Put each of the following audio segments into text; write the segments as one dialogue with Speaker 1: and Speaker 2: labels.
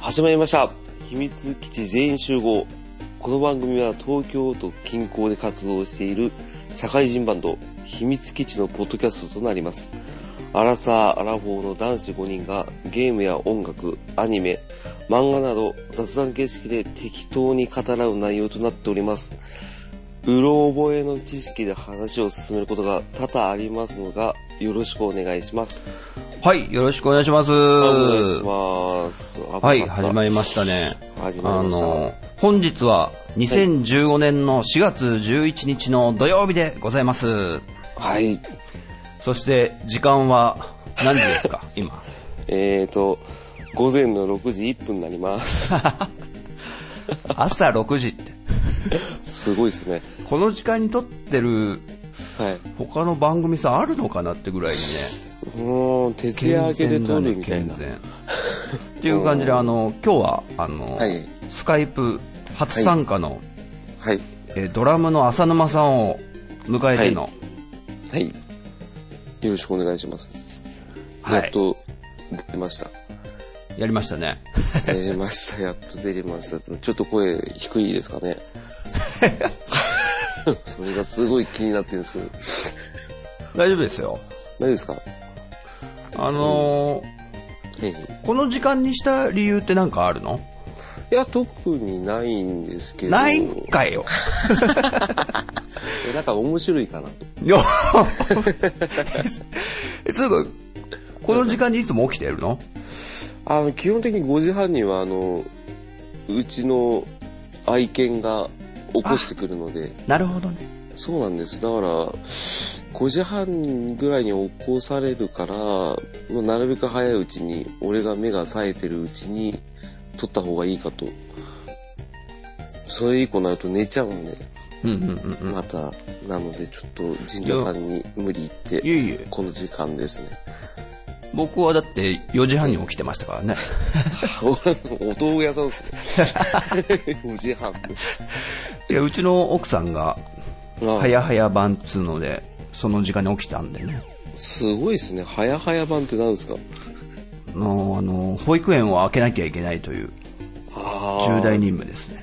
Speaker 1: 始まりました。秘密基地全員集合。この番組は東京都近郊で活動している社会人バンド、秘密基地のポッドキャストとなります。アラサー・アラフォーの男子5人がゲームや音楽、アニメ、漫画など雑談形式で適当に語らう内容となっております。うろ覚えの知識で話を進めることが多々ありますのが、よろしくお願いします。
Speaker 2: はい、よろしくお願いします。
Speaker 1: お願いします。
Speaker 2: はい、始まりま
Speaker 1: し
Speaker 2: したね。
Speaker 1: 始ま
Speaker 2: あ
Speaker 1: りました
Speaker 2: の、本日は2015年の4月11日の土曜日でございます。
Speaker 1: た。はい。
Speaker 2: そして、時間は何時で すか今。
Speaker 1: えーと、午前の6時1分になり ます。
Speaker 2: 朝6時って。
Speaker 1: すごいですね。
Speaker 2: この時間に撮ってる
Speaker 1: はい。
Speaker 2: 他の番組さんあるのかなってぐらいにね。
Speaker 1: もう、徹夜明けで撮るみたいな。
Speaker 2: 健全っていう感じで、あの、今日は、あの、
Speaker 1: はい
Speaker 2: スカイプ初参加の、
Speaker 1: はい。
Speaker 2: えードラムの浅沼さんを迎えての、
Speaker 1: はい。よろしくお願いします。
Speaker 2: はい
Speaker 1: やっと、出ました。
Speaker 2: やりましたね。
Speaker 1: 出れました。やっと出れました。ちょっと声低いですか ね。それがすごい気になってるんですけど。
Speaker 2: 大丈夫ですよ。
Speaker 1: 何ですかは
Speaker 2: あのー
Speaker 1: い。
Speaker 2: この時間にした理由ってなんかあるの
Speaker 1: いや、特にないんですけど。
Speaker 2: ないんかいよ。
Speaker 1: えなんか面白いかなと。
Speaker 2: よ え、つうか、この時間にいつも起きてるの
Speaker 1: あの、基本的に5時半には、あの、うちの愛犬が起こしてくるので、
Speaker 2: なるほどね。
Speaker 1: そうなんです。だから、5時半ぐらいに起こされるから、もうなるべく早いうちに、俺が目が冴えてるうちに、撮った方がいいかと。それ以降になると寝ちゃうんで、
Speaker 2: うんうんうんうん。
Speaker 1: また、なので、ちょっと神社さんに無理言っ
Speaker 2: いえ
Speaker 1: て、
Speaker 2: いえ、
Speaker 1: この時間ですね。
Speaker 2: 僕はだって4時半に起きてましたから ね。
Speaker 1: お道具屋さんですね。5時 半で。
Speaker 2: いや、うちの奥さんが、
Speaker 1: あ
Speaker 2: 早早晩っつうので、その時間に起きたんでね。
Speaker 1: すごいですね。早々版って何ですか
Speaker 2: あのー、あのー保育園を開けなきゃいけないという
Speaker 1: あ
Speaker 2: 重大任務ですね。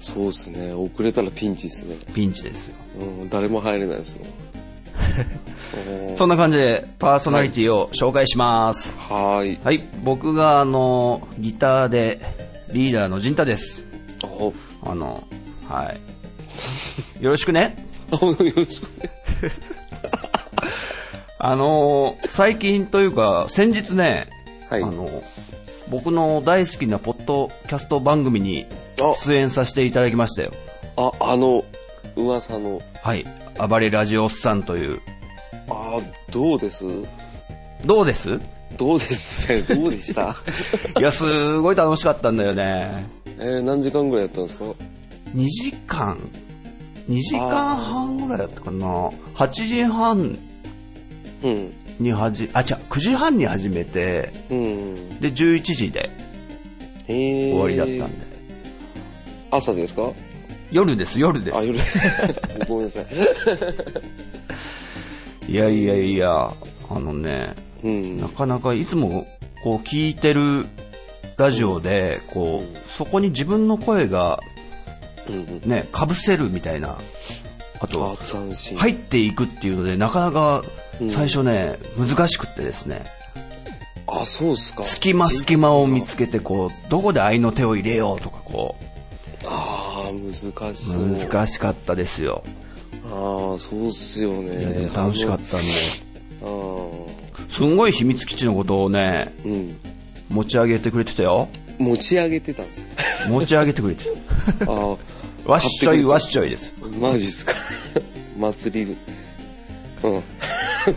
Speaker 1: そうですね。遅れたらピンチですね。
Speaker 2: ピンチですよ。
Speaker 1: うん、誰も入れないですよ。うん
Speaker 2: そんな感じでパーソナリティを紹介します。
Speaker 1: はーい。
Speaker 2: はい、僕があの、ギターでリーダーの陣太です。
Speaker 1: お、
Speaker 2: あの、はい。よろしくね。
Speaker 1: あよろしくね。
Speaker 2: あの、最近というか、先日ね、
Speaker 1: はい
Speaker 2: あの、僕の大好きなポッドキャスト番組に
Speaker 1: あ
Speaker 2: 出演させていただきましたよ。
Speaker 1: あ、あの、噂の、
Speaker 2: はい。暴れラジオおっさんという。
Speaker 1: あどうです
Speaker 2: どうです
Speaker 1: どうです ねどうでした
Speaker 2: いや、すごい楽しかったんだよね。
Speaker 1: えー、何時間ぐらいやったんですか
Speaker 2: 2時間、2時間半ぐらいだったかな。8時半
Speaker 1: うん。
Speaker 2: に始あ、違う、9時半に始めて、
Speaker 1: うん。
Speaker 2: で、11時で
Speaker 1: えー、
Speaker 2: 終わりだったんで。
Speaker 1: 朝ですか
Speaker 2: 夜です、夜で
Speaker 1: あ、
Speaker 2: す。
Speaker 1: 夜。 ごめんなさい。
Speaker 2: いやいやいや、あのね、
Speaker 1: うん。
Speaker 2: なかなかいつも、こう、聞いてるラジオで、こう、そこに自分の声が、
Speaker 1: うんうん。
Speaker 2: ね、被せるみたいな、あ
Speaker 1: あ
Speaker 2: と、、
Speaker 1: 斬新。い。
Speaker 2: 入っていくっていうので、なかなか
Speaker 1: うん、
Speaker 2: 最初ね、難しくってですね、
Speaker 1: あ、そうっすか。
Speaker 2: 隙間隙間を見つけて、こう、どこで愛の手を入れようとか、こ
Speaker 1: ああ、難し
Speaker 2: う、
Speaker 1: そう。
Speaker 2: 難しかったですよ。
Speaker 1: ああ、そうっすよ
Speaker 2: いやで
Speaker 1: ね。
Speaker 2: も楽しかったんで。
Speaker 1: あの。あ
Speaker 2: すんごい秘密基地のことをね、
Speaker 1: あ、うん。
Speaker 2: 持ち上げてくれてたよ。
Speaker 1: 持ち上げてたんです ね
Speaker 2: 持ち上げてくれて
Speaker 1: ああ、
Speaker 2: た。わっしょいわっしょいです。
Speaker 1: マジっすか。 祭りる。うん。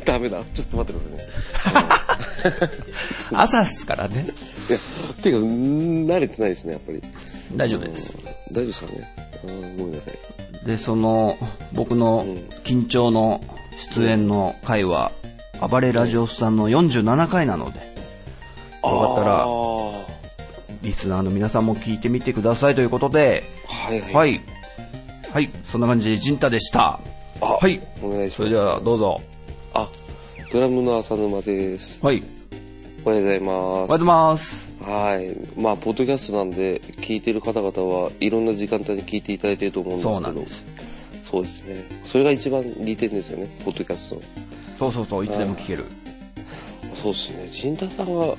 Speaker 1: ダメだ。ちょっと待ってくださいね。
Speaker 2: 朝っすからね。
Speaker 1: いや、ていうか、うん慣れてないですね、やっぱり。
Speaker 2: 大丈夫です。
Speaker 1: 大丈夫ですかね。うん、ごめんなさい。
Speaker 2: で、その、僕の緊張の出演の回は、暴れラジオスさんの47回なので、よかったら
Speaker 1: あー
Speaker 2: リスナーの皆さんも聞いてみてくださいということで、
Speaker 1: はいはい。
Speaker 2: はい。はい、そんな感じで、ジンタでした。
Speaker 1: あ
Speaker 2: はい。
Speaker 1: お願いします。
Speaker 2: それでは、どうぞ。
Speaker 1: あ、ドラムの浅沼です。
Speaker 2: はい。
Speaker 1: おはようございます
Speaker 2: おはようございます。
Speaker 1: はい。まあ、ポッドキャストなんで、聞いてる方々はいろんな時間帯に聞いていただいてると思うんですけど。
Speaker 2: そうなんです。
Speaker 1: そうですね。それが一番利点ですよね、ポッドキャストの。
Speaker 2: そうそうそう、いつでも聞ける。
Speaker 1: そうですね。陣田さんが、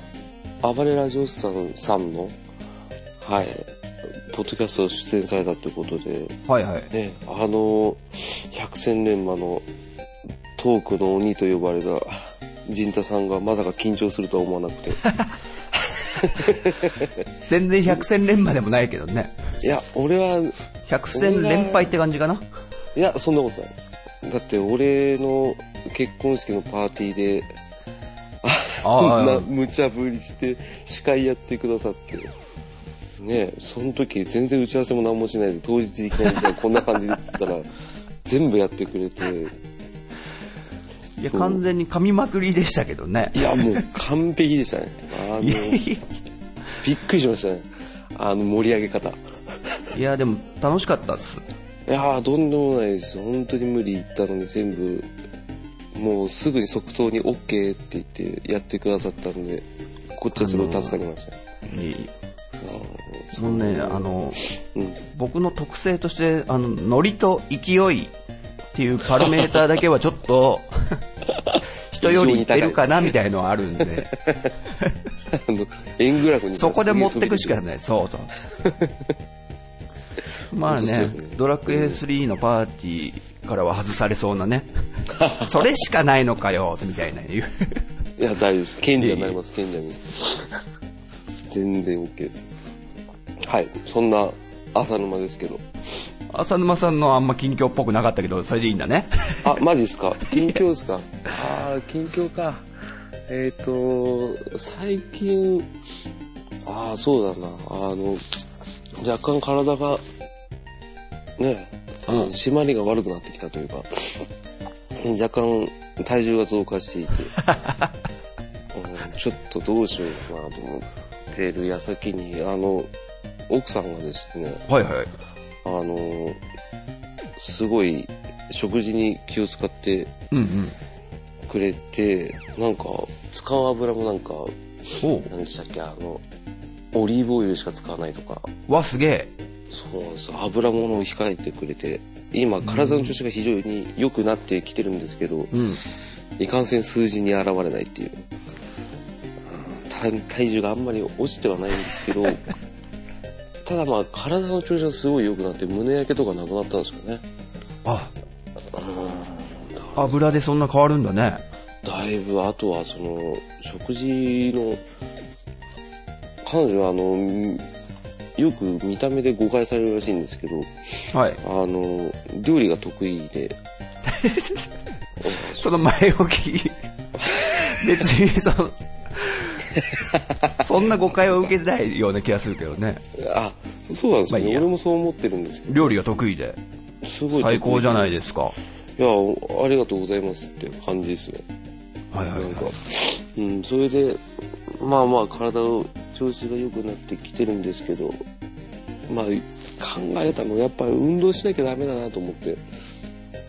Speaker 1: 暴れラジオスさんさんの、はい、ポッドキャスト出演されたということで、
Speaker 2: はいはい。
Speaker 1: ね、あの、百戦錬磨のトークの鬼と呼ばれた陣田さんがまさか緊張するとは思わなくて。
Speaker 2: 全然百戦錬磨でもないけどね。
Speaker 1: いや、俺は、
Speaker 2: 百戦連敗って感じかな。
Speaker 1: いや、そんなことないです。だって俺の結婚式のパーティーで、
Speaker 2: あ
Speaker 1: こん
Speaker 2: あ
Speaker 1: な、無茶ぶりして司会やってくださって。ねえ、その時全然打ち合わせも何もしないで、当日いきなりじゃあこんな感じでっつったら、 全部やってくれて、
Speaker 2: いや、
Speaker 1: そう
Speaker 2: 完全に噛みまくりでしたけどね
Speaker 1: い。やもう完璧でしたね。あの、
Speaker 2: いや
Speaker 1: びっくりしましたね。あの盛り上げ方。い
Speaker 2: いや、でも楽しかったっす。
Speaker 1: やー、どんでもないです。本当に無理言ったのに全部、もうすぐに即答に OK って言ってやってくださったんで、こっちはすごい助かりました。
Speaker 2: いい
Speaker 1: あー
Speaker 2: そのね、あの、
Speaker 1: うん。
Speaker 2: 僕の特性として、あの、ノリと勢いっていうパラメーターだけはちょっ と、人よりいってるかなみたいのはあるんで、
Speaker 1: あの、円グラフに
Speaker 2: そこで持ってくしか
Speaker 1: い。
Speaker 2: ない。そうそう。 まあ
Speaker 1: 本当そう
Speaker 2: ね
Speaker 1: よね、
Speaker 2: ドラクエ3のパーティーからは外されそうな ね、それしかないのかよ、みたいな言う。
Speaker 1: いや、大丈夫です。賢者になります、賢者に。全然 OK です。はい。そんな浅沼ですけど。
Speaker 2: 浅沼さんのあんま近況っぽくなかったけど、それでいいんだね。
Speaker 1: あ、マジですか近況ですかああ、近況か。えっ、と、最近、ああ、そうだな。あの、若干体が、ね、あの、締まりが悪くなってきたというか、若干体重が増加して いて、うんちょっとどうしようかなと思ってる矢先に、あの、奥さんがですね、
Speaker 2: はいはい。
Speaker 1: あの、すごい食事に気を使って
Speaker 2: うんうん。
Speaker 1: くれて、なんか、使う油もなんか、
Speaker 2: おう
Speaker 1: 何でしたっけ、あの、オリーブオイルしか使わないとか、
Speaker 2: わ、すげえ。
Speaker 1: そうなんです。油物を控えてくれて、今、体の調子が非常に良くなってきてるんですけど、
Speaker 2: うん。
Speaker 1: いかんせん数字に現れないっていう。体体重があんまり落ちてはないんですけど、ただまあ、体の調子がすごい良くなって、胸焼けとかなくなったんですよね。
Speaker 2: あ、
Speaker 1: うん
Speaker 2: 油でそんな変わるんだね。
Speaker 1: だいぶ、あとはその、食事の、彼女はあの、みよく見た目で誤解されるらしいんですけど、
Speaker 2: はい。
Speaker 1: あの、料理が得意で、
Speaker 2: その前置 き、別にその、そんな誤解を受けてないような気がするけどね。
Speaker 1: あ、そうなんですよね。
Speaker 2: まあいいや
Speaker 1: 俺もそう思ってるんですけ
Speaker 2: 料理が得意で。
Speaker 1: ど、すごい
Speaker 2: 最高じゃない
Speaker 1: い。
Speaker 2: ですか。
Speaker 1: いや、おありがとうございますって感じですね。
Speaker 2: はいはい
Speaker 1: なんか、うん、それで、まあまあ体を、調子が良くなってきてるんですけど、まあ、考えたのやっぱり運動しなきゃダメだなと思って。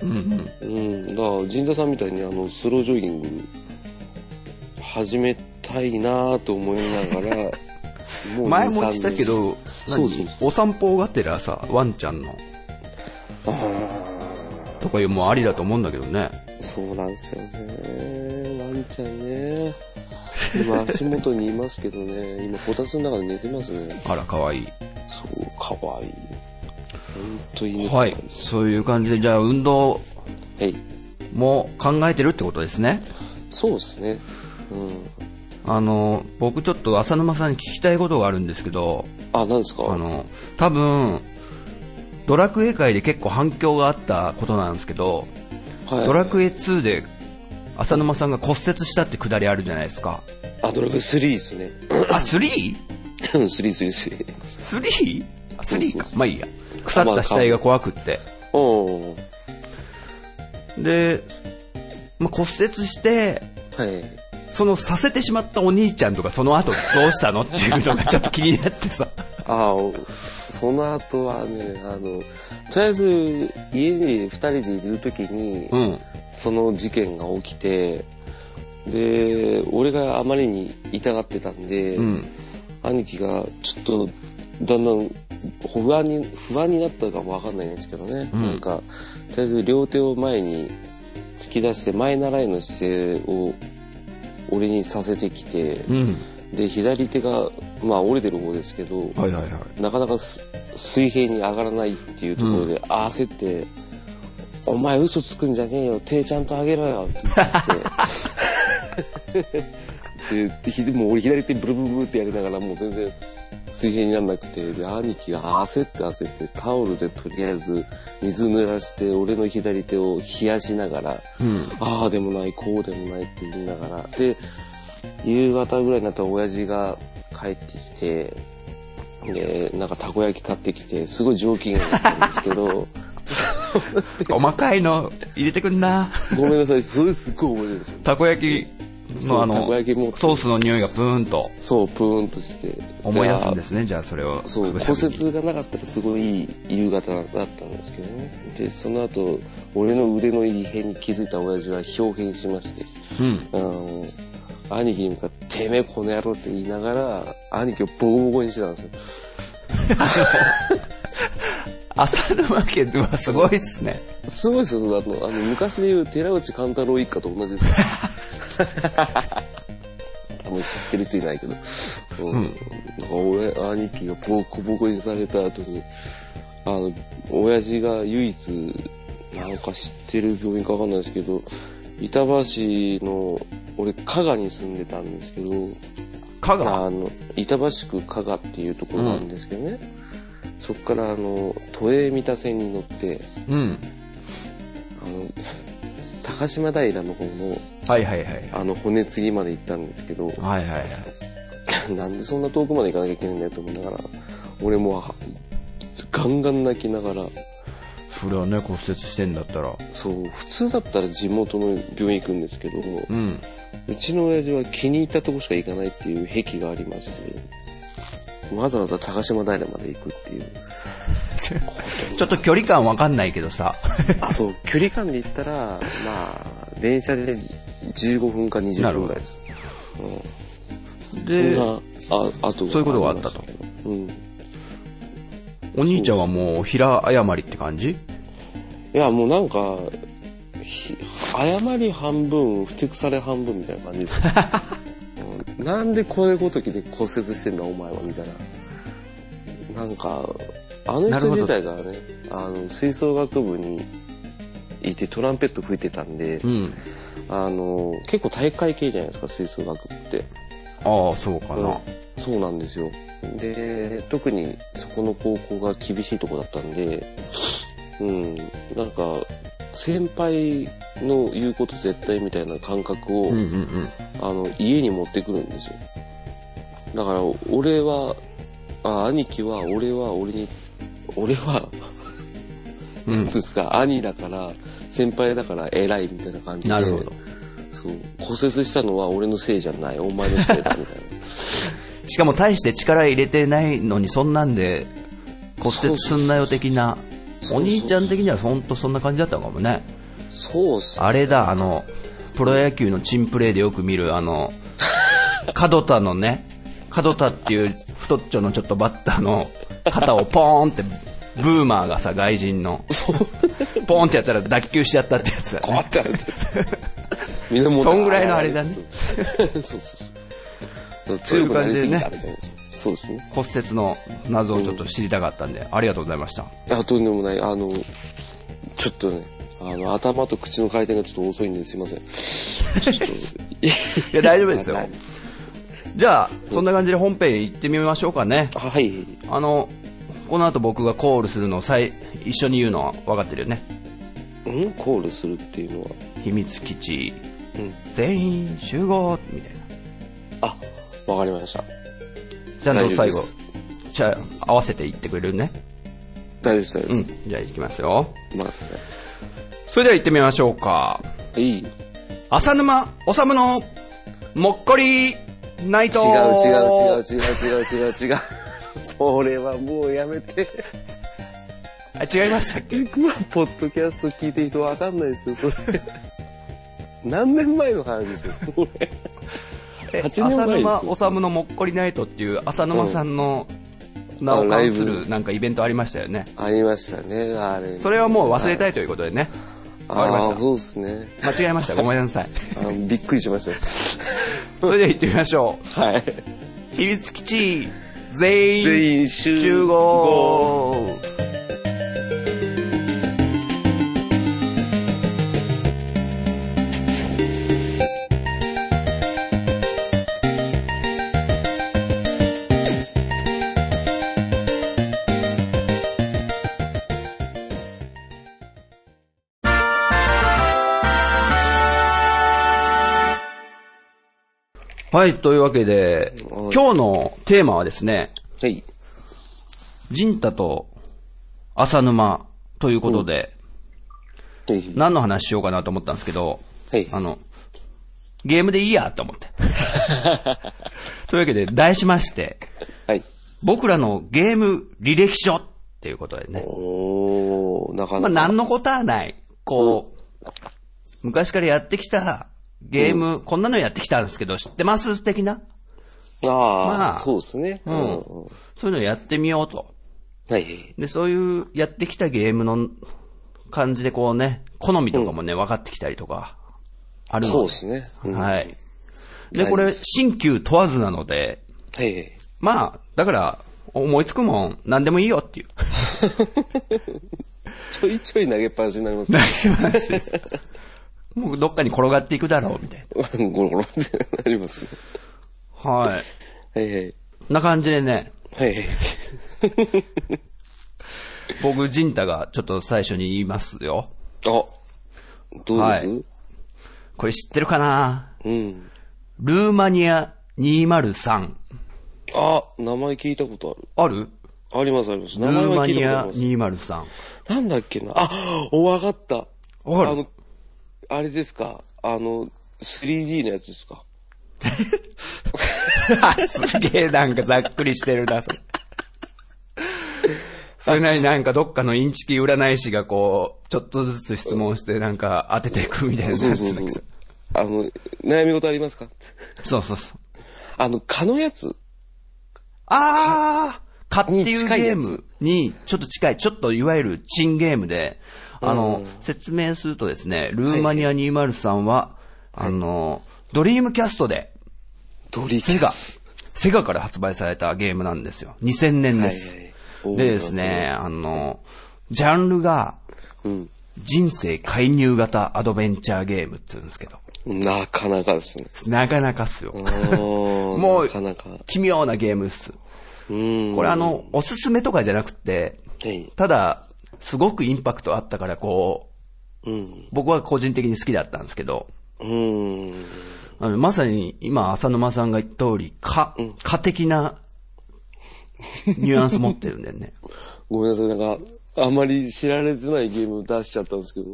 Speaker 2: うんう
Speaker 1: う
Speaker 2: ん。
Speaker 1: ん、だから、陣田さんみたいにあの、スロージョギング、始めたいなぁと思いな がら、もう
Speaker 2: 前も言ってたけど、
Speaker 1: そうそう
Speaker 2: 何お散歩がてらさ、ワンちゃんの、とかいうもありだと思うんだけどね。
Speaker 1: そうなんですよね。ワンちゃんね。今、足元にいますけどね、今、こたつの中で寝てますね。
Speaker 2: あら、かわいい。
Speaker 1: そう、かわいい。ほんと犬可
Speaker 2: は
Speaker 1: 愛
Speaker 2: い
Speaker 1: で。す。
Speaker 2: そういう感じで、じゃあ運動
Speaker 1: はい。
Speaker 2: も考えてるってことですね。
Speaker 1: そうですね。うん。
Speaker 2: あの、僕ちょっと浅沼さんに聞きたいことがあるんですけど、
Speaker 1: あ、なんですか
Speaker 2: あの、多分、ドラクエ界で結構反響があったことなんですけど、
Speaker 1: はい、
Speaker 2: ドラクエ2で浅沼さんが骨折したってくだりあるじゃないで すか。
Speaker 1: あ、ドラクエ3ですね。
Speaker 2: あ、3?3?3
Speaker 1: 3、3、3。
Speaker 2: か。まあいいや。腐った死体が怖くって。
Speaker 1: おー。
Speaker 2: で、まあ、骨折して、
Speaker 1: はい。
Speaker 2: そのさせてしまったお兄ちゃんとかその後どうしたのっていうのがちょっと気になってさ。
Speaker 1: ああ、その後はね、あの、とりあえず家に二人でいるときに、
Speaker 2: うん。
Speaker 1: その事件が起きて、で、俺があまりに痛がってたんで、
Speaker 2: うん。
Speaker 1: 兄貴がちょっとだんだん不安に不安になったかもわかんないんですけどね、
Speaker 2: うん
Speaker 1: なんかとりあえず両手を前に突き出して前習いの姿勢を俺にさせてきて、
Speaker 2: うん。
Speaker 1: で左手がまあ折れてる方ですけど、
Speaker 2: はいはいはい。
Speaker 1: なかなかす水平に上がらないっていうところで、あ焦って「お前嘘つくんじゃねえよ手ちゃんと上げろよ」って 言ってでひでもう俺左手ブルブルブルってやりながらもう全然水平にならなくてで兄貴が焦って焦ってタオルでとりあえず水濡らして俺の左手を冷やしながら。
Speaker 2: うん。
Speaker 1: ああでもないこうでもないって言いながらで夕方ぐらいになったら親父が帰ってきてでなんかたこ焼き買ってきてすごい上機嫌だったんですけ ど
Speaker 2: 細かいの入れてくんな。
Speaker 1: ごめんなさいそれすっごい覚えてるんですよ
Speaker 2: たこ焼き
Speaker 1: そう
Speaker 2: のあの、
Speaker 1: たこ焼きも
Speaker 2: ソースの匂いがプーンと
Speaker 1: そうプーンとして
Speaker 2: 思い出すんですすね、じゃあそれを。
Speaker 1: そう
Speaker 2: 隠
Speaker 1: 骨
Speaker 2: した時に
Speaker 1: 折がなかったらすごいいい夕方だったんですけどねでその後俺の腕の異変に気づいた親父は表変しまして
Speaker 2: うん。
Speaker 1: あの、兄貴に向かって、てめえこの野郎って言いながら、兄貴をボコボコにしてたんですよ。
Speaker 2: 浅沼家ではすごいっすね。
Speaker 1: すごいですよ、そのあの、あの昔で言う寺内勘太郎一家と同じです よ。あんまり知ってる人いないけど。うん。
Speaker 2: うん
Speaker 1: なんか俺、兄貴がボコボコにされた後に、あの、親父が唯一、なんか知ってる病院かわかんないですけど、板橋の、俺、加賀に住んでたんですけど、
Speaker 2: 香川。
Speaker 1: あの板橋区加賀っていうところなんですけどね、そこからあの都営三田線に乗って
Speaker 2: うん。
Speaker 1: あの高島平の方の
Speaker 2: はいはいはい。
Speaker 1: あの骨継ぎまで行ったんですけど
Speaker 2: はいはいはい。
Speaker 1: なんでそんな遠くまで行かなきゃいけないんだよと思いながら俺もうはガンガン泣きながら
Speaker 2: それはね、骨折してんだったら。
Speaker 1: そう普通だったら地元の病院行くんですけど、う
Speaker 2: うん。
Speaker 1: ちの親父は気に入ったとこしか行かないっていう癖がありましてわざわざ高島平まで行くって いう
Speaker 2: ちょっと距離感わかんないけど さ。
Speaker 1: あ、そう、距離感で言ったら、まあ、電車で15分か20分ぐらいです。
Speaker 2: で、
Speaker 1: そんな、あ、あと、
Speaker 2: そういうことがあったと
Speaker 1: りましたけど。うん。い
Speaker 2: お兄ちゃんはもう平謝りって感じ
Speaker 1: や、もうなんか、ひ謝り半分、ふてくされ半分みたいな感じです、ねうんなんでこれごときで骨折してんだ、お前は、みたいな。なんか、あの
Speaker 2: なる
Speaker 1: 人
Speaker 2: ほど
Speaker 1: 自体がね、あの、吹奏楽部にいてトランペット吹いてたんで、
Speaker 2: うん。
Speaker 1: あの、結構大会系じゃないですか、吹奏楽って。
Speaker 2: ああ、そうかな。
Speaker 1: そうなんですよ。で、特にそこの高校が厳しいとこだったんで、うん、なんか、先輩の言うこと絶対みたいな感覚を、
Speaker 2: うんうんうん。
Speaker 1: あの、家に持ってくるんですよ。だから、俺は、あ、兄貴は、俺は、俺に、俺は、なん
Speaker 2: うん
Speaker 1: ていうんですか、兄だから、先輩だから偉いみたいな感じで。
Speaker 2: なるほど。
Speaker 1: そう。骨折したのは俺のせいじゃない、お前のせいだ、み たいな。
Speaker 2: しかも大して力入れてないのにそんなんで骨折すんなよ的な。
Speaker 1: そうそう
Speaker 2: お兄ちゃん的にはほんとそんな感じだったのかもね。
Speaker 1: そうっすね
Speaker 2: あれだ、あの、プロ野球のチンプレーでよく見る、あの、角田のね、角田っていう太っちょのちょっとバッターの肩をポーンって、ブーマーがさ、外人の、ポーンってやったら脱臼しちゃったってやつだ
Speaker 1: あ
Speaker 2: ね。
Speaker 1: ったあった。みんなもう
Speaker 2: そんぐらいのあれだね
Speaker 1: そうそうそう。そう強くなりすぎたみたいな。そうですね。
Speaker 2: 骨折の謎をちょっと知りたかったんで、ありがとうございました。
Speaker 1: いや、とんでもない。あの、ちょっとね、あの、頭と口の回転がちょっと遅いんですいません。ちょっと、
Speaker 2: いや、大丈夫で すよ
Speaker 1: はい。
Speaker 2: じゃあ、そんな感じで本編行ってみましょうかね。
Speaker 1: あはい。
Speaker 2: あの、この後僕がコールするのをさい一緒に言うのは分かってるよね。
Speaker 1: んコールするっていうのは。
Speaker 2: 秘密基地、
Speaker 1: うん。
Speaker 2: 全員集合みたいな。
Speaker 1: あ、わかりました。
Speaker 2: ちゃんと
Speaker 1: 大丈夫
Speaker 2: 最
Speaker 1: で
Speaker 2: 後
Speaker 1: す、
Speaker 2: じゃあ合わせて言ってくれるね。
Speaker 1: 大丈夫です、大丈夫
Speaker 2: う
Speaker 1: で
Speaker 2: ん
Speaker 1: す。。
Speaker 2: じゃあ行きますよ。
Speaker 1: まあ、
Speaker 2: それでは行ってみましょうか。
Speaker 1: いい。違う違う
Speaker 2: 浅沼治の、もっこり、ナイト
Speaker 1: 違う
Speaker 2: う。
Speaker 1: 違う違う違う違う。それはもうやめて。
Speaker 2: あ、違いましたっけ
Speaker 1: 今、ポッドキャスト聞いてる人わかんないですよ、それ。何年前の話ですよ、これ。8
Speaker 2: え
Speaker 1: 年前
Speaker 2: 浅
Speaker 1: ですよ
Speaker 2: 沼治のもっこりナイトっていう浅沼さんの名を冠す
Speaker 1: あライ
Speaker 2: るなんかイベントありましたよね。
Speaker 1: ありましたね、あれ。
Speaker 2: それはもう忘れた
Speaker 1: い。
Speaker 2: いということでね。わかりま
Speaker 1: ああ、
Speaker 2: し
Speaker 1: そうですね。
Speaker 2: た。間違えました。ごめんな さい。
Speaker 1: あびっくりしまし
Speaker 2: それでは行ってみましょ
Speaker 1: た。はい。
Speaker 2: う。秘密基地 全員
Speaker 1: 全員集合
Speaker 2: 集合はい、というわけで、
Speaker 1: はい
Speaker 2: 今日のテーマはですね、
Speaker 1: はい。
Speaker 2: ジンタと浅沼ということで、
Speaker 1: はい。
Speaker 2: 何の話しようかなと思ったんですけど、
Speaker 1: はい
Speaker 2: あの、ゲームでいいやと 思って。というわけで、題しまして、
Speaker 1: はい。
Speaker 2: 僕らのゲーム履歴書っていうことでね。
Speaker 1: おー、なか
Speaker 2: まあ、
Speaker 1: なか。
Speaker 2: 何のことはない。こう、昔からやってきたゲーム、こんなのやってきたんですけど、知ってます的な。ま
Speaker 1: あ
Speaker 2: あ
Speaker 1: あ、そうですね。
Speaker 2: うん。そういうのやってみようと。
Speaker 1: はい。
Speaker 2: で、そういうやってきたゲームの感じでこうね、好みとかもね、分かってきたりとか、あるの
Speaker 1: そうですね。うんはい。
Speaker 2: はい。で、これ、
Speaker 1: 大
Speaker 2: 新旧問わずなので、
Speaker 1: はい。
Speaker 2: まあ、だから、思いつくもん、何でもいいよっていう。
Speaker 1: ちょいちょい投げっぱなしになり ますね。
Speaker 2: 話です。もうどっかに転がっていくだろう、みたい
Speaker 1: ゴロゴロってなりますね。
Speaker 2: な。はい。
Speaker 1: はいはい。
Speaker 2: な感じでね、
Speaker 1: はいはい。
Speaker 2: 僕、ジンタがちょっと最初に言いますよ。
Speaker 1: あ、どうです、
Speaker 2: はいこれ知ってるかな
Speaker 1: うん。
Speaker 2: ルーマニア203。
Speaker 1: あ、名前聞いたことある。
Speaker 2: ある
Speaker 1: ありますあります。
Speaker 2: ル
Speaker 1: 名前
Speaker 2: ー
Speaker 1: は
Speaker 2: マ
Speaker 1: 聞い
Speaker 2: ニ
Speaker 1: たことあ
Speaker 2: ア
Speaker 1: ります。
Speaker 2: 203。
Speaker 1: なんだっけな。あ、お、わかった。
Speaker 2: わか
Speaker 1: あ
Speaker 2: る
Speaker 1: の、あれですか。あの、3D のやつですか。
Speaker 2: すげえなんかざっくりしてるな、 それ。それなりになんかどっかのインチキ占い師がこう、ちょっとずつ質問してなんか当てていくみたいなやつ
Speaker 1: そ
Speaker 2: な
Speaker 1: うんそう
Speaker 2: だ
Speaker 1: そう
Speaker 2: けど。。
Speaker 1: あの、悩み事ありますか
Speaker 2: そうそうそう。
Speaker 1: あの、蚊のやつ。
Speaker 2: あー蚊って
Speaker 1: に
Speaker 2: いう
Speaker 1: 近い
Speaker 2: ゲ
Speaker 1: や
Speaker 2: ー
Speaker 1: つ
Speaker 2: ムにちょっと近い、ちょっといわゆるチンゲームで、あの、説明するとですね、ルーマニア203は、あの、ドリームキャストで、
Speaker 1: ドリ
Speaker 2: セ
Speaker 1: キ
Speaker 2: ガ、
Speaker 1: ャ
Speaker 2: セ
Speaker 1: ス。
Speaker 2: ガから発売されたゲームなんですよ。2000年です。
Speaker 1: はいはい
Speaker 2: でですね、あの、ジャンルが
Speaker 1: うん。
Speaker 2: 人生介入型アドベンチャーゲームって言うんですけど、
Speaker 1: なかなかです ね。
Speaker 2: なかなかっすよ。 も
Speaker 1: も
Speaker 2: う
Speaker 1: なかなか。
Speaker 2: 奇妙なゲームっす。
Speaker 1: うん。
Speaker 2: これあの、おすすめとかじゃなくて、
Speaker 1: はい。
Speaker 2: ただ、すごくインパクトあったから、こ
Speaker 1: うん
Speaker 2: う、。僕は個人的に好きだったんですけど、
Speaker 1: うん。
Speaker 2: あのまさに今、浅沼さんが言った通り、か、か的なニュアンス持ってるんだよね。
Speaker 1: ごめんなさい、なんか、あんまり知られてないゲーム出しちゃったんですけど。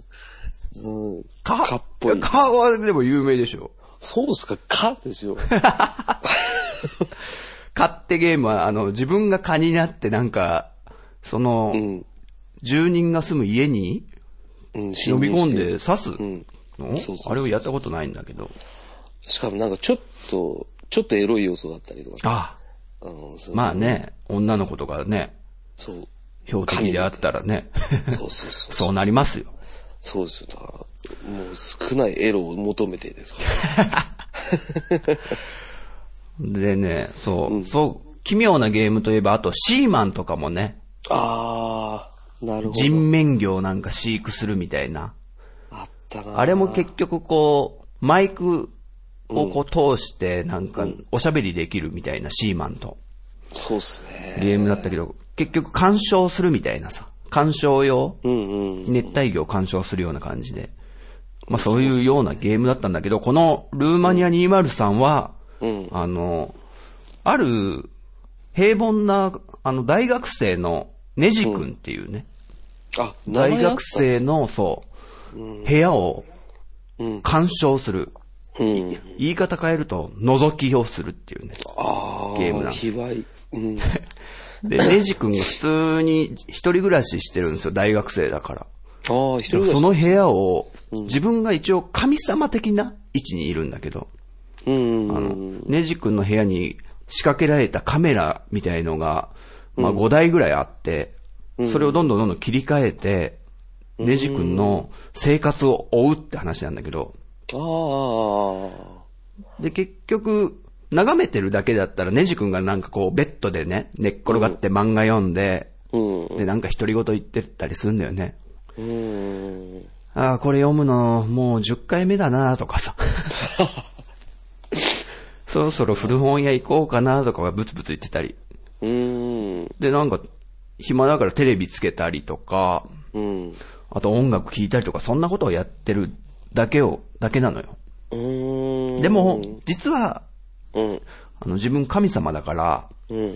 Speaker 1: うん。
Speaker 2: か、
Speaker 1: かっぽい。
Speaker 2: かはでも有名でしょ。
Speaker 1: そうですか、かですよ。
Speaker 2: かってゲームは、あの、自分が蚊になってなんか、その、
Speaker 1: うん。
Speaker 2: 住人が住む家に
Speaker 1: うん、
Speaker 2: 飲
Speaker 1: 忍
Speaker 2: み込んで刺す
Speaker 1: うん。
Speaker 2: の
Speaker 1: そうそうそう
Speaker 2: あれをやったことないんだけど。
Speaker 1: しかもなんかちょっと、ちょっとエロい要素だったりとか。
Speaker 2: あ
Speaker 1: うん、そうそう
Speaker 2: まあ。ね、女の子とかね、
Speaker 1: そう。
Speaker 2: 標的であったらね、
Speaker 1: そうそうそう。
Speaker 2: そうなりますよ。
Speaker 1: そうですよ。だから、もう少ないエロを求めてですから。
Speaker 2: でね、そう、そう、奇妙なゲームといえば、あと、シーマンとかもね、
Speaker 1: あー、なるほど。
Speaker 2: 人面魚なんか飼育するみたいな。
Speaker 1: あったな。
Speaker 2: あれも結局こう、マイクをこう通して、なんか、おしゃべりできるみたいな、シーマンと。
Speaker 1: そうっすね。
Speaker 2: ゲームだったけど、結局鑑賞するみたいなさ、鑑賞用、
Speaker 1: うんうん。
Speaker 2: 熱帯魚を鑑賞するような感じで。まあそういうようなゲームだったんだけど、このルーマニア203は、
Speaker 1: うん。
Speaker 2: あの、ある平凡な、あの、大学生のネジ君っていうね、
Speaker 1: あ、名
Speaker 2: 大
Speaker 1: 前あっ
Speaker 2: 学生の、そう、部屋を
Speaker 1: うん
Speaker 2: 鑑賞する。
Speaker 1: うん。
Speaker 2: 言い方変えると、覗きをするっていうね。
Speaker 1: あー、
Speaker 2: ゲームなんです
Speaker 1: 卑猥。うん。
Speaker 2: で、ネジ君が普通に一人暮らししてるんですよ、大学生だから。
Speaker 1: ああ、一人暮らし
Speaker 2: その部屋を、自分が一応神様的な位置にいるんだけど、
Speaker 1: うんうん
Speaker 2: あ
Speaker 1: う
Speaker 2: の
Speaker 1: ん。、
Speaker 2: ネジ君の部屋に仕掛けられたカメラみたいのが、まあ5台ぐらいあって、それをどんどんどんどん切り替えて、ネジ君の生活を追うって話なんだけど、
Speaker 1: ああ。
Speaker 2: で、結局、眺めてるだけだったら、ネジ君がなんかこう、ベッドでね、寝っ転がって漫画読んで、
Speaker 1: うん。
Speaker 2: で、なんか独り言言ってたりするんだよね。
Speaker 1: うん。
Speaker 2: ああ、これ読むの、もう10回目だなとか さ。そろそろ古本屋行こうかなとかがブツブツ言ってたり。
Speaker 1: うん。
Speaker 2: で、なんか、暇だからテレビつけたりとか、
Speaker 1: うん。
Speaker 2: あと音楽聴いたりとか、そんなことをやってるだけを、だけなのよ。
Speaker 1: うん。
Speaker 2: でも、実は、
Speaker 1: うん。
Speaker 2: あの、自分神様だから、
Speaker 1: うん。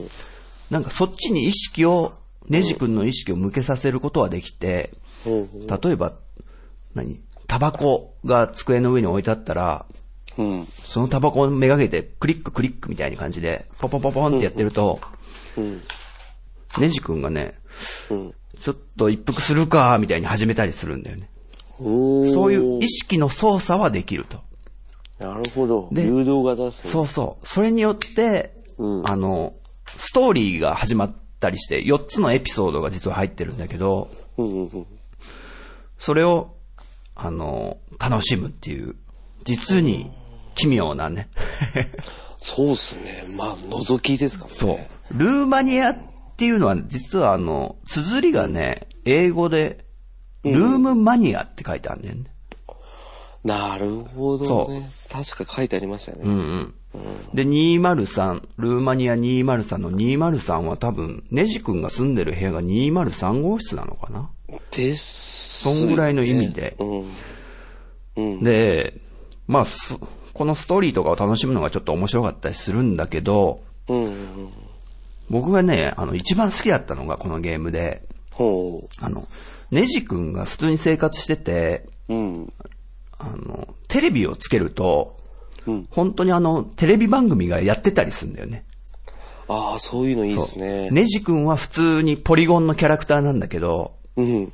Speaker 2: なんかそっちに意識を、ネジ君の意識を向けさせることはできて、
Speaker 1: うん。
Speaker 2: 例えば、何タバコが机の上に置いてあったら、
Speaker 1: うん。
Speaker 2: そのタバコをめがけて、クリッククリックみたいな感じで、ポンポンポンポンってやってると、
Speaker 1: うん。
Speaker 2: ネジ君がね、
Speaker 1: うん。
Speaker 2: ちょっと一服するか、みたいに始めたりするんだよね。
Speaker 1: おー
Speaker 2: そういう意識の操作はできると。
Speaker 1: なるほど。
Speaker 2: で
Speaker 1: 誘導型ですね。
Speaker 2: そうそう。それによって、
Speaker 1: うん
Speaker 2: あの、ストーリーが始まったりして、4つのエピソードが実は入ってるんだけど、
Speaker 1: うんうんうん。
Speaker 2: それを、あの、楽しむっていう、実に奇妙なね。
Speaker 1: そうっすね。まあ、覗きですからね。
Speaker 2: そう。ルーマニアっていうのは、実はあの、綴りがね、英語で、ルームマニアって書いてあるんだよね。
Speaker 1: なるほどね。確か書いてありましたよね。
Speaker 2: うんうん。で、203、ルーマニア203の203は多分、ネジ君が住んでる部屋が203号室なのかな
Speaker 1: です。
Speaker 2: そんぐらいの意味で
Speaker 1: う。ん。
Speaker 2: で、まあ、すこのストーリーとかを楽しむのがちょっと面白かったりするんだけど、
Speaker 1: うんうんうん。
Speaker 2: 僕がね、あの、一番好きだったのがこのゲームで、
Speaker 1: ほ
Speaker 2: あの、ネジ君が普通に生活してて、
Speaker 1: う。うん。
Speaker 2: あの、テレビをつけると、
Speaker 1: うん。
Speaker 2: 本当にあの、テレビ番組がやってたりするんだよね。
Speaker 1: ああ、そういうのいいですね。
Speaker 2: ネジ君は普通にポリゴンのキャラクターなんだけど、
Speaker 1: うん。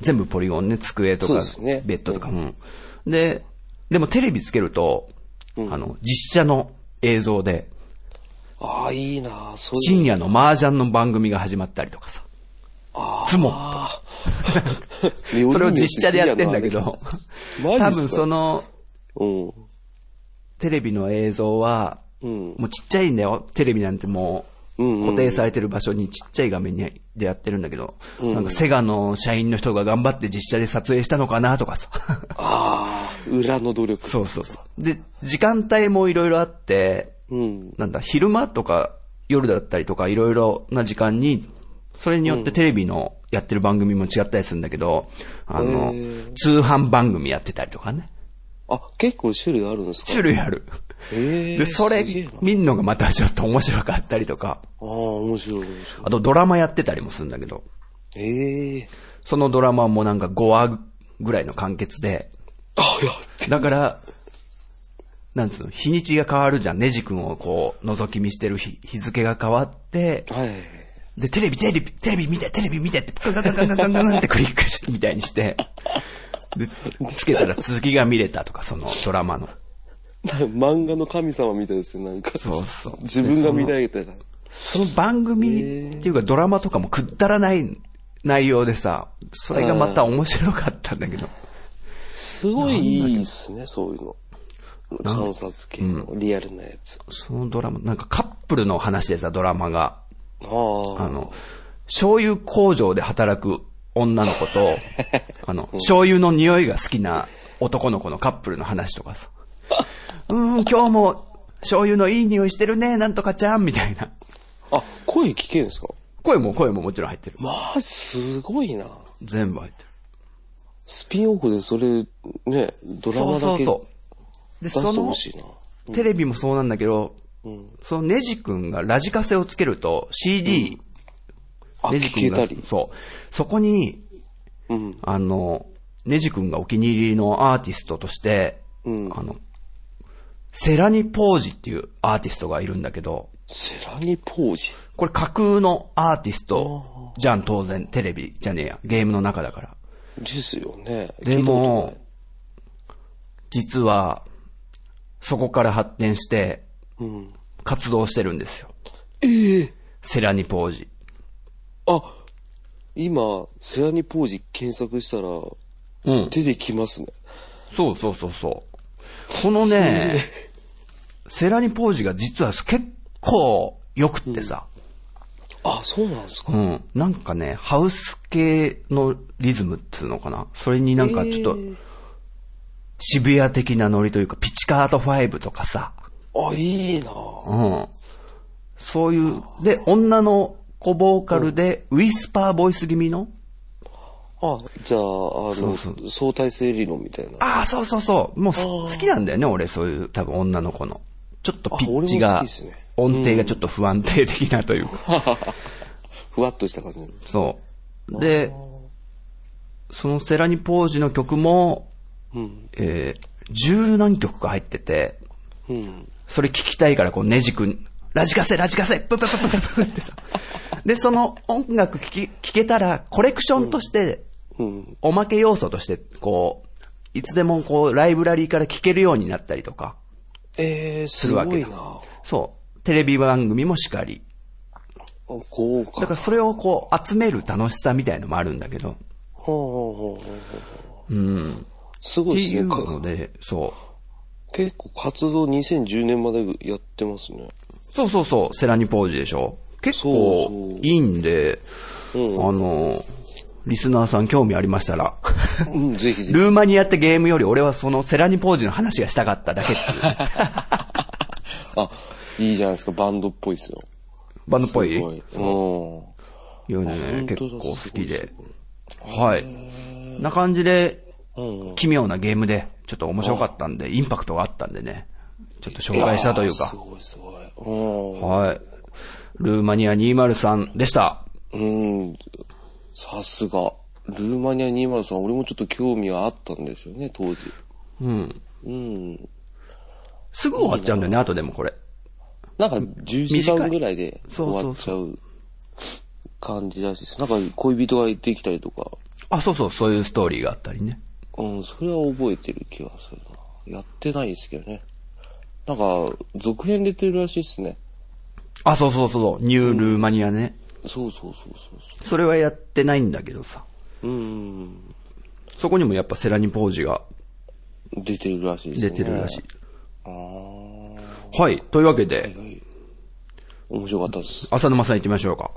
Speaker 2: 全部ポリゴンね、机と
Speaker 1: そう
Speaker 2: か
Speaker 1: で、すね
Speaker 2: ベッドとか、うん。で、でもテレビつけると、あの、実写の映像で、
Speaker 1: ああ、いいなそういう。
Speaker 2: 深夜の麻雀の番組が始まったりとかさ、
Speaker 1: あ
Speaker 2: つも、
Speaker 1: あ。
Speaker 2: それを実写でやってんだけど、
Speaker 1: マジっすか
Speaker 2: 多分その、
Speaker 1: うん。
Speaker 2: テレビの映像は、
Speaker 1: うん。
Speaker 2: もうちっちゃいんだよ。テレビなんてもう
Speaker 1: うんうん、
Speaker 2: 固定されてる場所にちっちゃい画面にでやってるんだけど、なんかセガの社員の人が頑張って実写で撮影したのかなとかさ。
Speaker 1: ああ、裏の努力。
Speaker 2: そうそうそう。で、時間帯もいろいろあって、
Speaker 1: うん。
Speaker 2: なんだ、昼間とか夜だったりとかいろいろな時間に、それによってテレビのやってる番組も違ったりするんだけど、あの、通販番組やってたりとかね。
Speaker 1: あ、結構種類あるんですか
Speaker 2: 種類ある。
Speaker 1: ええ
Speaker 2: で、それ
Speaker 1: すげえなあ
Speaker 2: 見んのがまたちょっと面白かったりとか、
Speaker 1: あ、面白い、面白い。
Speaker 2: あとドラマやってたりもするんだけど、
Speaker 1: ええ
Speaker 2: そのドラマもなんか5話ぐらいの完結で、
Speaker 1: あ、やって。
Speaker 2: だから、なんつうの、日にちが変わるじゃん。ネジ君をこう、覗き見してる日日付が変わって、
Speaker 1: はい。
Speaker 2: で、テレビ、テレビ、テレビ見て、テレビ見てって、ガンガンガンガンガンガンガンってクリックして、みたいにして、で、つけたら続きが見れたとか、そのドラマの。
Speaker 1: 漫画の神様みたいですよ、なんか。
Speaker 2: そうそう。
Speaker 1: 自分が見られたら。
Speaker 2: その番組っていうかドラマとかもくだらない内容でさ、それがまた面白かったんだけど。
Speaker 1: すごいいいですね、そういうの。観察系のリアルなやつ。
Speaker 2: そのドラマ、なんかカップルの話でさ、ドラマが。
Speaker 1: あ
Speaker 2: あ
Speaker 1: あ。
Speaker 2: の、醤油工場で働く女の子 と、あの、醤油の匂いが好きな男の子のカップルの話と かさ。うーん、今日も醤油のいい匂いしてるね、なんとかちゃん、みたいな。
Speaker 1: あ、声聞けんすか
Speaker 2: 声も声ももちろん入ってる。
Speaker 1: まあ、すごいな。
Speaker 2: 全部入ってる。
Speaker 1: スピンオフでそれ、ね、ドラ
Speaker 2: そう
Speaker 1: マ
Speaker 2: そ
Speaker 1: だけ
Speaker 2: う
Speaker 1: 出
Speaker 2: そう。で、
Speaker 1: して
Speaker 2: その
Speaker 1: ほ、しいな。
Speaker 2: テレビもそうなんだけど、
Speaker 1: うん。
Speaker 2: そのネジ君がラジカセをつけると CD、
Speaker 1: あ、
Speaker 2: ネジ
Speaker 1: 聞
Speaker 2: 君
Speaker 1: け
Speaker 2: が
Speaker 1: たり、。
Speaker 2: そう。そこに、
Speaker 1: うん。
Speaker 2: あの、ネジ君がお気に入りのアーティストとして、
Speaker 1: うん
Speaker 2: あの、セラニポージっていうアーティストがいるんだけど、
Speaker 1: セラニポージ。
Speaker 2: これ架空のアーティストじゃん、当然。テレビじゃねえや。ゲームの中だから。
Speaker 1: ですよね。聞
Speaker 2: で
Speaker 1: いたことない
Speaker 2: も、実は、そこから発展して、
Speaker 1: うん。
Speaker 2: 活動してるんですよ。
Speaker 1: ええ
Speaker 2: セラニポージ。
Speaker 1: あ、今、セラニポージ検索したら、
Speaker 2: うん。
Speaker 1: 出てきますね。
Speaker 2: そうそうそうそう。このね、セラニポージが実は結構良くってさ、
Speaker 1: あ、そうなんですか。
Speaker 2: うん。なんかね、ハウス系のリズムっつうのかな。それになんかちょっと、渋谷的なノリというか、ピチカート5とかさ、
Speaker 1: あ、いいなぁ
Speaker 2: うん。そういう、で、女の子ボーカルで、ウィスパーボイス気味の
Speaker 1: あ、じゃあ、あの、
Speaker 2: そうそう
Speaker 1: 相対性理論みたいな。
Speaker 2: ああ、そうそうそう。もう好きなんだよね、俺、そういう、多分女の子の。ちょっとピッチ
Speaker 1: あ俺も好
Speaker 2: が、
Speaker 1: きです
Speaker 2: 音程がちょっと不安定的なというか。
Speaker 1: ふわっとした感じの。
Speaker 2: そう。で、そのセラニポージの曲も、
Speaker 1: うん。
Speaker 2: えー、十何曲か入ってて、
Speaker 1: うん。
Speaker 2: それ聞きたいからこうねじくん、ラジカセ、ラジカセ、ププププププってさ。で、その音楽聞き、聞けたら、コレクションとして、
Speaker 1: うん。
Speaker 2: おまけ要素として、こう、いつでもこう、ライブラリーから聞けるようになったりとか、
Speaker 1: えー、す
Speaker 2: る
Speaker 1: ご
Speaker 2: わけ
Speaker 1: い
Speaker 2: だ
Speaker 1: なぁ
Speaker 2: そう、テレビ番組もしかり。
Speaker 1: あ豪華。
Speaker 2: だからそれをこう、集める楽しさみたいのもあるんだけど、
Speaker 1: ほうほうほうほう
Speaker 2: うん。
Speaker 1: す
Speaker 2: っ
Speaker 1: ご
Speaker 2: て
Speaker 1: いです
Speaker 2: いう
Speaker 1: ね。
Speaker 2: の
Speaker 1: か
Speaker 2: で、そう。
Speaker 1: 結構活動2010年までやってますね。
Speaker 2: そうそうそう、セラニポージでしょ結
Speaker 1: そうそ
Speaker 2: 構
Speaker 1: う、
Speaker 2: いいんで、
Speaker 1: う
Speaker 2: あの、リスナーさん興味ありましたら、
Speaker 1: うん、ぜひぜひ。
Speaker 2: ルーマニアってゲームより俺はそのセラニポージの話がしたかっただけっていう。
Speaker 1: あ、いいじゃないですか、バンドっぽいですよ。
Speaker 2: バンドっぽい
Speaker 1: すごい。うん。
Speaker 2: よね、
Speaker 1: 本
Speaker 2: 結
Speaker 1: 当だ
Speaker 2: 構好き
Speaker 1: す
Speaker 2: で。はい。な感じで、
Speaker 1: うん。
Speaker 2: 奇妙なゲームで、ちょっと面白かったんで、インパクトがあったんでね、ちょっと紹介したという
Speaker 1: やーす
Speaker 2: か。
Speaker 1: ごいすごい。
Speaker 2: はい。ルーマニア203でした。
Speaker 1: うん。うん。さすが。ルーマニア203、俺もちょっと興味があったんですよね、当時。
Speaker 2: うん。
Speaker 1: うん。
Speaker 2: すぐ終わっちゃうんだよね、あとでもこれ。
Speaker 1: なんか10時間ぐらいで終わっちゃう感じらしいです。なんか恋人ができたりとか。
Speaker 2: あ、そうそう、そういうストーリーがあったりね。
Speaker 1: うん、それは覚えてる気がするな。やってないですけどね。なんか、続編出てるらしいですね。
Speaker 2: あ、そうそうそうそう、ニュールーマニアね。
Speaker 1: そうそうそうそうそ
Speaker 2: それはやってないんだけどさ。
Speaker 1: う。うん。
Speaker 2: そこにもやっぱセラニポージが
Speaker 1: 出てるらしいです
Speaker 2: 出
Speaker 1: ね。
Speaker 2: てるらしい。
Speaker 1: あー
Speaker 2: はい。というわけで、
Speaker 1: 面白かったです。
Speaker 2: 浅沼さん行きましょうか。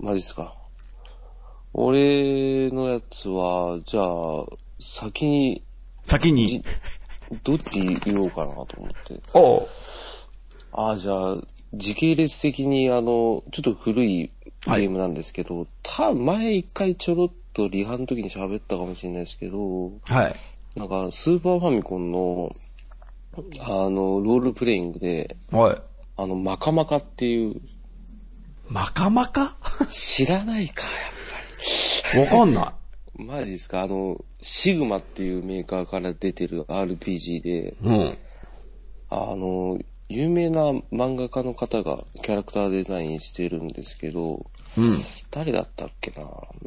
Speaker 1: マジっすか。俺のやつは、じゃあ、先に、
Speaker 2: 先に
Speaker 1: じ、どっち言おうかなと思って。
Speaker 2: おう
Speaker 1: ああ、じゃあ、時系列的に、あの、ちょっと古いゲームなんですけど、た前一回ちょろっとリハの時に喋ったかもしれないですけど、
Speaker 2: はい。
Speaker 1: なんか、スーパーファミコンの、あの、ロールプレイングで、
Speaker 2: はい。
Speaker 1: あの、マカマカっていう、
Speaker 2: マカマカ わ
Speaker 1: 知らないか、や
Speaker 2: かんな
Speaker 1: っぱり。マジですか、あの、シグマっていうメーカーから出てる RPG で、
Speaker 2: い。うん。
Speaker 1: あの、有名な漫画家の方がキャラクターデザインしてるんですけど、
Speaker 2: うん。
Speaker 1: 誰だったっけな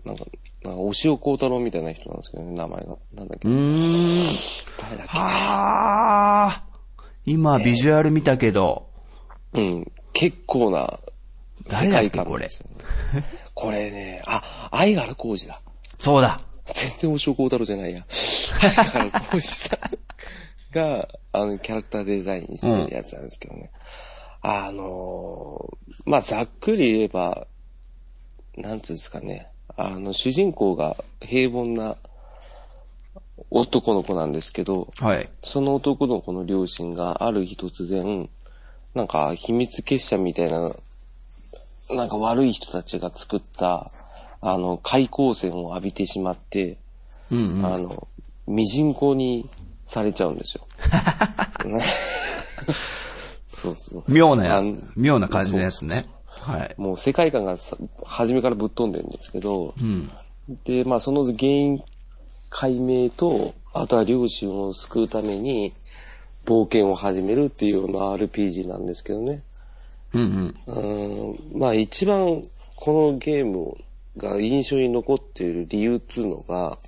Speaker 1: なんか、なんか、押尾幸太郎みたいな人なんですけどね、名前が。なんだっけ、
Speaker 2: うーん。
Speaker 1: 誰だっ
Speaker 2: はあ。今、ビジュアル見たけど、
Speaker 1: けうん。結構な、
Speaker 2: 誰
Speaker 1: 世
Speaker 2: だっけ
Speaker 1: 界観なんですよね。これね、あ、相原浩二だ。
Speaker 2: そうだ。
Speaker 1: 全然押尾幸太郎じゃないや。相原浩二さんが、あの、キャラクターデザインしてるやつなんですけどね。あのーまあ、ざっくり言えば、なんつうんですかね。あの、主人公が平凡な男の子なんですけど、
Speaker 2: はい。
Speaker 1: その男の子の両親がある日突然、なんか秘密結社みたいな、なんか悪い人たちが作った、あの、開口線を浴びてしまって、
Speaker 2: うんうん。
Speaker 1: あの、ミジンコにされちゃうん ですよ。そうそう。
Speaker 2: 妙なや
Speaker 1: あの、
Speaker 2: 妙な感じのやつね。はい。
Speaker 1: もう世界観がさ初めからぶっ飛んでるんですけど、
Speaker 2: うん。
Speaker 1: で、まあ、その原因解明と、あとは両親を救うために、冒険を始めるっていうような RPG なんですけどね。
Speaker 2: うんうん。
Speaker 1: うーん、まあ、一番このゲームが印象に残っている理由っていうのが、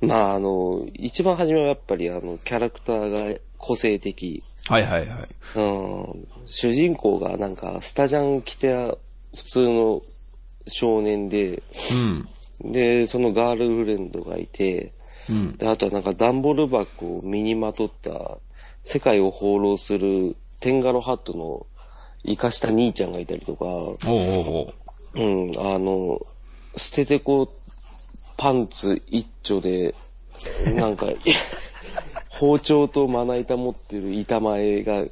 Speaker 1: まあ、あの、一番初めはやっぱり、あの、キャラクターが個性的。
Speaker 2: はいはいはい。
Speaker 1: うん。主人公がなんか、スタジャン着て、普通の少年で、
Speaker 2: うん。
Speaker 1: で、そのガールフレンドがいて、
Speaker 2: うん。
Speaker 1: で、あとはなんか段ボール箱を身にまとった、世界を放浪するテンガロハットの生かした兄ちゃんがいたりとか、
Speaker 2: おうおうおう。
Speaker 1: うん、あの、捨ててこう、パンツ一丁で、なんか、包丁とまな板持ってる板前が現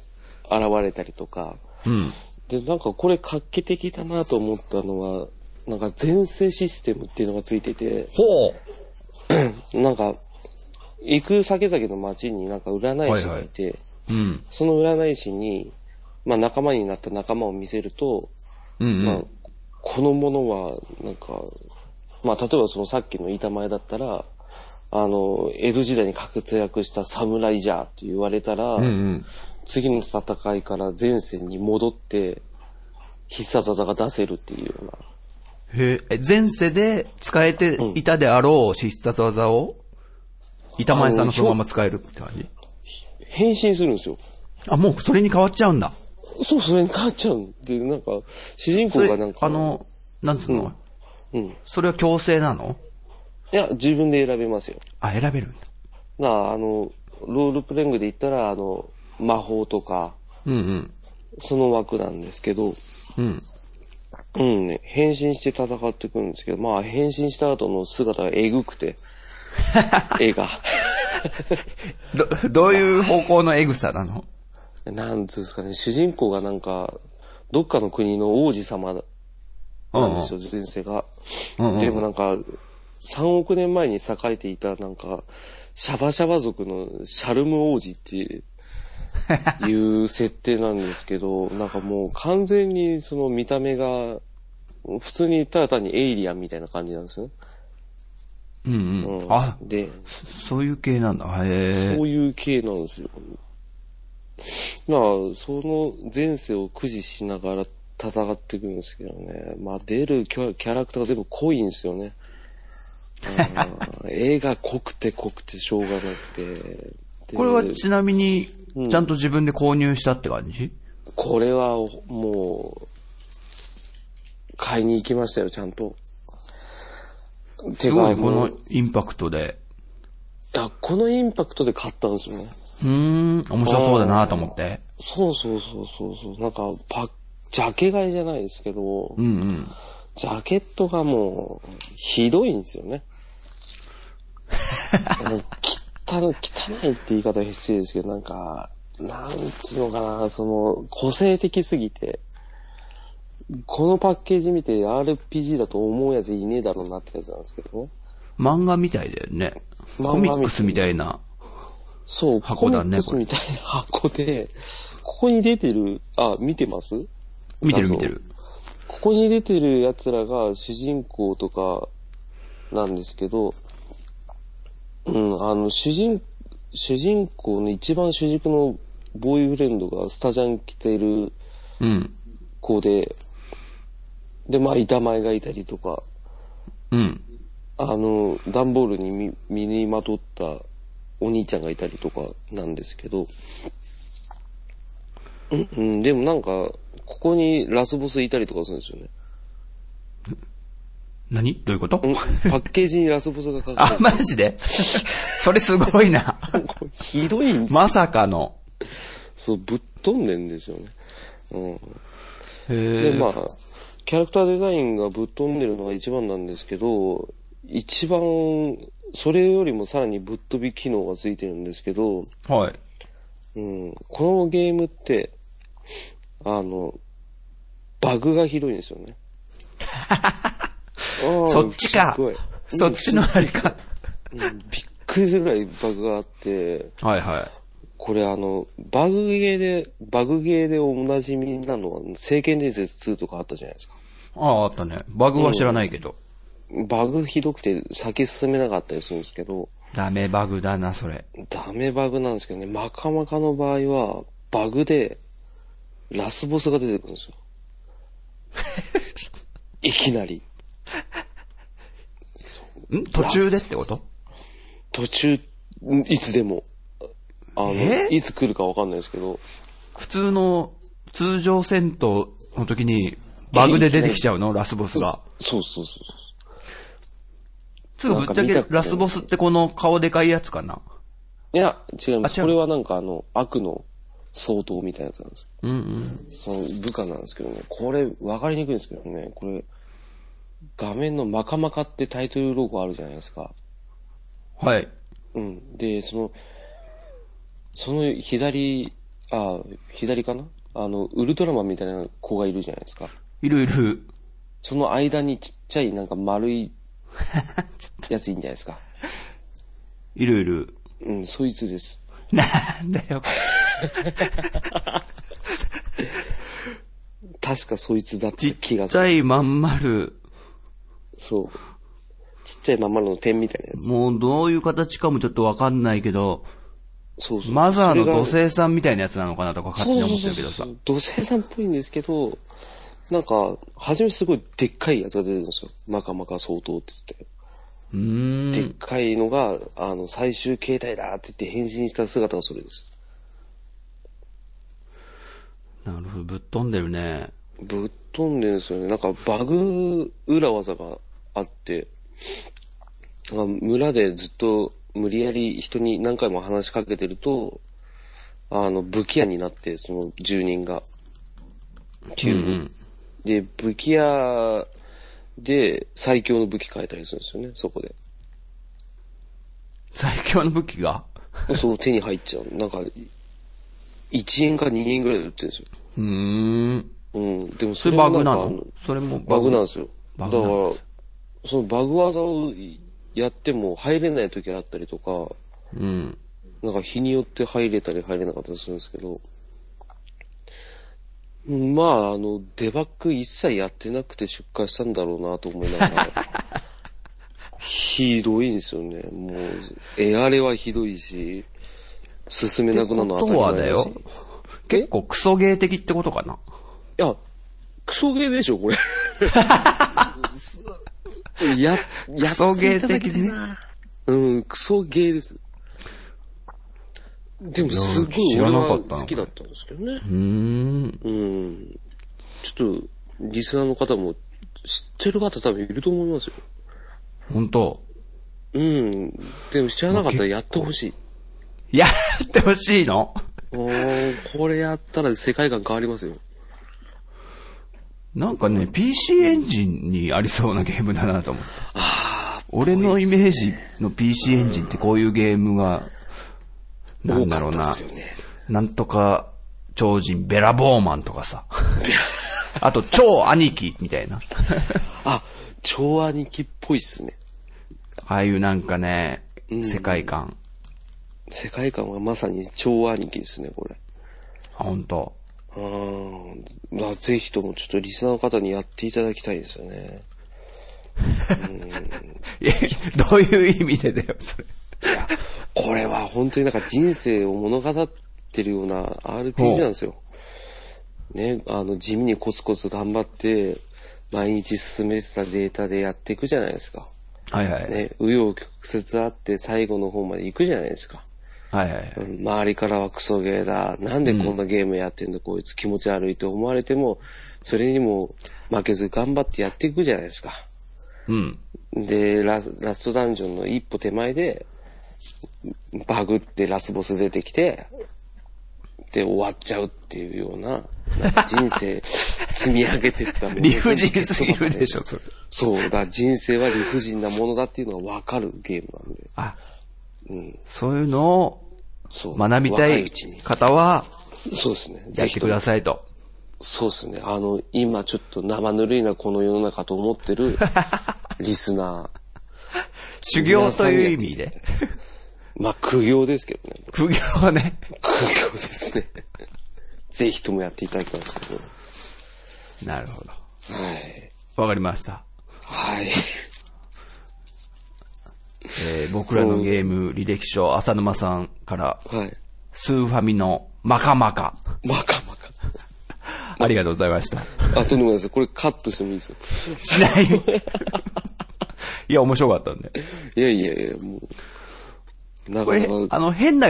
Speaker 1: れたりとか、
Speaker 2: うん。
Speaker 1: で、なんかこれ画期的だなと思ったのは、なんか前世システムっていうのがついてて、
Speaker 2: ほう。
Speaker 1: なんか、行く先々の街になんか占い師がいて、
Speaker 2: うん。
Speaker 1: その占い師に、まあ仲間になった仲間を見せると、
Speaker 2: うんう
Speaker 1: まあ
Speaker 2: ん。、
Speaker 1: このものは、なんか、まあ、例えばそのさっきの板前だったら、あの、江戸時代に活躍した侍じゃって言われたら、
Speaker 2: うんうん。
Speaker 1: 次の戦いから前線に戻って、必殺技が出せるっていうような。
Speaker 2: へええ、前世で使えていたであろう必殺技を、板前さんのそのまま使えるって感じ
Speaker 1: 変身するんですよ。
Speaker 2: あ、もうそれに変わっちゃうんだ。
Speaker 1: そう、それに変わっちゃうんで、なんか、主人
Speaker 2: そ
Speaker 1: 公
Speaker 2: れ
Speaker 1: がなんか、
Speaker 2: あの、なんつうの
Speaker 1: うん。い
Speaker 2: それは強制なの
Speaker 1: や、自分で選べますよ。
Speaker 2: あ、選べるんだ。
Speaker 1: なあ、あの、ロールプレイングで言ったら、あの、魔法とか、
Speaker 2: うんうん。
Speaker 1: その枠なんですけど、
Speaker 2: うん。
Speaker 1: うんね、変身して戦ってくるんですけど、まあ変身した後の姿がえぐくて、絵が。
Speaker 2: ど、 どういう方向のエグさなの
Speaker 1: なんつうんですかね、主人公がなんか、どっかの国の王子様 なんですよ、前世が。
Speaker 2: うんうん
Speaker 1: でもなんか、3億年前に栄えていたなんか、シャバシャバ族のシャルム王子っていう設定なんですけど、 なんかもう完全にその見た目が、普通にただ単にエイリアンみたいな感じなんですね。
Speaker 2: うん
Speaker 1: う
Speaker 2: うんん。あ、
Speaker 1: で、
Speaker 2: そういう系なんだ。へえ
Speaker 1: そう。いう系なんですよ。まあ、その前世を駆使しながら戦っていくんですけどね。まあ、出るキャキャラクターが全部濃いんですよ ね。うん絵が濃くて濃くてしょうがなくて。
Speaker 2: これは
Speaker 1: で
Speaker 2: ちなみに
Speaker 1: うん、
Speaker 2: ちゃんと自分で購入したって感じ
Speaker 1: これはもう、買いに行きましたよ、ちゃんと。て
Speaker 2: す
Speaker 1: か
Speaker 2: ごいね、こ
Speaker 1: もう
Speaker 2: のインパクトで。
Speaker 1: いやこのインパクトで買ったんですよね。
Speaker 2: うーん、面白そうだなと思って。
Speaker 1: そうそうそうそうそう。なんか、パジャケ買いじゃないですけど、
Speaker 2: うんうん。
Speaker 1: ジャケットがもう、ひどいんですよ ね。あの汚い、汚いって言い方は失礼ですけど、なんか、なんつうのかな、その、個性的すぎて、このパッケージ見て RPG だと思うやついねえだろうなってやつなんですけどね。
Speaker 2: 漫画みたいだよね。
Speaker 1: 漫画
Speaker 2: コミックスみたいな。
Speaker 1: そう、
Speaker 2: 箱だね
Speaker 1: コミックスみたいな箱で、ここに出てる、あ、見てます
Speaker 2: 見てる
Speaker 1: 画像
Speaker 2: 見てる。
Speaker 1: ここに出てる奴らが主人公とかなんですけど、うん、あの、主人、主人公の一番主軸のボーイフレンドがスタジャン着てる
Speaker 2: うん。
Speaker 1: 子で、で、まあ、板前がいたりとか、
Speaker 2: うん。
Speaker 1: あの、段ボールに身身にまとったお兄ちゃんがいたりとかなんですけど、うん、うん、でもなんか、ここにラスボスいたりとかするんですよね。
Speaker 2: 何どういうこと
Speaker 1: うんパッケージにラスボスが書かれ
Speaker 2: あ
Speaker 1: て、
Speaker 2: マジでそれすごいな。
Speaker 1: これひどいんですよ。
Speaker 2: まさかの。
Speaker 1: そう、ぶっ飛んでんですよね。う
Speaker 2: へ
Speaker 1: ん。で、
Speaker 2: え。
Speaker 1: まあ、キャラクターデザインがぶっ飛んでるのが一番なんですけど、一番、それよりもさらにぶっ飛び機能がついてるんですけど、
Speaker 2: はい。
Speaker 1: うん、このゲームって、あの、バグがひどいんですよ ね。そ
Speaker 2: そっちか。そっちのあれか。
Speaker 1: びっくりするぐらいバグがあって、
Speaker 2: はいはい。
Speaker 1: これあの、バグゲーで、バグゲーでおなじみなのは、聖剣伝説2とかあったじゃないですか。
Speaker 2: ああ、あったね。バグは知らないけど。
Speaker 1: バグひどくて先進めなかったりするんですけど、
Speaker 2: ダメバグだな、それ。
Speaker 1: ダメバグなんですけどね、マカマカの場合は、バグで、ラスボスが出てくるんです よ。いきなり。
Speaker 2: ん途中でってこと
Speaker 1: 途中、いつでも。あの
Speaker 2: え、
Speaker 1: いつ来るかわかんないですけど、
Speaker 2: 普通の、通常戦闘の時に、バグで出てきちゃうのラスボスが。
Speaker 1: そうそうそうそう。
Speaker 2: つうかぶっち
Speaker 1: な
Speaker 2: ゃ
Speaker 1: んか見た
Speaker 2: け
Speaker 1: こ、と
Speaker 2: ラスボスってこの顔でかいやつかない
Speaker 1: や、違います。
Speaker 2: あ違
Speaker 1: こ
Speaker 2: う
Speaker 1: れはなんかあの、悪の総統みたいなやつなんです
Speaker 2: うんうん。
Speaker 1: その部下なんですけどね、これ分かりにくいんですけどね、これ、画面のマカマカってタイトルロゴあるじゃないですか。
Speaker 2: はい。
Speaker 1: うん。で、その、その左、あ、左かなあの、ウルトラマンみたいな子がいるじゃないですか。
Speaker 2: いるいる。
Speaker 1: その間にちっちゃいなんか丸 いやついいんじゃないですか。
Speaker 2: いるいる。
Speaker 1: うん、そいつです。
Speaker 2: なんだ よ。
Speaker 1: 確かそいつだった
Speaker 2: ちっ
Speaker 1: 気がす
Speaker 2: ち
Speaker 1: る。
Speaker 2: ゃいまん丸。
Speaker 1: そう。ちっちゃいまんまの点みたいなやつ。
Speaker 2: もうどういう形かもちょっとわかんないけど、
Speaker 1: そうそう。
Speaker 2: マザーの
Speaker 1: それが
Speaker 2: 土星さんみたいなやつなのかなとか勝
Speaker 1: そう
Speaker 2: 手に
Speaker 1: そう
Speaker 2: 思って
Speaker 1: そう
Speaker 2: るけど
Speaker 1: そ
Speaker 2: さ。
Speaker 1: う。土星さんっぽいんですけど、なんか、初めすごいでっかいやつが出てるんですよ。マカマカ相当って言って。
Speaker 2: うー
Speaker 1: でっ
Speaker 2: ん。
Speaker 1: かいのが、あの、最終形態だって言って変身した姿がそれです。
Speaker 2: なるほど、ぶっ飛んでるね。
Speaker 1: ぶっ飛んでるんですよね。なんか、バグ裏技があって、なんか村でずっと無理やり人に何回も話しかけてると、あの、武器屋になって、その住人が。急に。で、武器屋で最強の武器変えたりするんですよね、そこで。
Speaker 2: 最強の武器が
Speaker 1: そう、手に入っちゃう。なんか、1円か2円ぐらいで売ってるんですよ。
Speaker 2: うーん。
Speaker 1: うん、でも
Speaker 2: そ
Speaker 1: そ
Speaker 2: れ
Speaker 1: れも
Speaker 2: バグな
Speaker 1: なんか
Speaker 2: のそれも
Speaker 1: バグなん
Speaker 2: の
Speaker 1: ですよ。だ
Speaker 2: バ
Speaker 1: か
Speaker 2: グ
Speaker 1: ら
Speaker 2: なんで、
Speaker 1: そのバグ技をやっても入れない時があったりとか、
Speaker 2: うん。
Speaker 1: なんか日によって入れたり入れなかったりするんですけど、うんまあ、あの、デバッグ一切やってなくて出荷したんだろうなと思いながら、ひどいんですよね。もう、エアレはひどいし、進めなくなるのは当たり前だし。
Speaker 2: ってことはだよ結構クソゲー的ってことかない
Speaker 1: や、クソゲーでしょ、 これ。や、や
Speaker 2: クソゲ
Speaker 1: っていた
Speaker 2: ー的ね
Speaker 1: だきたいなうん、クソゲーです。でも、すご
Speaker 2: い
Speaker 1: い
Speaker 2: や
Speaker 1: 俺
Speaker 2: 知らなか
Speaker 1: は
Speaker 2: ったな
Speaker 1: 好きだったんですけどね。
Speaker 2: うーん。
Speaker 1: うん。ちょっと、リスナーの方も知ってる方多分いると思いますよ。
Speaker 2: 本当
Speaker 1: うん。でも知らなかったらやってほしい。
Speaker 2: やってほしいの
Speaker 1: おーこれやったら世界観変わりますよ。
Speaker 2: なんかね、PC エンジンにありそうなゲームだなと思って。
Speaker 1: ああ、
Speaker 2: 俺のイメージの PC エンジンってこういうゲームが、なんだろう
Speaker 1: 多か
Speaker 2: な
Speaker 1: っ。たですよね。
Speaker 2: なんとか超人ベラボーマンとかさ。あと超兄貴み たいな。
Speaker 1: あ、超兄貴っぽいっすね。
Speaker 2: ああいうなんかね、世界観。
Speaker 1: 世界観はまさに超兄貴ですね、これ。
Speaker 2: あ、ほんと。
Speaker 1: うーん。まあ、ぜひともちょっとリスナーの方にやっていただきたいですよね。
Speaker 2: え、どういう意味でだよ、それ。
Speaker 1: これは本当になんか人生を物語ってるような RPG なんですよ。ね、あの、地味にコツコツ頑張って、毎日進めてたデータでやっていくじゃないですか。
Speaker 2: はいはい。
Speaker 1: ね、紆余曲折あって最後の方まで行くじゃないですか。
Speaker 2: はいはい。
Speaker 1: うん周りからはクソゲーだ。なんでこんなゲームやってんだ、こいつ気持ち悪いって思われても、それにも負けず頑張ってやっていくじゃないですか。
Speaker 2: うん。
Speaker 1: で、ラスラストダンジョンの一歩手前で、バグってラスボス出てきて、で、終わっちゃうっていうような、なんか人生積み上げてったもの
Speaker 2: 理不尽すぎるでしょ、それ。
Speaker 1: そう、だから人生は理不尽なものだっていうのはわかるゲームなんで。
Speaker 2: あ、
Speaker 1: うん。
Speaker 2: そういうのを
Speaker 1: そう。
Speaker 2: 学びた
Speaker 1: 若
Speaker 2: いう
Speaker 1: ちに。
Speaker 2: 方は、
Speaker 1: そうですね。
Speaker 2: や
Speaker 1: ぜ
Speaker 2: っ
Speaker 1: ひ
Speaker 2: て
Speaker 1: と
Speaker 2: く
Speaker 1: も
Speaker 2: ださいと。
Speaker 1: そうですね。あの、今ちょっと生ぬるいなこの世の中と思って るリスナ
Speaker 2: 修行という意味 で。
Speaker 1: ー。まあ、苦行ですけどね。
Speaker 2: 苦行はね。
Speaker 1: 苦行ですね。 ぜひともやっていただきたいんですけど。
Speaker 2: なるほど。
Speaker 1: はい。
Speaker 2: わかりました。
Speaker 1: はい。
Speaker 2: えー僕らのゲーム履歴書、浅沼さんから、
Speaker 1: はい。
Speaker 2: スーファミのマカマカ。
Speaker 1: まかまか。
Speaker 2: ありがとうございました。
Speaker 1: あ、とんでもないです。これカットしてもいいですよ。
Speaker 2: しない いや、面白かったんで。
Speaker 1: いやいやいや、もう。な
Speaker 2: こ
Speaker 1: か
Speaker 2: れ
Speaker 1: な、か、
Speaker 2: あの、変な、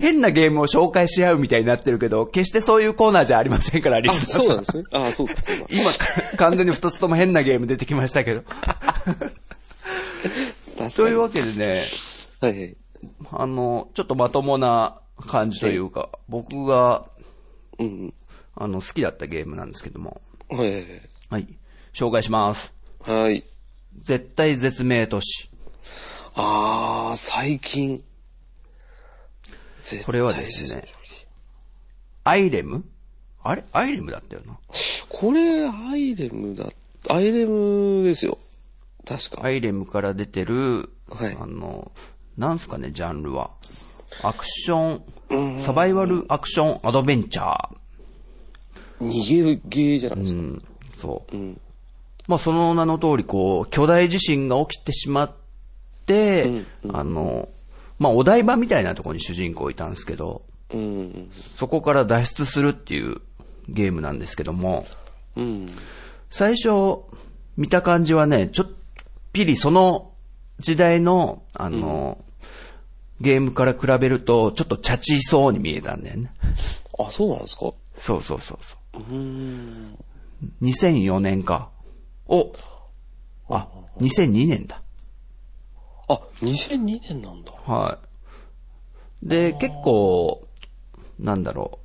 Speaker 2: 変なゲームを紹介し合うみたいになってるけど、決してそういうコーナーじゃありませんから、リ
Speaker 1: あ、
Speaker 2: スナ
Speaker 1: そ
Speaker 2: ーさん
Speaker 1: うなんですね。あ、そうだ、そうだ。
Speaker 2: 今、完全に二つとも変なゲーム出てきましたけど。
Speaker 1: 確かに
Speaker 2: そういうわけでね、
Speaker 1: はいはい。
Speaker 2: あの、ちょっとまともな感じというか、僕が、
Speaker 1: うん
Speaker 2: あの、好きだったゲームなんですけども。
Speaker 1: うん。はいはいはい
Speaker 2: はい。紹介します。
Speaker 1: はい。
Speaker 2: 絶対絶命都市。
Speaker 1: あー、最近。
Speaker 2: これはですね。アイレムあれアイレムだったよな。
Speaker 1: これ、アイレムだ。アイレムですよ。確か。
Speaker 2: アイレムから出てる、
Speaker 1: はい
Speaker 2: あの、なんすかね、ジャンルは。アクション、サバイバルアクションアドベンチャー。
Speaker 1: 逃げゲーじゃないですか。
Speaker 2: うん、そう。
Speaker 1: ん
Speaker 2: まあ、その名の通り、こう、巨大地震が起きてしまって、あの、まあ、お台場みたいなところに主人公いたんですけど、
Speaker 1: うん。
Speaker 2: そこから脱出するっていうゲームなんですけども、
Speaker 1: うん。
Speaker 2: 最初、見た感じはね、ちょっぴりその時代の、あの、ゲームから比べると、ちょっとチャチそうに見えたんだよね。
Speaker 1: あ、そうなんですか
Speaker 2: そうそうそうそう
Speaker 1: ーん。
Speaker 2: う。2004年か。おあ、2002年だ。
Speaker 1: あ、2002年なんだ。
Speaker 2: はい。で、結構、なんだろ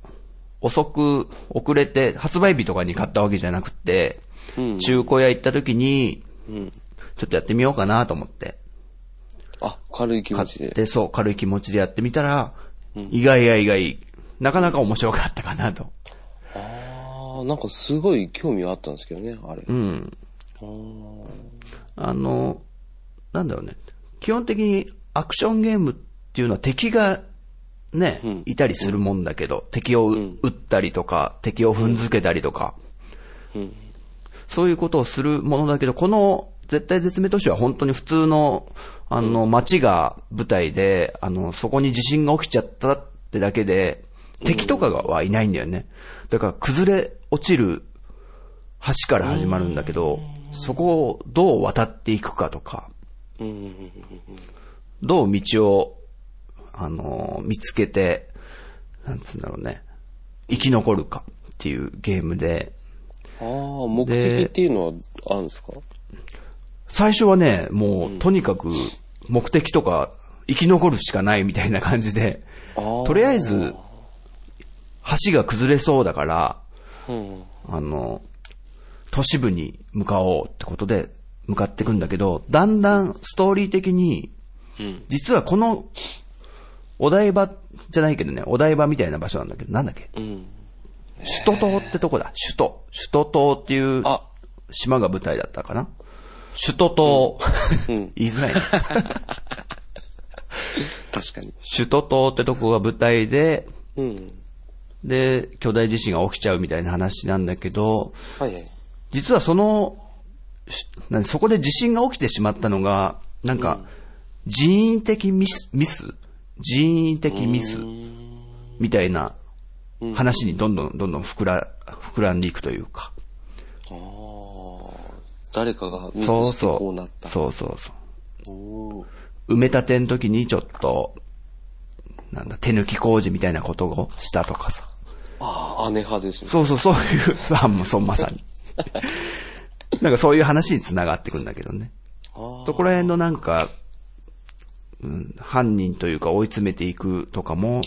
Speaker 2: う。遅く、遅れて、発売日とかに買ったわけじゃなくて、
Speaker 1: うん
Speaker 2: 中古屋行った時に、
Speaker 1: うん。
Speaker 2: ちょっとやってみようかなと思って。
Speaker 1: あ、軽い気持
Speaker 2: 買っ
Speaker 1: ちで。
Speaker 2: て、そう、軽い気持ちでやってみたら、意外や意外、なかなか面白かったかなと。
Speaker 1: あー、なんかすごい興味はあったんですけどね、あれ。
Speaker 2: うん。
Speaker 1: あー
Speaker 2: あの、なんだろうね。基本的にアクションゲームっていうのは敵がね、いたりするもんだけど、敵を撃ったりとか、敵を踏んづけたりとか、
Speaker 1: うん。
Speaker 2: そういうことをするものだけど、この絶対絶命都市は本当に普通の、あの、街が舞台で、あの、そこに地震が起きちゃったってだけで、敵とかがはいないんだよね。だから崩れ落ちる橋から始まるんだけど、そこをどう渡っていくかとか、
Speaker 1: うん。
Speaker 2: どう道を、あの、見つけて、なんつうんだろうね、生き残るかっていうゲームで、
Speaker 1: あー、目的っていうのはあるんですか
Speaker 2: 最初はね、もう、とにかく、目的とか、生き残るしかないみたいな感じで、
Speaker 1: あー。
Speaker 2: とりあえず、橋が崩れそうだから、
Speaker 1: うん。
Speaker 2: あの、都市部に向かおうってことで、向かっていくんだけど、だんだんストーリー的に、
Speaker 1: うん
Speaker 2: 実はこの、お台場じゃないけどね、お台場みたいな場所なんだけど、なんだっけ
Speaker 1: うん。
Speaker 2: 首都島ってとこだ、首都。首都島っていう
Speaker 1: あ、
Speaker 2: 島が舞台だったかな。首都島。言いづらいね。
Speaker 1: 確かに。
Speaker 2: 首都島ってとこが舞台で、
Speaker 1: うん。
Speaker 2: で、巨大地震が起きちゃうみたいな話なんだけど、
Speaker 1: はいはい。
Speaker 2: 実はその、し何そこで地震が起きてしまったのが、なんか、人為的ミス、ミス人為的ミスみたいな話にどんどんどんどん膨ら、膨らんでいくというか。
Speaker 1: ああ、誰かがミス
Speaker 2: そう
Speaker 1: してこうなっ
Speaker 2: そ
Speaker 1: た。
Speaker 2: う。そうそうそう。
Speaker 1: おー
Speaker 2: 埋め立ての時にちょっと、なんだ、手抜き工事みたいなことをしたとかさ。
Speaker 1: ああ、姉派ですね。
Speaker 2: そうそう、そういう、 あ、もうそう、まさに。なんかそういう話に繋がってくんだけどね。
Speaker 1: あ
Speaker 2: そこら辺のなんか、うん、犯人というか追い詰めていくとかも、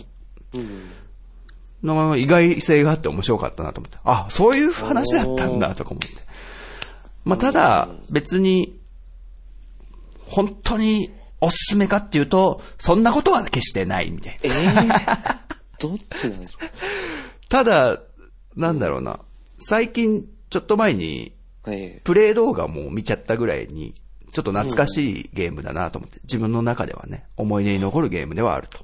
Speaker 2: の意外性があって面白かったなと思って。あ、そういう話だったんだとか思って。まあ、ただ、別に、本当におすすめかっていうと、そんなことは決してないみたいな。
Speaker 1: え ー、どっちなんですか
Speaker 2: ただ、なんだろうな。最近、ちょっと前に、
Speaker 1: はい。
Speaker 2: プレイ動画も見ちゃったぐらいに、ちょっと懐かしいゲームだなと思って、自分の中ではね、思い出に残るゲームではあると。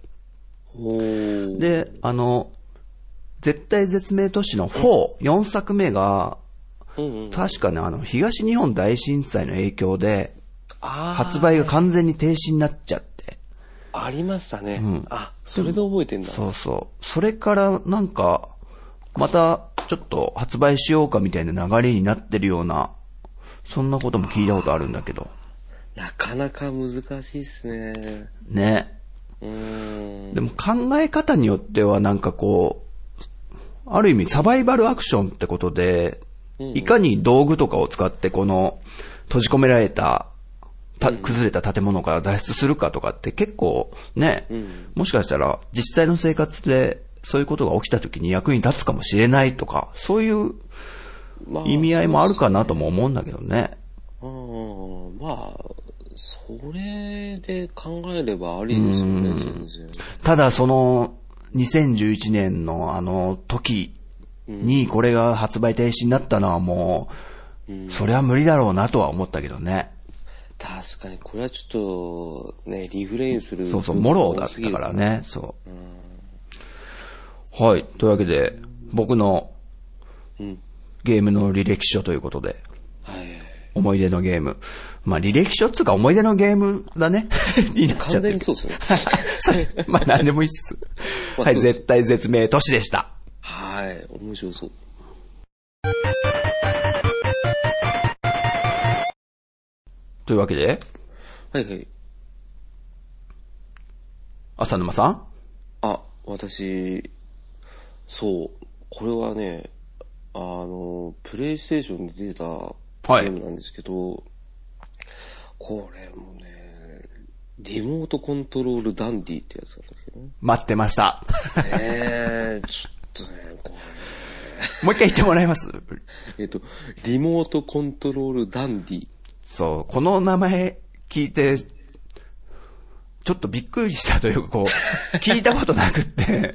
Speaker 1: おー
Speaker 2: で、あの、絶対絶命都市の4、4作目が、
Speaker 1: うんうん、
Speaker 2: 確かね、あの、東日本大震災の影響で、
Speaker 1: あ
Speaker 2: 発売が完全に停止になっちゃって、
Speaker 1: あ、ありましたね。あ、それで覚えてんだ。
Speaker 2: そうそう。それからなんか、またちょっと発売しようかみたいな流れになってるような、そんなことも聞いたことあるんだけど。
Speaker 1: なかなか難しいっすね。
Speaker 2: ね。
Speaker 1: うーん。
Speaker 2: でも考え方によってはなんかこう、ある意味サバイバルアクションってことで、いかに道具とかを使ってこの閉じ込められた、た崩れた建物から脱出するかとかって結構ね、もしかしたら実際の生活でそういうことが起きた時に役に立つかもしれないとか、そういう
Speaker 1: まあ
Speaker 2: 意味合いもあるかなとも思うんだけどね。
Speaker 1: うん。まあ、それで考えればありですよね、全然。
Speaker 2: ただその2011年のあの時にこれが発売停止になったのはもう、それは無理だろうなとは思ったけどね。
Speaker 1: 確かに、これはちょっと、ね、リフレインする。
Speaker 2: そうそう、モローだったから。ね、そう。はい、というわけで、僕の
Speaker 1: うん。
Speaker 2: ゲームの履歴書ということで、
Speaker 1: はい。
Speaker 2: 思い出のゲーム。まあ履歴書っつうか思い出のゲームだね。 になっち
Speaker 1: 完
Speaker 2: ゃ
Speaker 1: 全
Speaker 2: ってる
Speaker 1: に。そうですね。
Speaker 2: まあ何でもいいっす。
Speaker 1: まあ
Speaker 2: はい、
Speaker 1: そうです
Speaker 2: 絶対絶命都市でした。
Speaker 1: はい。面白そう。
Speaker 2: というわけで、
Speaker 1: はいはい。
Speaker 2: 浅沼さん
Speaker 1: あ、私、そう。これはね、あの、プレイステーションで出た
Speaker 2: い
Speaker 1: ゲームなんですけど、これもね、リモートコントロールダンディってやつなんだけどね。
Speaker 2: 待ってました。
Speaker 1: えー、ちょっとね、こ
Speaker 2: もう一回言ってもらえます
Speaker 1: れ。えっと、リモートコントロールダンディ。
Speaker 2: そう、この名前聞いて、ちょっとびっくりしたというか、こう、 聞いたことなくって、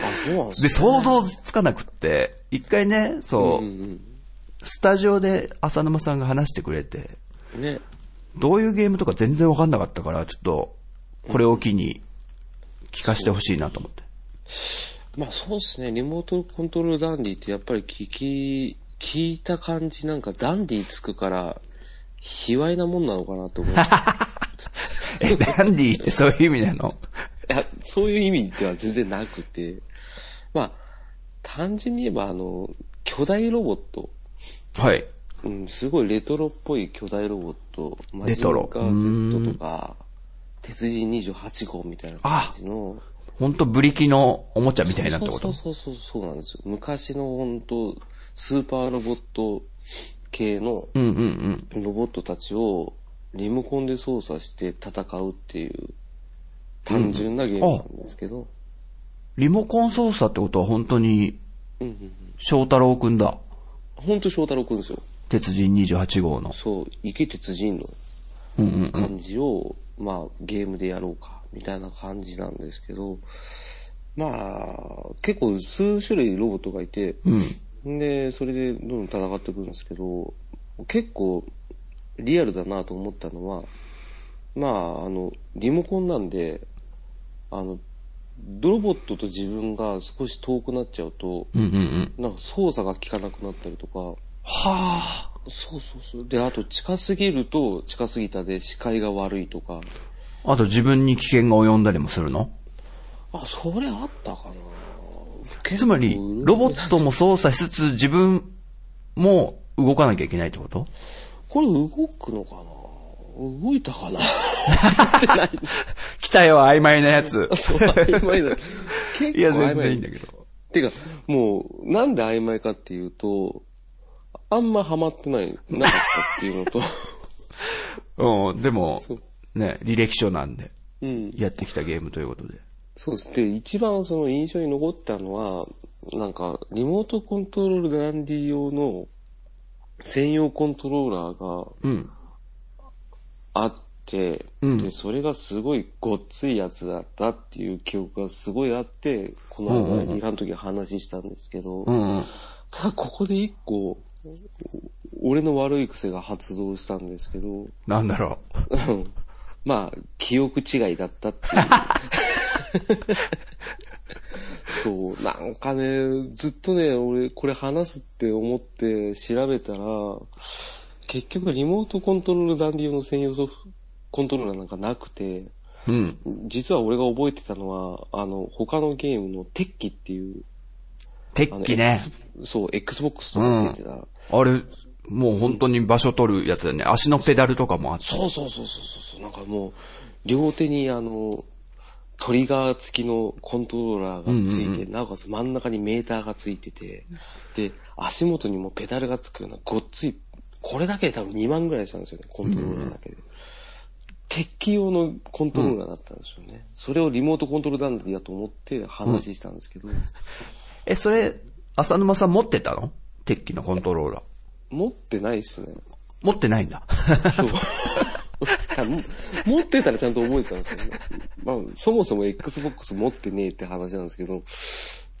Speaker 1: あ、そうなんです
Speaker 2: で、
Speaker 1: ね
Speaker 2: 想像つかなくって、一回ね、そう、スタジオで浅沼さんが話してくれて、
Speaker 1: ね。
Speaker 2: どういうゲームとか全然わかんなかったから、ちょっと、これを機に聞かせてほしいなと思って。
Speaker 1: まあそうですね、リモートコントロールダンディってやっぱり聞き、聞いた感じなんかダンディつくから、卑猥なもんなのかな と思う。い
Speaker 2: え、ダンディってそういう意味なの
Speaker 1: や、そういう意味では全然なくて、まあ、単純に言えばあの、巨大ロボット。
Speaker 2: はい。
Speaker 1: うん、すごいレトロっぽい巨大ロボット。マジン
Speaker 2: レトロ
Speaker 1: ガー Z とか、鉄人28号みたいな感じの。
Speaker 2: ほんとブリキのおもちゃみたいなってこと
Speaker 1: そうそうそうそうそうなんですよ。昔の本当スーパーロボット系の
Speaker 2: うんうんうん。
Speaker 1: ロボットたちをリモコンで操作して戦うっていう単純なゲームなんですけど、
Speaker 2: リモコン操作ってことは本当に、
Speaker 1: うんうんうん、
Speaker 2: 翔太郎くんだ。
Speaker 1: 本当翔太郎くんですよ。
Speaker 2: 鉄人28号の。
Speaker 1: そう、池鉄人の
Speaker 2: うんうん。
Speaker 1: 感じを、まあゲームでやろうか、みたいな感じなんですけど、まあ、結構数種類ロボットがいて、
Speaker 2: うん。
Speaker 1: で、それでどんどん戦ってくるんですけど、結構リアルだなと思ったのは、まあ、あの、リモコンなんで、あの、ロボットと自分が少し遠くなっちゃうと、
Speaker 2: うんうんうん。
Speaker 1: なんか操作が効かなくなったりとか、
Speaker 2: はあ。
Speaker 1: そうそうそう。で、あと近すぎると近すぎたで視界が悪いとか、
Speaker 2: あと自分に危険が及んだりもするの
Speaker 1: あ、それあったかな
Speaker 2: つまり、ロボットも操作しつつ自分も動かなきゃいけないってこと
Speaker 1: これ動くのかな動いたかな
Speaker 2: 期待は曖昧なやつ。
Speaker 1: そう、曖昧だ。結構曖昧
Speaker 2: いや、全然いいんだけど。
Speaker 1: てか、もう、なんで曖昧かっていうと、あんまハマってない、なかったっていうのと、
Speaker 2: うん、でも
Speaker 1: そう、
Speaker 2: ね、履歴書なんで、
Speaker 1: うん。
Speaker 2: やってきたゲームということで。
Speaker 1: そうです。で、一番その印象に残ったのは、なんか、リモートコントロールランディ用の専用コントローラーが
Speaker 2: うん。
Speaker 1: あって、
Speaker 2: うん
Speaker 1: で、それがすごいごっついやつだったっていう記憶がすごいあって、この
Speaker 2: うんう
Speaker 1: 間、
Speaker 2: んうん
Speaker 1: リハの時話したんですけど、
Speaker 2: うんうん。
Speaker 1: ただここで一個、お俺の悪い癖が発動したんですけど、
Speaker 2: なんだろう。
Speaker 1: うんまあ、記憶違いだったっていう。そう、なんかね、ずっとね、俺、これ話すって思って調べたら、結局リモートコントロールダンディ用の専用ソフト、コントローラーなんかなくて、
Speaker 2: うん。
Speaker 1: 実は俺が覚えてたのは、あの、他のゲームのテッキっていう、
Speaker 2: 鉄
Speaker 1: あの、
Speaker 2: 器ね。
Speaker 1: X- そう、Xbox とか出てた、
Speaker 2: あれ、もう本当に場所取るやつだね。足のペダルとかもあって。
Speaker 1: そうそうそうそうそうそう、なんかもう、両手にあの、トリガー付きのコントローラーがついて、
Speaker 2: うんうんう
Speaker 1: なおかつ真ん中にメーターがついてて、で、足元にもペダルがつくようなごっつい、これだけで多分2万ぐらいしたんですよね、コントローラーだけで。鉄器用のコントローラーだったんですよね。それをリモートコントローラーだと思って話したんですけど、
Speaker 2: え、それ、浅沼さん持ってたの鉄器のコントローラー。
Speaker 1: 持ってないっすね。
Speaker 2: 持ってないんだ。
Speaker 1: そう。多分 持ってたらちゃんと覚えてたんですけど、まあ、そもそも Xbox 持ってねえって話なんですけど、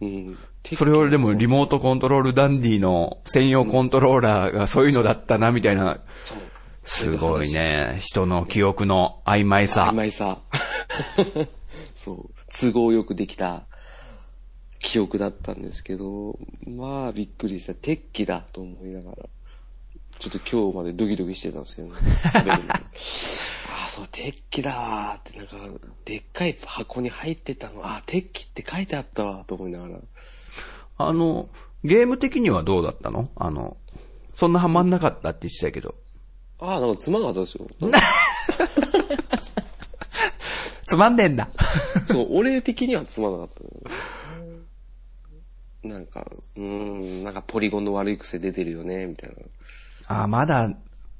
Speaker 1: うん。
Speaker 2: それをでもリモートコントロールダンディの専用コントローラーがそういうのだったな、みたいな。
Speaker 1: そう。
Speaker 2: すごいね。人の記憶の曖昧さ
Speaker 1: 曖。昧さ。 そう。都合よくできた記憶だったんですけど、まあ、びっくりした。鉄器だと思いながら。ちょっと今日までドキドキしてたんですけどね。喋るのにああ、そう、鉄器だわーって、なんか、でっかい箱に入ってたの。ああ、鉄器って書いてあったわーと思いながら。
Speaker 2: あの、ゲーム的にはどうだったのあの、そんなハマんなかったって言ってたけど。
Speaker 1: ああ、なんかつまんなかったですよ。
Speaker 2: つまんねえんだ。
Speaker 1: そう、俺的にはつまんなかった。なんか、うーん、なんかポリゴンの悪い癖出てるよね、みたいな。
Speaker 2: あ、まだ、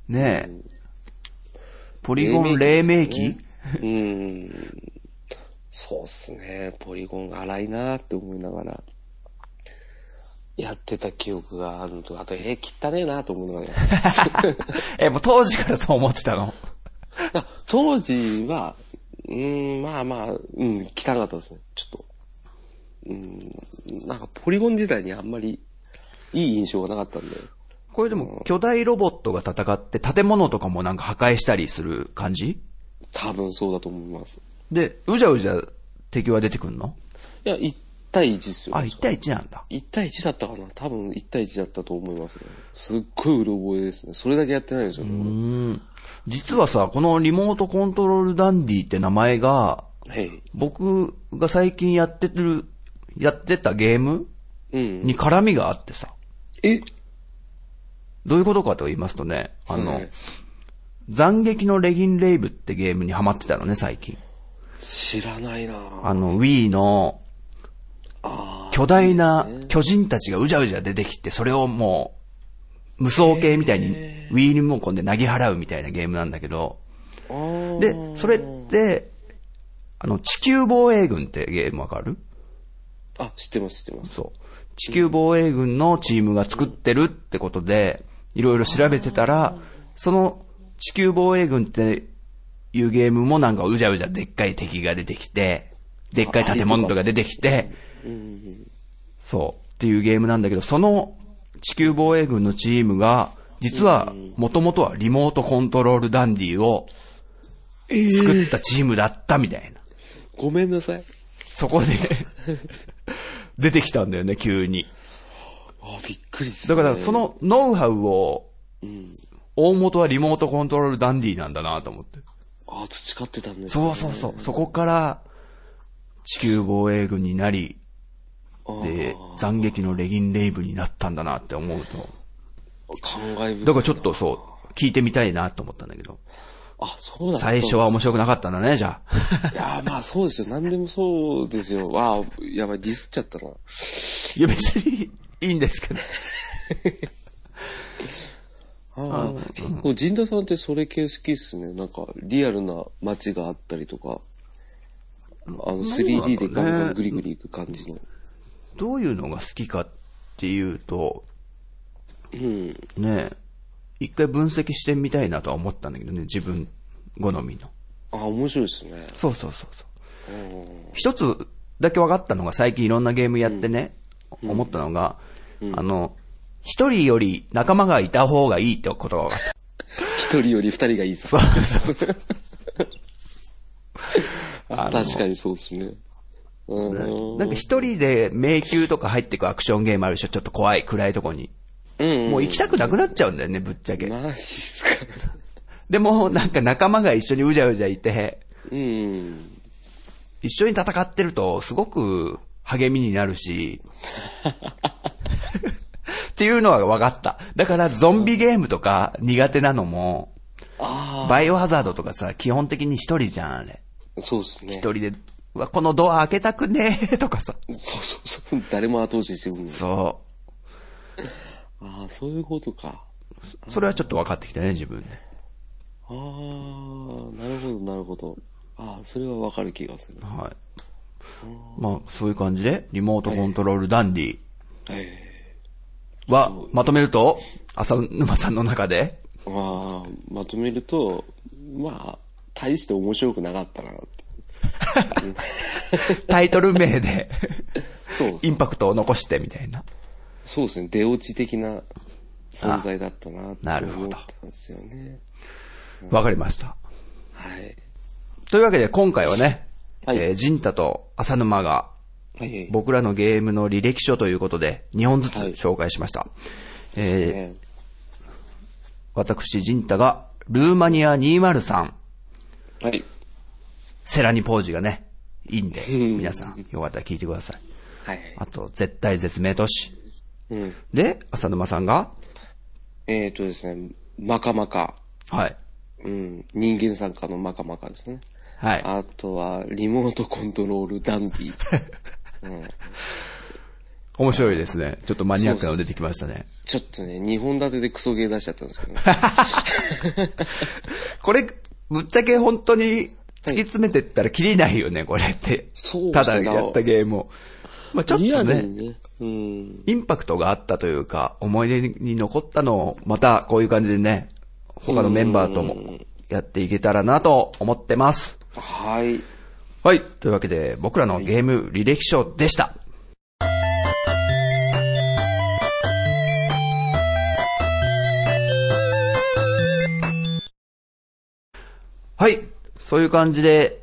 Speaker 2: ねえ。ポリゴン黎明期
Speaker 1: うーん。そうっすね。ポリゴンが荒いなーって思いながら、やってた記憶があるのと、あと、えー、汚ねえなーと思いながらやってた。
Speaker 2: え、もう当時からそう思ってたの
Speaker 1: あ 当時は、うーん、まあまあ、うん、汚かったですね。ちょっと。うん、なんかポリゴン自体にあんまりいい印象がなかったんで。
Speaker 2: これでも巨大ロボットが戦って建物とかもなんか破壊したりする感じ
Speaker 1: 多分そうだと思います。
Speaker 2: で、うじゃうじゃ敵は出てくんの
Speaker 1: いや、1対1ですよ。
Speaker 2: あ、1対1なんだ。
Speaker 1: 1対1だったかな多分1対1だったと思いますね。すっごいうろ覚えですね。それだけやってないんですよね。
Speaker 2: うーん。実はさ、このリモートコントロールダンディって名前が、
Speaker 1: はい。
Speaker 2: 僕が最近やってる、やってたゲーム
Speaker 1: うん。
Speaker 2: に絡みがあってさ。
Speaker 1: え
Speaker 2: どういうことかと言いますとね、あの、
Speaker 1: はい
Speaker 2: 斬撃のレギンレイブってゲームにハマってたのね、最近。
Speaker 1: 知らないなぁ
Speaker 2: あの、Wii の
Speaker 1: あ
Speaker 2: 巨大な巨人たちがうじゃうじゃ出てきて、それをもう、無双系みたいに Wii リモコンで投げ払うみたいなゲームなんだけど、
Speaker 1: ーあー。
Speaker 2: で、それって、あの、地球防衛軍ってゲームわかる
Speaker 1: あ、知ってます、知ってます。
Speaker 2: そう。地球防衛軍のチームが作ってるってことで、いろいろ調べてたら、その地球防衛軍っていうゲームもなんかうじゃうじゃでっかい敵が出てきて、でっかい建物とか出てきて、そう。っていうゲームなんだけど、その地球防衛軍のチームが、実は、もともとはリモートコントロールダンディを作ったチームだったみたいな。
Speaker 1: ごめんなさい。
Speaker 2: そこで、出てきたんだよね、急に。
Speaker 1: あ、びっくりす
Speaker 2: だ
Speaker 1: る、
Speaker 2: から、そのノウハウを、
Speaker 1: うん。
Speaker 2: 大元はリモートコントロールダンディなんだなと思って。
Speaker 1: あ、培ってたんです
Speaker 2: そうそうそう。そこから、地球防衛軍になり、
Speaker 1: う
Speaker 2: で、斬撃のレギンレイブになったんだなって思うと。
Speaker 1: 感慨深い。
Speaker 2: だからちょっとそう、聞いてみたいなと思ったんだけど。
Speaker 1: あ、そうなんだ。
Speaker 2: 最初は面白くなかったんだね、じゃあ。
Speaker 1: いや、まあそうですよ。何でもそうですよ。わあ、やばい、ディスっちゃったな。
Speaker 2: いや、別にいいんですけど。
Speaker 1: ああ、結構、陣田さんってそれ系好きっすね。なんか、リアルな街があったりとか、あの、3D でガンガングリグリいく感じの。
Speaker 2: どういうのが好きかっていうと、
Speaker 1: うん。
Speaker 2: ねえ、一回分析してみたいなとは思ったんだけどね、自分好みの。
Speaker 1: ああ、面白いですね。
Speaker 2: そうそうそうそう。
Speaker 1: うん。
Speaker 2: 一つだけ分かったのが最近いろんなゲームやってね、思ったのが、あの、一人より仲間がいた方がいいってことが分かっ
Speaker 1: 一人より二人がいいさ。
Speaker 2: た。あの
Speaker 1: 確かにそうですね。うん。
Speaker 2: なんか一人で迷宮とか入ってくアクションゲームあるでしょちょっと怖い暗いとこに。
Speaker 1: うん。
Speaker 2: もう行きたくなくなっちゃうんだよね、ぶっちゃけ。
Speaker 1: マジっすか。
Speaker 2: でもなんか仲間が一緒にうじゃうじゃいて、
Speaker 1: うん。
Speaker 2: 一緒に戦ってるとすごく励みになるし、っていうのは分かった。だからゾンビゲームとか苦手なのも、
Speaker 1: あ
Speaker 2: バイオハザードとかさ、基本的に一人じゃん、あれ。
Speaker 1: あ、そうですね。
Speaker 2: 一人でうわ、このドア開けたくねえ とかさ。
Speaker 1: そうそうそう。誰も後押ししてくれない。
Speaker 2: そ
Speaker 1: ああ、そういうことか。
Speaker 2: う。それはちょっと分かってきたね、自分で。
Speaker 1: ああ、なるほど、なるほど。ああ、それはわかる気がする。
Speaker 2: はい。まあ、そういう感じで、リモートコントロールダンディ
Speaker 1: え
Speaker 2: は、まとめると、浅沼さんの中で、
Speaker 1: えまあ、まとめると、まあ、大して面白くなかったなって。
Speaker 2: タイトル名で、
Speaker 1: そうです
Speaker 2: イ
Speaker 1: ね
Speaker 2: ンパクトを残してみたいな。
Speaker 1: そうですね、出落ち的な存在だったなって
Speaker 2: なるほど
Speaker 1: 思ったんですよね。
Speaker 2: わかりました。
Speaker 1: はい。
Speaker 2: というわけで、今回はね、
Speaker 1: はい
Speaker 2: えージンタと浅沼が、
Speaker 1: はいはい。
Speaker 2: 僕らのゲームの履歴書ということで、2本ずつ
Speaker 1: はい
Speaker 2: 紹介しました。えー
Speaker 1: ね
Speaker 2: 私、ジンタが、ルーマニア203、
Speaker 1: はい。
Speaker 2: セラニポージがね、いいんで、皆さん、よかったら聞いてください。
Speaker 1: はい。
Speaker 2: あと、絶対絶命都市。
Speaker 1: うん。
Speaker 2: で、浅沼さんが、
Speaker 1: えっ、ー、とですね、まかまか。
Speaker 2: はい。
Speaker 1: うん。人間参加のまかまかですね。
Speaker 2: はい。
Speaker 1: あとは、リモートコントロールダンデ ィ。うん。
Speaker 2: 面白いですね。ちょっとマニアックなの出てきましたね。
Speaker 1: ちょっとね、2本立てでクソゲー出しちゃったんですけど ね。
Speaker 2: これ、ぶっちゃけ本当に突き詰めてったら切りないよね、これって。
Speaker 1: そう
Speaker 2: ただやったゲームを。まあちょっ
Speaker 1: リア
Speaker 2: と
Speaker 1: ル
Speaker 2: ね、
Speaker 1: にね。うん。
Speaker 2: インパクトがあったというか、思い出に残ったのを、またこういう感じでね、他のメンバーともやっていけたらなと思ってます。
Speaker 1: はい。
Speaker 2: はい。というわけで、僕らのゲーム履歴書でした。はい。そういう感じで、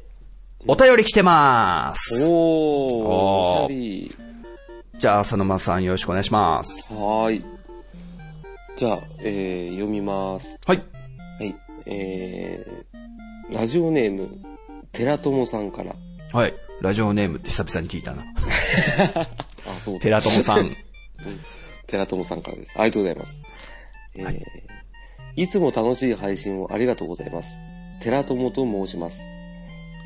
Speaker 2: お便り来てます。
Speaker 1: おー。
Speaker 2: おー
Speaker 1: お二人。
Speaker 2: じゃあ、浅沼さんよろしくお願いします。
Speaker 1: はーい。じゃあ、えー、読みます。
Speaker 2: はい。
Speaker 1: はい。えー、ラジオネーム、寺友さんから。
Speaker 2: はい。ラジオネームって久々に聞いたな。
Speaker 1: あ、そうだ
Speaker 2: 寺友さん。
Speaker 1: 寺友さんからです。ありがとうございます。えーい、つも楽しい配信をありがとうございます。寺友と申します。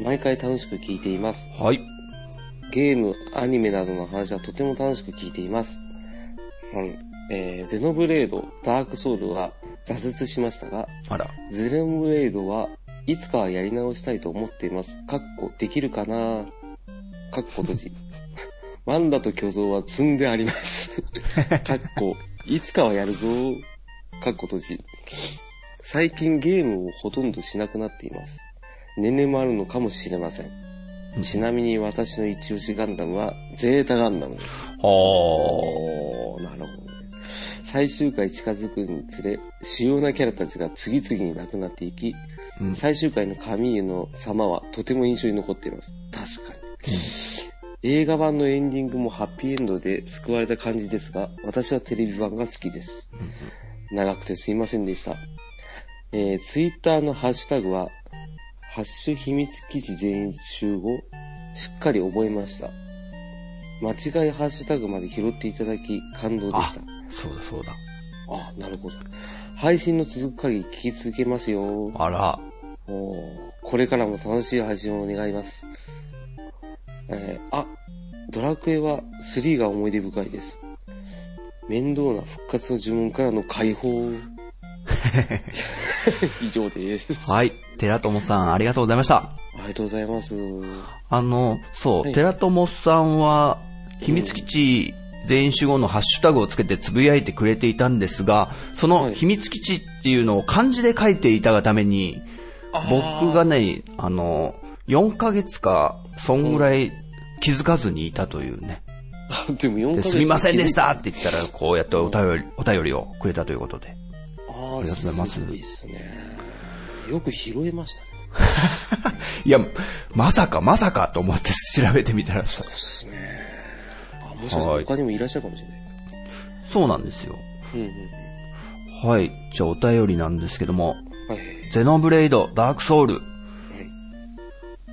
Speaker 1: 毎回楽しく聞いています。
Speaker 2: はい。
Speaker 1: ゲーム、アニメなどの話はとても楽しく聞いています。うんえーゼノブレード、ダークソウルは挫折しましたが、
Speaker 2: あら。
Speaker 1: ゼノブレードはいつかはやり直したいと思っています。かっこできるかなかっこ閉じ。 ワンダと巨像は積んであります。かっこ、いつかはやるぞ。かっこ閉じ。最近ゲームをほとんどしなくなっています。年齢もあるのかもしれません。ちなみに私の一押しガンダムは、ゼータガンダムです。
Speaker 2: お
Speaker 1: なるほどね。最終回近づくにつれ、主要なキャラたちが次々に亡くなっていき、
Speaker 2: うん
Speaker 1: 最終回の神湯の様はとても印象に残っています。確かに。映画版のエンディングもハッピーエンドで救われた感じですが、私はテレビ版が好きです。長くてすいませんでした。えー、ツイッターのハッシュタグは、ハッシュ秘密基地全員集合、しっかり覚えました。間違いハッシュタグまで拾っていただき、感動でした。
Speaker 2: そうだそうだ。
Speaker 1: あ、なるほど。配信の続く限り聞き続けますよ。
Speaker 2: あら。
Speaker 1: おーこれからも楽しい配信を願います。えーあ、ドラクエは3が思い出深いです。面倒な復活の呪文からの解 放。以上です。
Speaker 2: はい。寺友さん、ありがとうございました。
Speaker 1: ありがとうございます。
Speaker 2: あの、そう、
Speaker 1: い
Speaker 2: 寺友さんは、秘密基地全員集合のハッシュタグをつけてつぶやいてくれていたんですが、その
Speaker 1: はい
Speaker 2: 秘密基地っていうのを漢字で書いていたがために、僕がね、あの、4ヶ月か、そんぐらい気づかずにいたというね。
Speaker 1: あでも4ヶ
Speaker 2: で
Speaker 1: 月
Speaker 2: すみませんでし
Speaker 1: あ
Speaker 2: たって言ったら、こうやってお便り、お便りをくれたということで。
Speaker 1: あー、
Speaker 2: りがとうございます
Speaker 1: すごいですね。よく拾えましたね。
Speaker 2: いや、まさかまさかと思って調べてみたらさ、
Speaker 1: ですね。あ、もしかした
Speaker 2: は
Speaker 1: ら
Speaker 2: い
Speaker 1: 他にもいらっしゃるかもしれない。
Speaker 2: そうなんですよ。
Speaker 1: うんうん
Speaker 2: はい。じゃあお便りなんですけども、
Speaker 1: うん。はい。
Speaker 2: ゼノブレイド、ダークソウル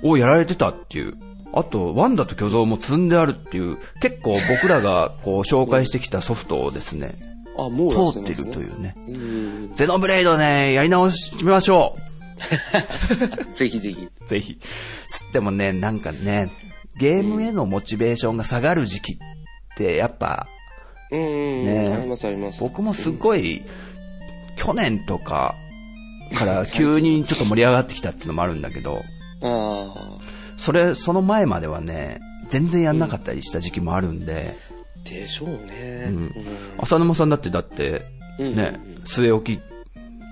Speaker 2: をやられてたっていう。あと、ワンダと巨像も積んであるっていう、結構僕らがこう紹介してきたソフトをですね、
Speaker 1: あ、もう
Speaker 2: 通って
Speaker 1: い
Speaker 2: るというね。
Speaker 1: う。うん。
Speaker 2: ゼノブレイドね、やり直しましょう。
Speaker 1: ぜひぜひ。
Speaker 2: ぜひ。つってもね、なんかね、ゲームへのモチベーションが下がる時期って、やっぱ、
Speaker 1: うんうんうん、
Speaker 2: ねえ
Speaker 1: ありますあります。
Speaker 2: 僕もすごい、去年とかから急にちょっと盛り上がってきたっていうのもあるんだけど、
Speaker 1: ああ。
Speaker 2: それ、その前まではね、全然やんなかったりした時期もあるんで、
Speaker 1: でしょうね。う
Speaker 2: う
Speaker 1: んん。
Speaker 2: 浅沼さんだってだって、
Speaker 1: うん
Speaker 2: ね、据え置き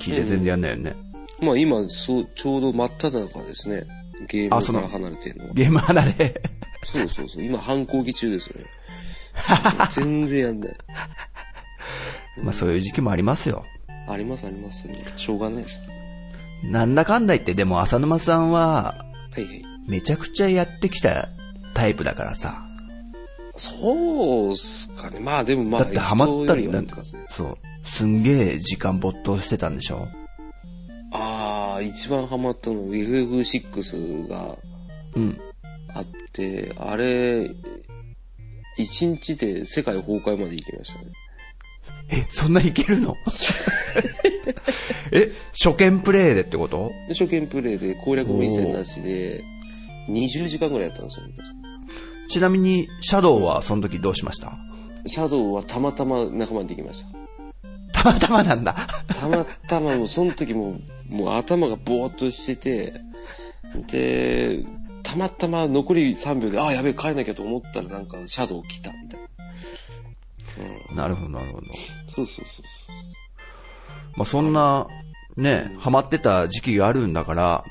Speaker 2: 機で全然やんないよね。
Speaker 1: まあ今、そう、ちょうど真っ只中ですね。ゲー
Speaker 2: あ
Speaker 1: ム
Speaker 2: そ
Speaker 1: か
Speaker 2: の
Speaker 1: ら離れてるのは。
Speaker 2: ゲーム離れ。
Speaker 1: そうそうそう。今、反抗期中です よね。全然やんない。
Speaker 2: まあそういう時期もありますよ。
Speaker 1: ありますあります。しょうがないです。
Speaker 2: なんだかんだ言って、でも浅沼さんは、
Speaker 1: はいはい。
Speaker 2: めちゃくちゃやってきたタイプだからさ。
Speaker 1: そうっすかね。まあでもまあ、
Speaker 2: だってハマったり
Speaker 1: 人よは
Speaker 2: なんか、そう。すんげえ時間没頭してたんでしょ
Speaker 1: ああ、一番ハマったの FF6 が
Speaker 2: うん。
Speaker 1: あって、あれ、一日で世界崩壊まで行きましたね。
Speaker 2: え、そんないけ るのえ、初見プレイでってこと
Speaker 1: で初見プレイで攻略も一切なしで、20時間ぐらいやったんですよ。
Speaker 2: ちなみに、シャドウはその時どうしました
Speaker 1: シャドウはたまたま仲間にできました。
Speaker 2: たまたまなんだ。
Speaker 1: たまたまもうその時もう、もう頭がぼーっとしてて、で、たまたま残り3秒で、ああ、やべえ、帰んなきゃと思ったらなんかシャドウ来たみたいな。
Speaker 2: なるほど、なるほど。
Speaker 1: そうそうそうそう。
Speaker 2: まあそんな、ね、ハマってた時期があるんだから、
Speaker 1: は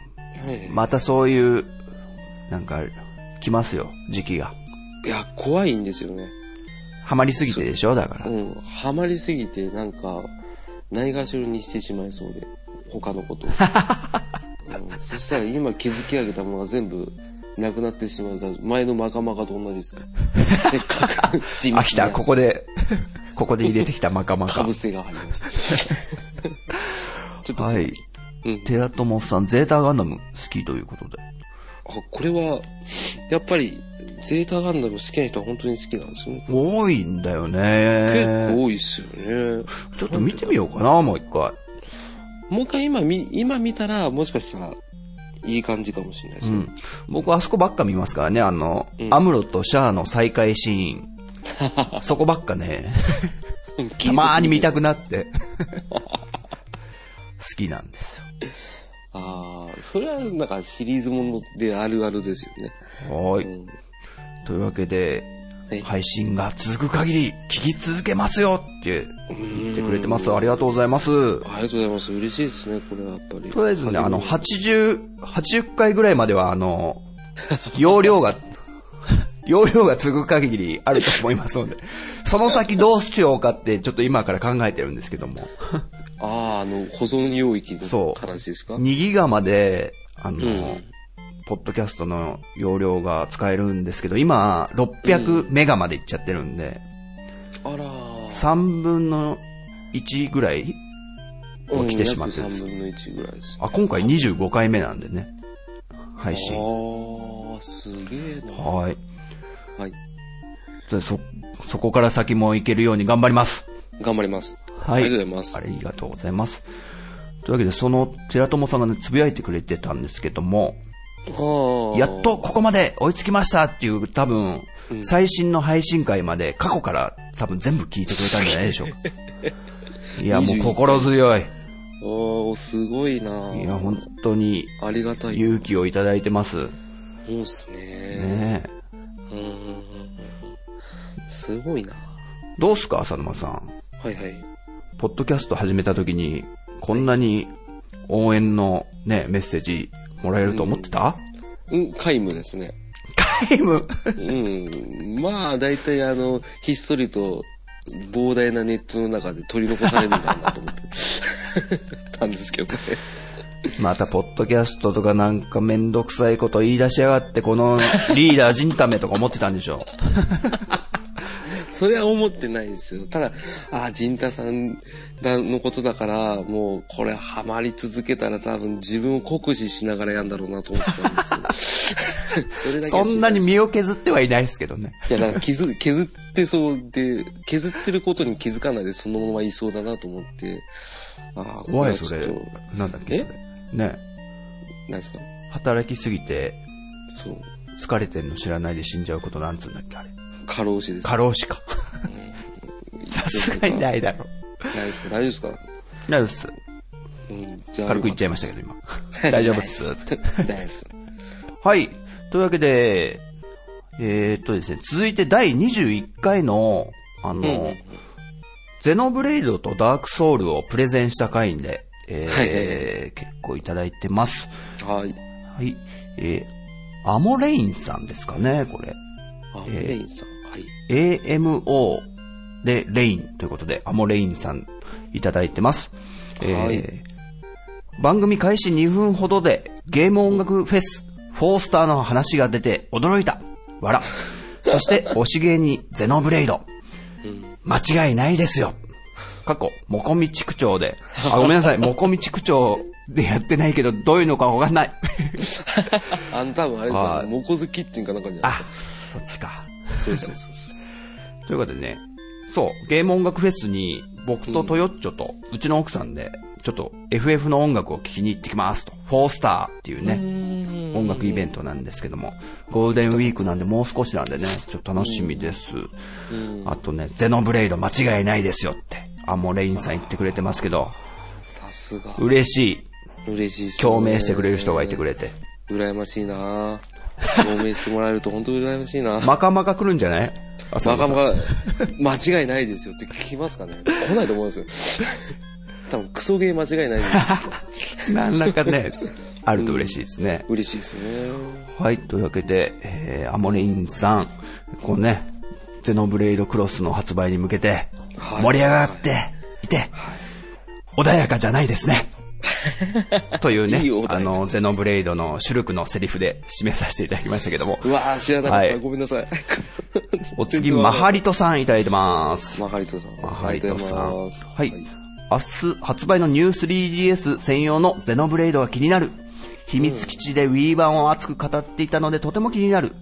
Speaker 1: い。
Speaker 2: またそういう、なんか、来ますよ、時期が。
Speaker 1: いや、怖いんですよね。
Speaker 2: ハマりすぎてでしょだから。
Speaker 1: うん。ハマりすぎて、なんか、ないがしろにしてしまいそうで、他の ことを、うんそしたら今築き上げたものが全部、なくなってしまう。だから前のマカマカと同じ ですよ。せっかく、地
Speaker 2: あ、来た、ここで、 ここで入れてきたマカマ
Speaker 1: か
Speaker 2: カ
Speaker 1: ぶ。せがありました。ちょっと、
Speaker 2: はい。
Speaker 1: うん
Speaker 2: テラトモさん、ゼータガンダム好きということで。
Speaker 1: あこれは、やっぱり、ゼータガンダム好きな人は本当に好きなんですよね。
Speaker 2: 多いんだよ
Speaker 1: 結
Speaker 2: ね。
Speaker 1: 構多いっすよね。
Speaker 2: ちょっと見てみようかな、もう一回。
Speaker 1: もう一回今見、今見たら、もしかしたら、いい感じかもしれないで
Speaker 2: う
Speaker 1: すね。
Speaker 2: ん。僕、あそこばっか見ますからね、あの、
Speaker 1: うん
Speaker 2: アムロとシャアの再会シーン。 そこばっかね、たまーに見たくなって。 好きなんですよ。
Speaker 1: ああ、それはなんかシリーズものであるあるですよね。
Speaker 2: は
Speaker 1: う
Speaker 2: い。
Speaker 1: ん。
Speaker 2: というわけで、
Speaker 1: はい
Speaker 2: 配信が続く限り、聞き続けますよって言ってくれてます。ありがとうございます。
Speaker 1: ありがとうございます。嬉しいですね、これはやっぱり。
Speaker 2: とりあえずね、あの、
Speaker 1: 励
Speaker 2: 80、80回ぐらいまでは、あの、 容量が、 容量が継ぐ限りあると思いますので、その先どうしようかって、ちょっと今から考えてるんですけども、
Speaker 1: みああ、あの、保存領域
Speaker 2: そ
Speaker 1: の
Speaker 2: う
Speaker 1: 話ですか
Speaker 2: 2ギガまで、あの、
Speaker 1: うん
Speaker 2: ポッドキャストの容量が使えるんですけど、今、600メガまでいっちゃってるんで、
Speaker 1: あらー
Speaker 2: 3分の1ぐらい
Speaker 1: うん
Speaker 2: を来てしまってるん
Speaker 1: 約
Speaker 2: です
Speaker 1: 3。分の1ぐらいです。
Speaker 2: あ、今回25回目なんでね、配信。
Speaker 1: ああ、すげえな。
Speaker 2: はい。
Speaker 1: はい。
Speaker 2: じゃあそ、そこから先も行けるように頑張ります。
Speaker 1: 頑張ります。
Speaker 2: はい。
Speaker 1: ありがとうございます
Speaker 2: あ。りがとうございます。というわけで、その、寺友さんがね、つぶやいてくれてたんですけども、
Speaker 1: ああ。
Speaker 2: やっとここまで追いつきましたっていう、多分、最新の配信会まで過去から多分全部聞いてくれたんじゃないでしょうか。 いや、もう心強い。い
Speaker 1: おー、すごいな。
Speaker 2: や、本当に
Speaker 1: ありがたい。
Speaker 2: 勇気をいただいてます。
Speaker 1: そうっすね。
Speaker 2: ねえ。
Speaker 1: うんうんうんうん。すごいな。
Speaker 2: どうすか、浅沼さん。
Speaker 1: はいはい。
Speaker 2: ポッドキャスト始めた時に、こんなに応援のね、メッセージもらえると思ってた、
Speaker 1: うん、皆無ですね。
Speaker 2: 皆無
Speaker 1: うん。まあ、大体あの、ひっそりと、膨大なネットの中で取り残されるんだろうなと思ってたんですけどね。
Speaker 2: また、ポッドキャストとかなんかめんどくさいこと言い出しやがって、このリーダー人ためとか思ってたんでしょ
Speaker 1: それは思ってないですよ。ただ、あ、ジンタさんだのことだから、もう、これハマり続けたら多分自分を酷使しながらやんだろうなと思ってたんです よ。それ だけは
Speaker 2: そ
Speaker 1: 心
Speaker 2: んな
Speaker 1: 配
Speaker 2: に
Speaker 1: して
Speaker 2: 身を削ってはいないですけどね。
Speaker 1: いや、だから削、削ってそうで、削ってることに気づかないでそのままいそうだなと思って。ああ、
Speaker 2: おい、
Speaker 1: こ
Speaker 2: そ
Speaker 1: れは
Speaker 2: れ
Speaker 1: ちょっと。
Speaker 2: なんだっけ、
Speaker 1: え
Speaker 2: それ。ね。
Speaker 1: 何ですか
Speaker 2: 働きすぎて
Speaker 1: そう。
Speaker 2: 疲れてんの知らないで死んじゃうことなんつうんだっけあれ。
Speaker 1: 過労死です。
Speaker 2: 過労死か。
Speaker 1: うん
Speaker 2: さすがにないだろ。
Speaker 1: ないですか大丈夫ですか、
Speaker 2: 大丈夫っす。
Speaker 1: うん、じゃあ
Speaker 2: 軽く言っちゃいました けど、今。大丈夫っす。
Speaker 1: 大丈夫です。
Speaker 2: はい。というわけで、えー、っとですね、続いて第21回の、あの、
Speaker 1: うんうん
Speaker 2: ゼノブレイドとダークソウルをプレゼンした回で、えー
Speaker 1: はいはい
Speaker 2: 結構いただいてます。
Speaker 1: はい。
Speaker 2: はい。えー、アモレインさんですかね、これ。
Speaker 1: あ、
Speaker 2: えー
Speaker 1: レインさん。はい。
Speaker 2: AMO でレインということで、アモレインさんいただいてます。
Speaker 1: はい
Speaker 2: ー番組開始2分ほどでゲーム音楽フェス、フォースターの話が出て驚いた。わら。 そして、推し芸にゼノブレイド。間違いないですよ。過去、もこみ地区長で。あ、ごめんなさい。もこみ地区長でやってないけど、どういうのかわかんない。
Speaker 1: あの、多分あれですよ
Speaker 2: はい
Speaker 1: モコズキッチンかなんかじゃない
Speaker 2: あ、そっちか。
Speaker 1: そうそうそうそう。
Speaker 2: ということでね、そう、ゲーム音楽フェスに、僕とトヨッチョと、うちの奥さんで、ちょっと FF の音楽を聴きに行ってきますと。フォースターっていうね、音楽イベントなんですけども、ゴールデンウィークなんでもう少しなんでね、ちょっと楽しみです。あとね、ゼノブレイド間違いないですよって、あ、もうレインさん言ってくれてますけど、
Speaker 1: さすが。
Speaker 2: 嬉しい。
Speaker 1: 嬉しいっすね
Speaker 2: 共鳴してくれる人がいてくれて。
Speaker 1: 羨ましいなぁ。共鳴してもらえると本当に羨ましいなぁ。
Speaker 2: まかまか来るんじゃないあそう
Speaker 1: な
Speaker 2: そ
Speaker 1: か
Speaker 2: う
Speaker 1: なか間違いないですよって聞きますかね来ないと思うんです よ。多分クソゲー間違いないです。
Speaker 2: 何らかね、あると嬉しいですね。
Speaker 1: 嬉しいですよね。
Speaker 2: はい、というわけで、えー、アモレインさん、こうね、ゼノブレイドクロスの発売に向けて、
Speaker 1: はい
Speaker 2: 盛り上がっていて、穏やかじゃないです ね。というね
Speaker 1: いい穏やか
Speaker 2: あの、ゼノブレイドの主力のセリフで締めさせていただきましたけども、
Speaker 1: うわぁ、知らなかった。
Speaker 2: はい
Speaker 1: ごめんなさい。
Speaker 2: お次、マハリトさんいただいてます。
Speaker 1: マハリトさん。
Speaker 2: マハリト
Speaker 1: ありがと
Speaker 2: さ。
Speaker 1: うんございます
Speaker 2: はい。明日発売のニュー 3DS 専用のゼノブレイドが気になる。秘密基地で Wii 版を熱く語っていたのでとても気になる。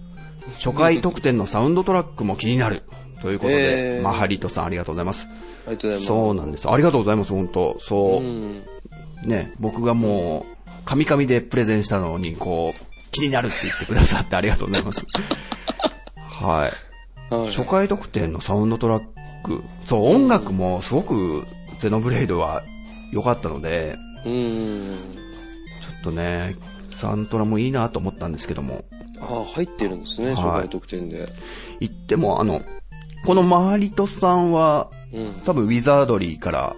Speaker 2: 初回特典のサウンドトラックも気になる。ということで、
Speaker 1: えー
Speaker 2: マハリートさんありがとうございます。
Speaker 1: ありがとうございます。
Speaker 2: そうなんです。ありがとうございます、本当そう。ね、僕がもう、カミカミでプレゼンしたのに、こう、気になるって言ってくださってありがとうござ います。はい。
Speaker 1: はい
Speaker 2: 初回特典のサウンドトラック、そう、音楽もすごく、ゼノブレイドは良かったので、
Speaker 1: うーん。
Speaker 2: ちょっとね、サントラもいいなと思ったんですけども、
Speaker 1: ああ、入ってるんですね、初回特典で。
Speaker 2: 言っても、あの、このマハリトさんは、
Speaker 1: うん。
Speaker 2: 多分ウィザードリーから、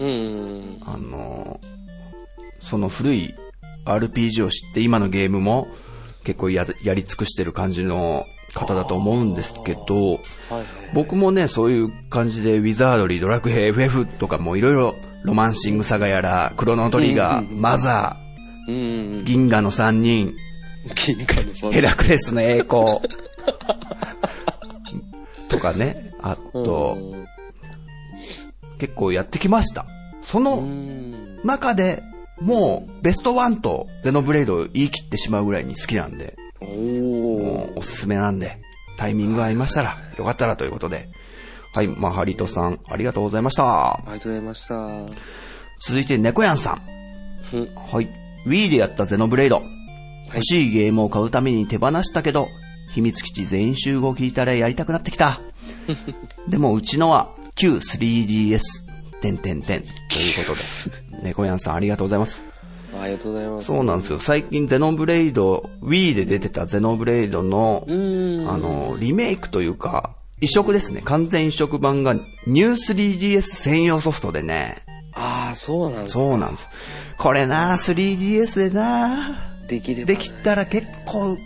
Speaker 1: うん。
Speaker 2: あの、その古い RPG を知って今のゲームも結構ややり尽くしてる感じの方だと思うんですけど、
Speaker 1: はいはい。
Speaker 2: 僕もね、そういう感じで、ウィザードリー、ドラクエ、FF とかもいろいろ、ロマンシングサガやら、クロノトリガー、マザ
Speaker 1: うんう
Speaker 2: ー、
Speaker 1: ん。
Speaker 2: 銀河の3人、
Speaker 1: 金貨のさん。
Speaker 2: ヘラクレスの栄 光、とかね、あと、
Speaker 1: うん
Speaker 2: 結構やってきました。そうの
Speaker 1: ん。
Speaker 2: 中で、もう、ベストワンとゼノブレイドを言い切ってしまうぐらいに好きなんで、
Speaker 1: おー。
Speaker 2: もうおすすめなんで、タイミングが合いましたら、よかったらということで、はい、マハリトさん、ありがとうございました。
Speaker 1: ありがとうございました。
Speaker 2: 続いて猫やんさん。
Speaker 1: うん
Speaker 2: はい。Wii でやったゼノブレイド。欲しいゲームを買うために手放したけど、秘密基地全員集合聞いたらやりたくなってき た。でもうちのは旧 3DS。てんてんてん。ということで。猫やんさんありがとうございます。
Speaker 1: ありがとうございます。
Speaker 2: そうなんですよ。最近ゼノブレイド、Wii で出てたゼノブレイドの、
Speaker 1: うん。
Speaker 2: あの、リメイクというか、移植ですね。完全移植版が New3DS 専用ソフトでね、
Speaker 1: ああ、そうなんです。
Speaker 2: そうなんです。これな、3DS でな、
Speaker 1: できれば。
Speaker 2: できたら結構、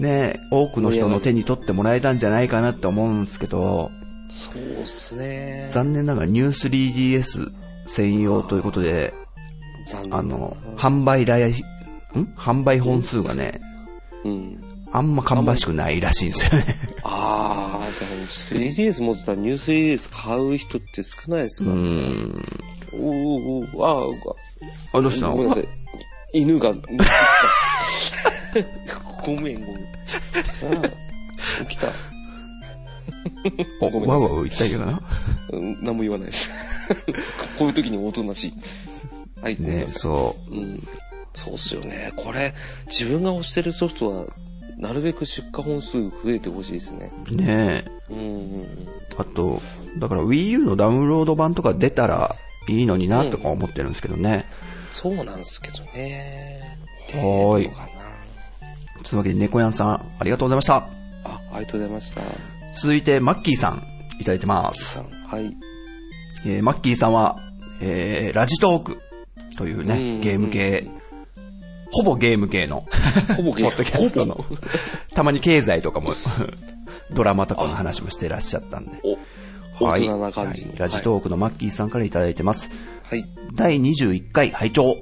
Speaker 2: ね、多くの人の手に取ってもらえたんじゃないかなって思うんですけど、
Speaker 1: そうっすね。
Speaker 2: 残念ながら New3DS 専用ということで、
Speaker 1: 残念。
Speaker 2: あの、販売台、ん販売本数がね、
Speaker 1: うん。
Speaker 2: あんま芳しくないらしいんですよね。
Speaker 1: ああ、でも 3DS 持ってたらニュース 3DS 買う人って少ないですか
Speaker 2: う
Speaker 1: ら。
Speaker 2: ん。
Speaker 1: おーおーおーあー
Speaker 2: あ、どうし
Speaker 1: あ、
Speaker 2: た
Speaker 1: ごめんなさ
Speaker 2: の
Speaker 1: い。犬が、 ごめんごめん。あー起きた。
Speaker 2: お
Speaker 1: ごめん
Speaker 2: わ
Speaker 1: な
Speaker 2: う
Speaker 1: さ
Speaker 2: わ
Speaker 1: いう
Speaker 2: 言ったけどな。
Speaker 1: うん何も言わない です。こういう時におとなしい。はい、ごめん
Speaker 2: ね、
Speaker 1: なさい
Speaker 2: そう。
Speaker 1: うん。そうっすよね。これ、自分が推してるソフトは、なるべく出荷本数増えてほしいですね。
Speaker 2: ねえ。
Speaker 1: うんうんうん。
Speaker 2: あと、だから Wii U のダウンロード版とか出たらいいのになとか思ってるんですけどね。
Speaker 1: そうなんですけどね。
Speaker 2: はーい
Speaker 1: どうかな
Speaker 2: というわけで、猫やんさん、ありがとうございました。
Speaker 1: あ、ありがとうございました。
Speaker 2: 続いて、マッキーさん、いただいてます。
Speaker 1: さんはい。
Speaker 2: えーマッキーさんは、えーラジトークという
Speaker 1: うん
Speaker 2: ね、ゲーム系、ほぼゲーム系 の、
Speaker 1: ほぼゲーム
Speaker 2: ポッドキャストの
Speaker 1: ほぼ、
Speaker 2: たまに経済とかも、 ドラマとかの話もしてらっしゃったんで。
Speaker 1: お、大
Speaker 2: はい。
Speaker 1: 人な感じの。
Speaker 2: はいラジトークのマッキーさんからいただいてます。
Speaker 1: はい。はい。
Speaker 2: 第21回拝聴
Speaker 1: はい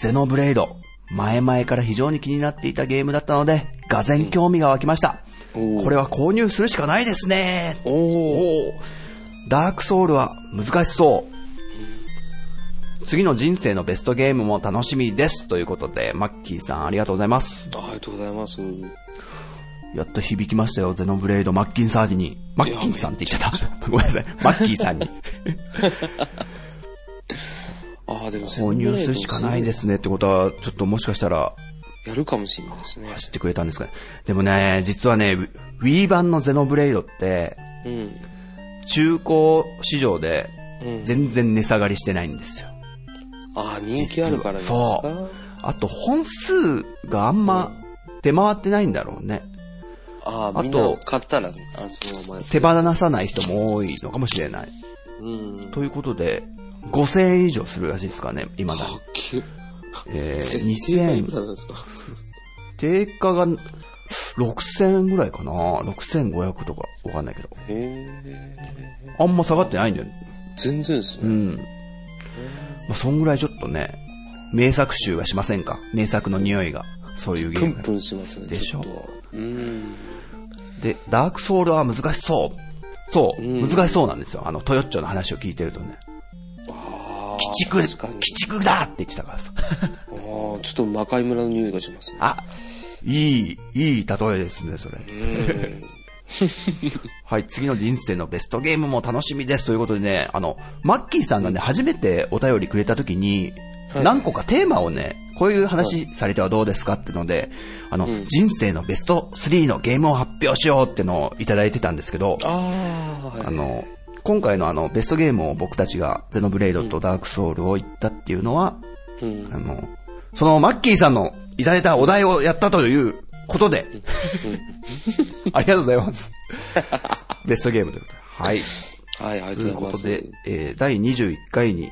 Speaker 2: ゼノブレイド。前々から非常に気になっていたゲームだったので、がぜん興味が湧きました。
Speaker 1: うんおー
Speaker 2: これは購入するしかないですね。
Speaker 1: おー。
Speaker 2: おーダークソウルは難しそう。次の人生のベストゲームも楽しみです。ということで、マッキーさんありがとうございます。
Speaker 1: あありがとうございます。
Speaker 2: やっと響きましたよ、ゼノブレイド、マッキンサーディに。マッキンさんって言っちゃった。ごめんなさい、マッキーさ んに。
Speaker 1: ああ、でも、。
Speaker 2: 購入するしかないですすねってことは、ちょっともしかしたら
Speaker 1: やるかもしれないですね。
Speaker 2: 知ってくれたんですかね。でもね、実はね、ウ Wii 版のゼノブレイドって、
Speaker 1: うん。
Speaker 2: 中古市場で
Speaker 1: うん
Speaker 2: 全然値下がりしてないんですよ。
Speaker 1: ああ、人気あるからですか
Speaker 2: そう。あと本数があんま出回ってないんだろうね。
Speaker 1: ああ、
Speaker 2: あと
Speaker 1: みんな買ったら、あそのまま
Speaker 2: 手放さない人も多いのかもしれない。
Speaker 1: うん。
Speaker 2: ということで、5000円以上するらしいですからね、今だ
Speaker 1: あ
Speaker 2: に。
Speaker 1: きゅ
Speaker 2: えー、2000
Speaker 1: 2000
Speaker 2: 円
Speaker 1: いく。らなんですか
Speaker 2: 定価が6000円ぐらいかな ?6500 とかわかんないけど。
Speaker 1: へえ。
Speaker 2: あんま下がってないんだよ。
Speaker 1: 全然です
Speaker 2: う
Speaker 1: ね。
Speaker 2: ん。まあ、そんぐらいちょっとね、名作集はしませんか名作の匂いが。そういうゲ
Speaker 1: プ
Speaker 2: ー
Speaker 1: ン
Speaker 2: ム。
Speaker 1: プンしますね。
Speaker 2: でしょ
Speaker 1: ちっとうん。
Speaker 2: で、ダークソウルは難しそう。そう、
Speaker 1: うん
Speaker 2: 難しそうなんですよ。あの、トヨッチョの話を聞いてるとね。
Speaker 1: ああ。
Speaker 2: 鬼畜、鬼
Speaker 1: 確かに。
Speaker 2: 畜だって言ってたからさ。
Speaker 1: ああ、ちょっと魔界村の匂いがしますね。
Speaker 2: あ、いい、いい例えですね、それ。
Speaker 1: うん。
Speaker 2: はい、次の人生のベストゲームも楽しみです。ということでね、あの、マッキーさんがね、初めてお便りくれた時に、
Speaker 1: はい
Speaker 2: 何個かテーマをね、こういう話されてはどうですかってので、あの、人生のベスト3のゲームを発表しようってのをいただいてたんですけど、
Speaker 1: ああ、はい
Speaker 2: あの、今回のあの、ベストゲームを僕たちが、ゼノブレイドとダークソウルを言ったっていうのは、
Speaker 1: うん。
Speaker 2: あの、そのマッキーさんのいただいたお題をやったというこ とで、ありがとうございます。ベストゲームということで。はい。
Speaker 1: はい、あり
Speaker 2: と
Speaker 1: がと
Speaker 2: いう
Speaker 1: うござ
Speaker 2: こ
Speaker 1: いま
Speaker 2: と
Speaker 1: す。
Speaker 2: で、えー第21回に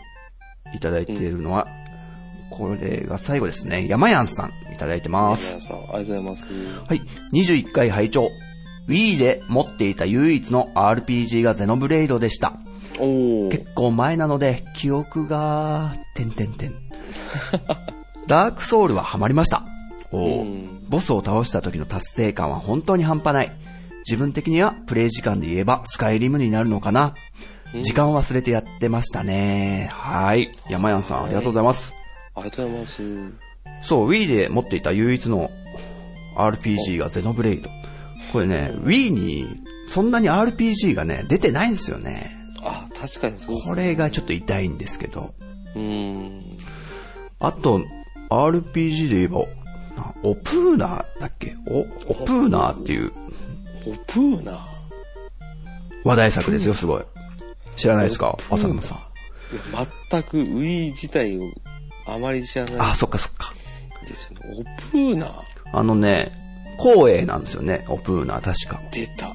Speaker 2: いただいているのは、これが最後ですね。山やんさんいただいてます。
Speaker 1: 皆さん、ありがとうございます。
Speaker 2: はい。21回拝聴 Wii で持っていた唯一の RPG がゼノブレイドでした。
Speaker 1: おお。
Speaker 2: 結構前なので、記憶が、てんてんてん。ダークソウルはハマりました。おー
Speaker 1: うん
Speaker 2: ボスを倒した時の達成感は本当に半端ない。自分的にはプレイ時間で言えばスカイリムになるのかな。時間を忘れてやってましたね。はい。山やんさん、ありがとうございます。
Speaker 1: ありがとうございます。
Speaker 2: そう、Wii で持っていた唯一の RPG がゼノブレイド。これね、Wii にそんなに RPG がね、出てないんですよね。
Speaker 1: あ、確かにそうです
Speaker 2: これがちょっと痛いんですけど。
Speaker 1: うん。
Speaker 2: あと、RPG で言えば、なオプーナーだっけお、オプーナーっていう
Speaker 1: オプーナい
Speaker 2: 話題作ですよ、すごい。知らないですか浅沼さん。
Speaker 1: や全く Wii 自体をあまり知らな
Speaker 2: あ、そっかそっか。
Speaker 1: いんですよね。オプーナ
Speaker 2: あのね、光栄なんですよね、オプーナー確か。
Speaker 1: 出た。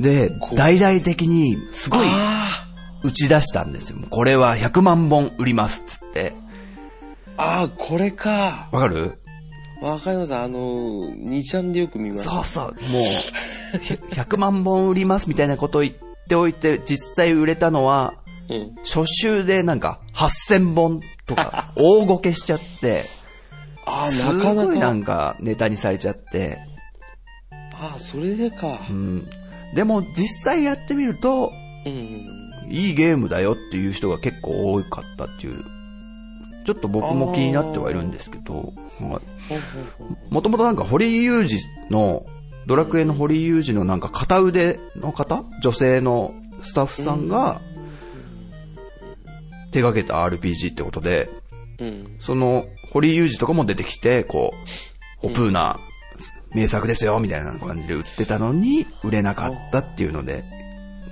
Speaker 2: で、大々的にすごい
Speaker 1: あ
Speaker 2: 打ち出したんですよ。これは100万本売りますっつって。
Speaker 1: ーあー、これか。
Speaker 2: わかる
Speaker 1: わかります。あの、2ちゃんでよく見ます。
Speaker 2: そうそう、もう、ひ100万本売りますみたいなこと言っておいて、実際売れたのは、
Speaker 1: うん。
Speaker 2: 初週でなんか8000本 とか大ごけしちゃって、
Speaker 1: あ
Speaker 2: す
Speaker 1: あ、なかな
Speaker 2: ごいな
Speaker 1: か。
Speaker 2: んかネタにされちゃって、
Speaker 1: ああ、それでか。
Speaker 2: うん。でも実際やってみると、
Speaker 1: うんうん。
Speaker 2: いいゲームだよっていう人が結構多かったっていう、ちょっと僕も気になってはいるんですけど、はい
Speaker 1: ほんほんほん
Speaker 2: もともとなんか堀井雄二の、ドラクエの堀井雄二のなんか片腕の方女性のスタッフさんが手掛けた RPG ってことで、
Speaker 1: うん。
Speaker 2: その、堀井雄二とかも出てきて、こう、オプーナ、名作ですよ、みたいな感じで売ってたのに、売れなかったっていうので、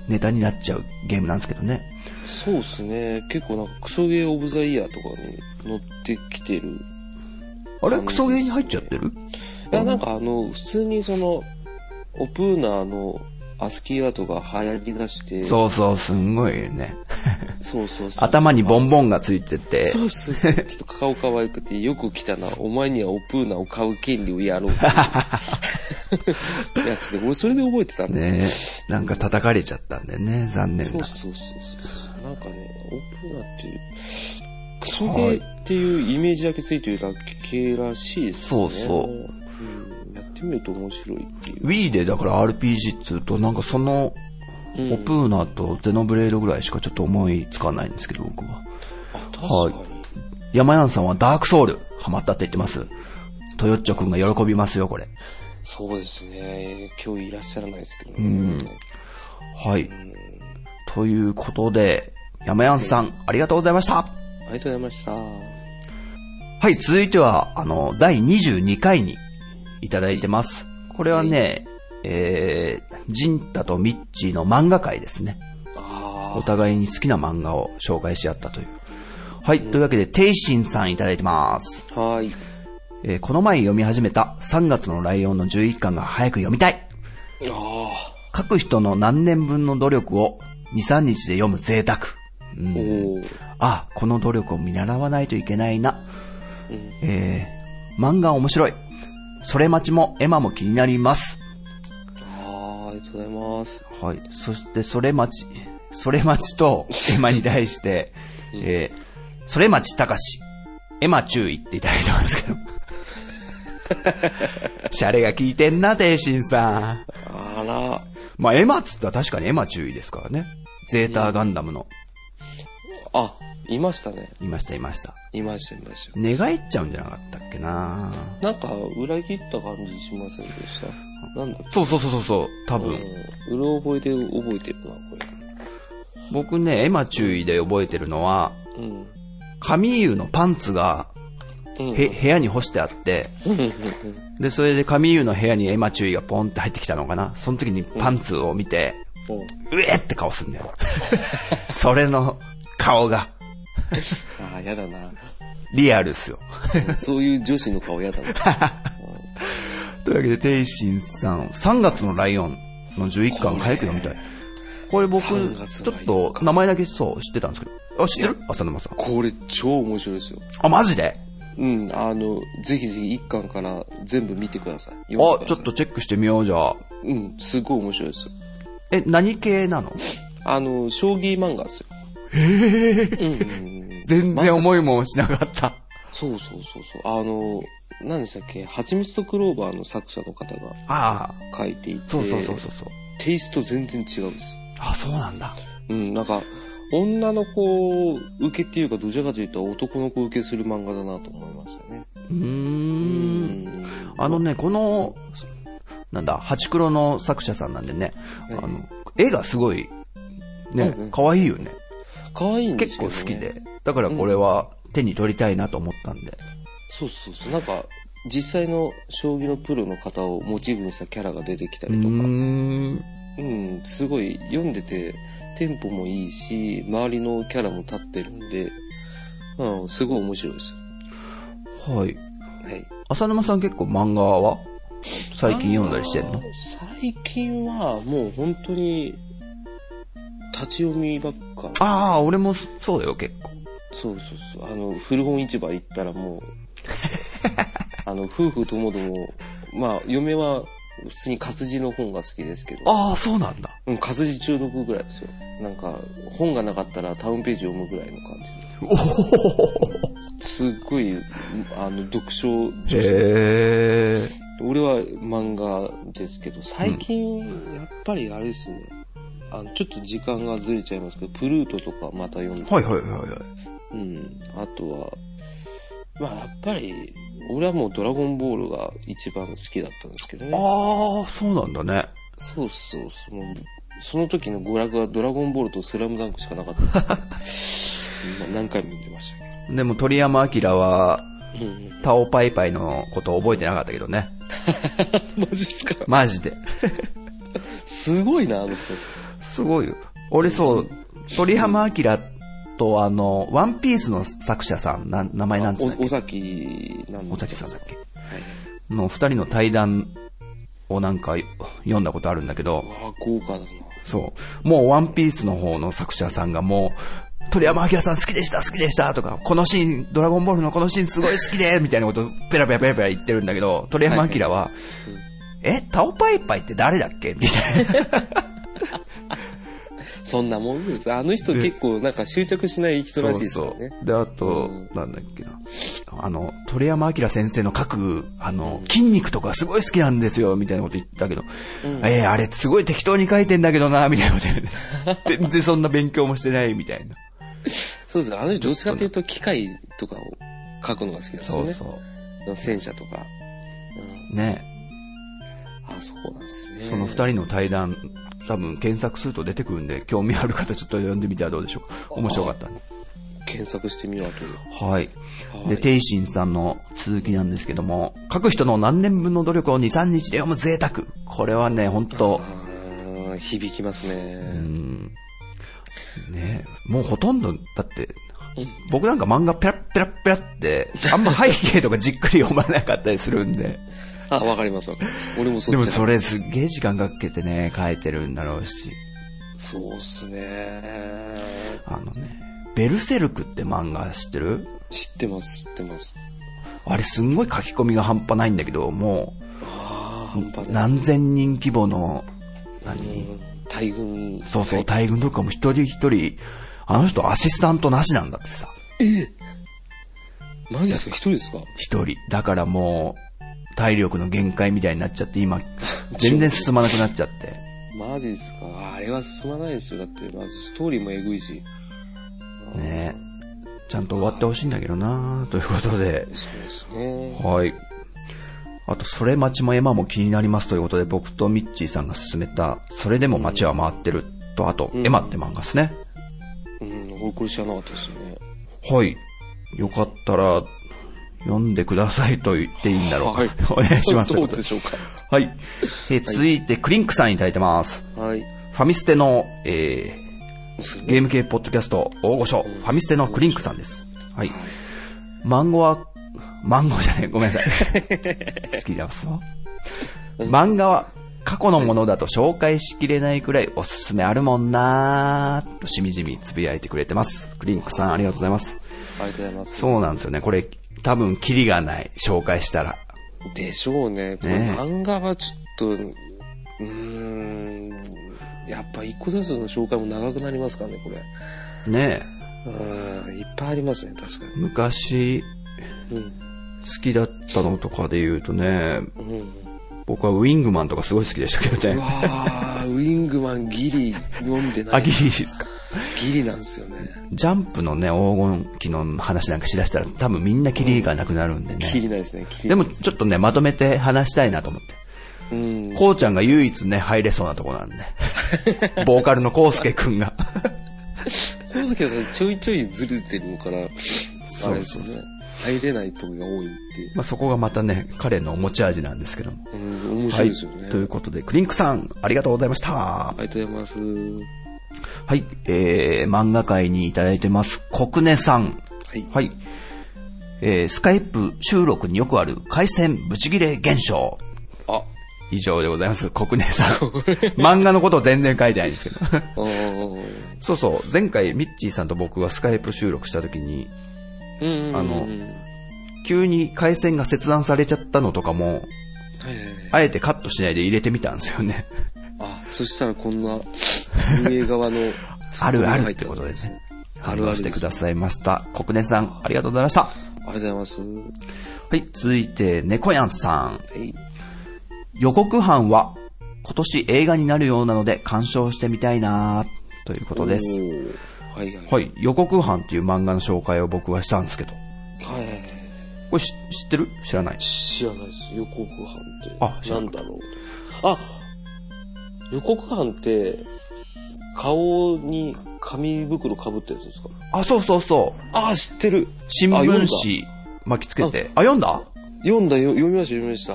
Speaker 2: ネタになっちゃうゲームなんですけどね。
Speaker 1: そうですね。結構なんかクソゲーオブザイヤーとかに乗ってきてる。
Speaker 2: あれクソゲーに入っちゃってる
Speaker 1: いや、なんかあの、普通にその、オプーナーのアスキーアートが流行り出して、う
Speaker 2: そうそう、すんごいね。
Speaker 1: そうそうそう。
Speaker 2: 頭にボンボンがついてて、
Speaker 1: そうそうそう。ちょっと顔可愛くて、よく来たな。お前にはオプーナーを買う権利をやろうって いうやつで、俺それで覚えてたんだよ
Speaker 2: ねなんか叩かれちゃったんでね、残念
Speaker 1: そう
Speaker 2: な。
Speaker 1: そうそうそう。なんかね、オープナーっていう、クソゲーっていうイメージだけついてるだけらしいですね。。
Speaker 2: そうそうん
Speaker 1: やってみると面白いっていう。
Speaker 2: Wii でだから RPG っつうと、なんかそ
Speaker 1: う
Speaker 2: の、
Speaker 1: ん
Speaker 2: オプーナとゼノブレードぐらいしかちょっと思いつかないんですけど、僕は。
Speaker 1: あ、確かに。
Speaker 2: 山山さんはダークソウル、ハマったって言ってます。トヨッチョくんが喜びますよ、これ。
Speaker 1: そうですね。今日いらっしゃらないですけどね。
Speaker 2: はい。ということで、山山さん、ありがとうございました。
Speaker 1: ありがとうございました。は
Speaker 2: はい、続いては、あの、第22回にいただいてます。これはね、えー、ジンタとミッチーの漫画界ですね。お
Speaker 1: あ
Speaker 2: 互いに好きな漫画を紹介し合ったという。はい、というわけで、テイシンさんいただいてます。
Speaker 1: あ。はーい。
Speaker 2: えーこの前読み始めた3月のライオンの11巻が早く読みたい。
Speaker 1: あ
Speaker 2: 書く人の何年分の努力を2、3日で読む贅沢。う
Speaker 1: あ。お
Speaker 2: ん、
Speaker 1: ー。
Speaker 2: あ、この努力を見習わないといけないな。えー、漫画面白い。それ待ちもエマも気になります。
Speaker 1: ああ、ありがとうございます。
Speaker 2: はい。そして、それ待ち、それ待ちとエマに対して、えー、それ待ちたかし、エマ注意っていただいてますけど。シャレが効いてんな、天心さん。
Speaker 1: あら。
Speaker 2: まあ、エマっつったら確かにエマ注意ですからね。ゼータガンダムの、
Speaker 1: あ、いましたね。
Speaker 2: いました、いました。
Speaker 1: いました、いました。
Speaker 2: 寝返っちゃうんじゃなかったっけな
Speaker 1: なんか、裏切った感じしませんでした。なんだっ
Speaker 2: そうそうそうそうそう、多分。
Speaker 1: け、うろ覚えで覚えてるな、こ
Speaker 2: 僕ね、エマ注意で覚えてるのは、
Speaker 1: れ。うん。
Speaker 2: カミーユのパンツが、
Speaker 1: うん。
Speaker 2: へ、部屋に干してあって、で、それでカミーユの部屋にエマ注意がポンって入ってきたのかな。その時にパンツを見て、
Speaker 1: うん
Speaker 2: うえって顔すんだよ。 それの顔が、
Speaker 1: ああ、やだな。
Speaker 2: リアルっすよ。
Speaker 1: そういう女子の顔やだ な。
Speaker 2: というわけで、天心さん、3月のライオンの11巻早く読みたい。これ僕、
Speaker 1: 3月
Speaker 2: ちょ
Speaker 1: のラ
Speaker 2: っ
Speaker 1: イオン
Speaker 2: と名前だけそう知ってたんですけど。あ、知ってる浅沼さん。
Speaker 1: これ超面白いですよ。
Speaker 2: あ、マジで
Speaker 1: うん、あの、ぜひぜひ一巻から全部見てください。読ん
Speaker 2: あ
Speaker 1: で、く
Speaker 2: ち
Speaker 1: だ
Speaker 2: ょ
Speaker 1: さ
Speaker 2: っ
Speaker 1: い。
Speaker 2: とチェックしてみよう、じゃあ。
Speaker 1: うん、すごい面白いですよ。
Speaker 2: え、何系なの
Speaker 1: あの、将棋漫画ですよ。へうんうんうん。
Speaker 2: 全然思いもしなかった。
Speaker 1: そうそうそうそう。あの、何でしたっけ蜂蜜とクローバーの作者の方が
Speaker 2: ああ、
Speaker 1: 書いていて、
Speaker 2: そうそうそうそうそう。
Speaker 1: テイスト全然違うんです。
Speaker 2: あ、そうなんだ。
Speaker 1: うん、なんか、女の子受けっていうか、どちらかというと男の子受けする漫画だなと思いましたね。
Speaker 2: うー。
Speaker 1: うんん。
Speaker 2: あのね、この、なんだ、ハチクロの作者さんなんでね、あの、絵がすごい、ね
Speaker 1: うんうん、
Speaker 2: 可愛いよね。
Speaker 1: 可愛いんで
Speaker 2: 結
Speaker 1: すけ
Speaker 2: 構
Speaker 1: ど、ね。
Speaker 2: 好き。で。だからこれは手に取りたいなと思ったんで。
Speaker 1: そうそうそう。なんか、実際の将棋のプロの方をモチーフにしたキャラが出てきた
Speaker 2: うー
Speaker 1: りとか、うん、
Speaker 2: ん。
Speaker 1: すごい読んでて、テンポもいいし、周りのキャラも立ってるんで、うん、すごい面白いですよ。
Speaker 2: はい。
Speaker 1: はい。
Speaker 2: 浅沼さん結構漫画は最近読んだりしてんの
Speaker 1: 最近は、もう本当に、立ち読みばっか。
Speaker 2: ああ、俺もそうだよ、結構。
Speaker 1: そうそうそう。あの、古本市場行ったらもう、あの、夫婦ともども、まあ、嫁は普通に活字の本が好きですけど、
Speaker 2: ああ、そうなんだ。
Speaker 1: うん、活字中毒ぐらいですよ。なんか、本がなかったらタウンページ読むぐらいの感
Speaker 2: お
Speaker 1: じ。すっごい、あの、読書女
Speaker 2: へ
Speaker 1: 子。
Speaker 2: え。
Speaker 1: 俺は漫画ですけど、最近、やっぱりあれですね。あの、ちょっと時間がずれちゃいますけど、プルートとかまた読んで
Speaker 2: はいはいはいはい。
Speaker 1: うん。あとは、まあやっぱり、俺はもうドラゴンボールが一番好きだったんですけどね。
Speaker 2: ああ、そうなんだね。
Speaker 1: そうそう、その、その 時の娯楽はドラゴンボールとスラムダンクしかなかったんですけどまあ何回も見てましたけ
Speaker 2: でも鳥山明は、
Speaker 1: うん。
Speaker 2: タオパイパイのこと覚えてなかったけどね。
Speaker 1: マジっすか
Speaker 2: マジで。
Speaker 1: すごいな、あの人。
Speaker 2: すごいよ。俺そう、鳥山明とあの、ワンピースの作者さん、な名前なんつうんだっ
Speaker 1: お、
Speaker 2: け
Speaker 1: お崎なん
Speaker 2: 尾崎さんだっけ
Speaker 1: はい。
Speaker 2: の二人の対談をなんか読んだことあるんだけど、
Speaker 1: わあ、豪華だな。
Speaker 2: そう。もうワンピースの方の作者さんがもう、鳥山明さん好きでした、好きでした、とか、このシーン、ドラゴンボールのこのシーンすごい好きで、みたいなことペラペラペラペラ言ってるんだけど、鳥山明は、え、タオパイパイって誰だっけみたいな。
Speaker 1: そんなもんです。あの人結構なんか執着しない人らしいですよね。
Speaker 2: で、あと、なんだっけな。あの、鳥山明先生の各、あの、筋肉とかすごい好きなんですよ、みたいなこと言ったけど、えーあれすごい適当に書いてんだけどな、みたいな こと言う全然そんな勉強もしてない、みたいな。
Speaker 1: そうです。あの人どっちかっていうと機械とかを書くのが好きなんです
Speaker 2: そ
Speaker 1: よ
Speaker 2: う
Speaker 1: ね。
Speaker 2: そう。
Speaker 1: 戦車とか。
Speaker 2: ね。
Speaker 1: うん。あ、そうなんですね。
Speaker 2: その二人の対談、多分検索すると出てくるんで、興味ある方ちょっと読んでみてはどうでしょうか。面白かったんで。
Speaker 1: 検索してみようという。
Speaker 2: はい。
Speaker 1: は
Speaker 2: で、
Speaker 1: い
Speaker 2: 天心さんの続きなんですけども、書く人の何年分の努力を2、3日で読む贅沢。これはね、本当
Speaker 1: あー響きます
Speaker 2: う
Speaker 1: ね。
Speaker 2: ん。ねもうほとんど、だって
Speaker 1: うん、
Speaker 2: 僕なんか漫画ペラッペラッペラって、あんま背景とかじっくり読まなかったりするんで。
Speaker 1: あ、わかりますわかります。俺もそっ
Speaker 2: でも
Speaker 1: ちだ
Speaker 2: それすっげえ時間かけてね、書いてるんだろうし。
Speaker 1: そうっすね。
Speaker 2: あのね、ベルセルクって漫画知ってる
Speaker 1: 知ってます、知ってます。
Speaker 2: あれすんごい書き込みが半端ないんだけど、も
Speaker 1: ああ、半端
Speaker 2: う
Speaker 1: ない。
Speaker 2: 何千人規模の、
Speaker 1: う
Speaker 2: 何
Speaker 1: ん大群。
Speaker 2: そうそう、大群とかも一人一人、あの人アシスタントなしなんだってさ、
Speaker 1: マジですか一人ですか
Speaker 2: 一人。だからもう、体力の限界みたいになっちゃっ て、今、全然進まなくなっちゃって。
Speaker 1: マジですかあれは進まないですよ。だって、まずストーリーもえぐいし。
Speaker 2: ねちゃんと終わってほしいんだけどなということで、
Speaker 1: そうですね。
Speaker 2: はい。あと、それ待ちもエマも気になりますということで、僕とミッチーさんが勧めた、それでも街は回ってると、あと、エマって漫画ですね。
Speaker 1: うん、俺これ知らなかったですよね。
Speaker 2: はい。よかったら、読んでくださいと言っていいんだろうか。
Speaker 1: はい
Speaker 2: お願いします。
Speaker 1: どうでしょうか
Speaker 2: はい。えー続いて、クリンクさんいただいてます。
Speaker 1: はい。
Speaker 2: ファミステの、えーゲーム系ポッドキャスト大御所、ファミステのクリンクさんです。はい。マンゴは、マンゴじゃない、ごめんなさい。 好きだわ。漫画は過去のものだと紹介しきれないくらいおすすめあるもんなーとしみじみつぶやいてくれてます。クリンクさんありがとうございます。
Speaker 1: ありがとうございます。
Speaker 2: そうなんですよね。これ、多分、キリがない。紹介したら。
Speaker 1: でしょうね。これ
Speaker 2: ねえ
Speaker 1: 漫画はちょっと、うーん、やっぱ一個ずつの紹介も長くなりますからね、これ。
Speaker 2: ね
Speaker 1: うん、いっぱいありますね、確か
Speaker 2: え。昔、
Speaker 1: に。
Speaker 2: 好きだったのとかで言うとね、
Speaker 1: うん。うん。
Speaker 2: 僕はウィングマンとかすごい好きでしたけど
Speaker 1: う
Speaker 2: ね。
Speaker 1: わ ー、ウィングマンギリ読んでな
Speaker 2: あ、
Speaker 1: い。
Speaker 2: ギリですか。
Speaker 1: ギリなんですよね。
Speaker 2: ジャンプのね、黄金期の話なんかしだしたら多分みんなキリがなくなるんでね。
Speaker 1: ギリないですね、ギリ
Speaker 2: で
Speaker 1: な
Speaker 2: も
Speaker 1: いす
Speaker 2: ちょっとね、まとめて話したいなと思って。
Speaker 1: うん。
Speaker 2: こうちゃんが唯一ね、入れそうなとこなんで。 ボーカルのコウスケくんが。
Speaker 1: 小月さんちょいちょいずれてるから、
Speaker 2: う
Speaker 1: あれですよね。入れない時が多いっていう。
Speaker 2: まあ、そこがまたね、彼の持ち味なんですけども。
Speaker 1: うん、面
Speaker 2: は
Speaker 1: 白い
Speaker 2: い
Speaker 1: ですよね。。
Speaker 2: ということで、クリンクさん、ありがとうございました。
Speaker 1: ありがとうございます。は
Speaker 2: はい、えー、漫画界にいただいてます、国根さん。
Speaker 1: い。
Speaker 2: はい。えー、スカイプ収録によくある回線ブチギレ現象。
Speaker 1: あ、
Speaker 2: 以上でございます、国根さん。漫画のこと全然書いてないんですけど。
Speaker 1: あー
Speaker 2: そうそう、前回ミッチーさんと僕がスカイプ収録した時に、
Speaker 1: うんうんうん。
Speaker 2: あの
Speaker 1: はいはい
Speaker 2: 急に回線が切断されちゃったのとかも、
Speaker 1: はい
Speaker 2: あえてカットしないで入れてみたんですよね。
Speaker 1: あ、そしたらこんな、運営側の、
Speaker 2: あるあるってことですね。
Speaker 1: あるあるです
Speaker 2: 反応してくださいました。国根さん、ありがとうございました。は、
Speaker 1: ありがとうございます。はい
Speaker 2: 続いて、猫やんさん。
Speaker 1: い。
Speaker 2: 予告班は、今年映画になるようなので、鑑賞してみたいなということです
Speaker 1: お。ー。はいはい。
Speaker 2: はい、予告班っていう漫画の紹介を僕はしたんですけど。
Speaker 1: はいはいはい。
Speaker 2: これ知知ってる知らない。
Speaker 1: 知らないです。予告班って。
Speaker 2: あ知ら
Speaker 1: な
Speaker 2: なん
Speaker 1: だろう。あ、予告班って、顔に紙袋かぶったやつですか
Speaker 2: あ、そうそうそう。
Speaker 1: ああ、知ってる。
Speaker 2: 新
Speaker 1: あ
Speaker 2: 聞
Speaker 1: 読んだ
Speaker 2: 紙巻きつけて。あ、読んだ
Speaker 1: 読んだよ、読みました、読みました。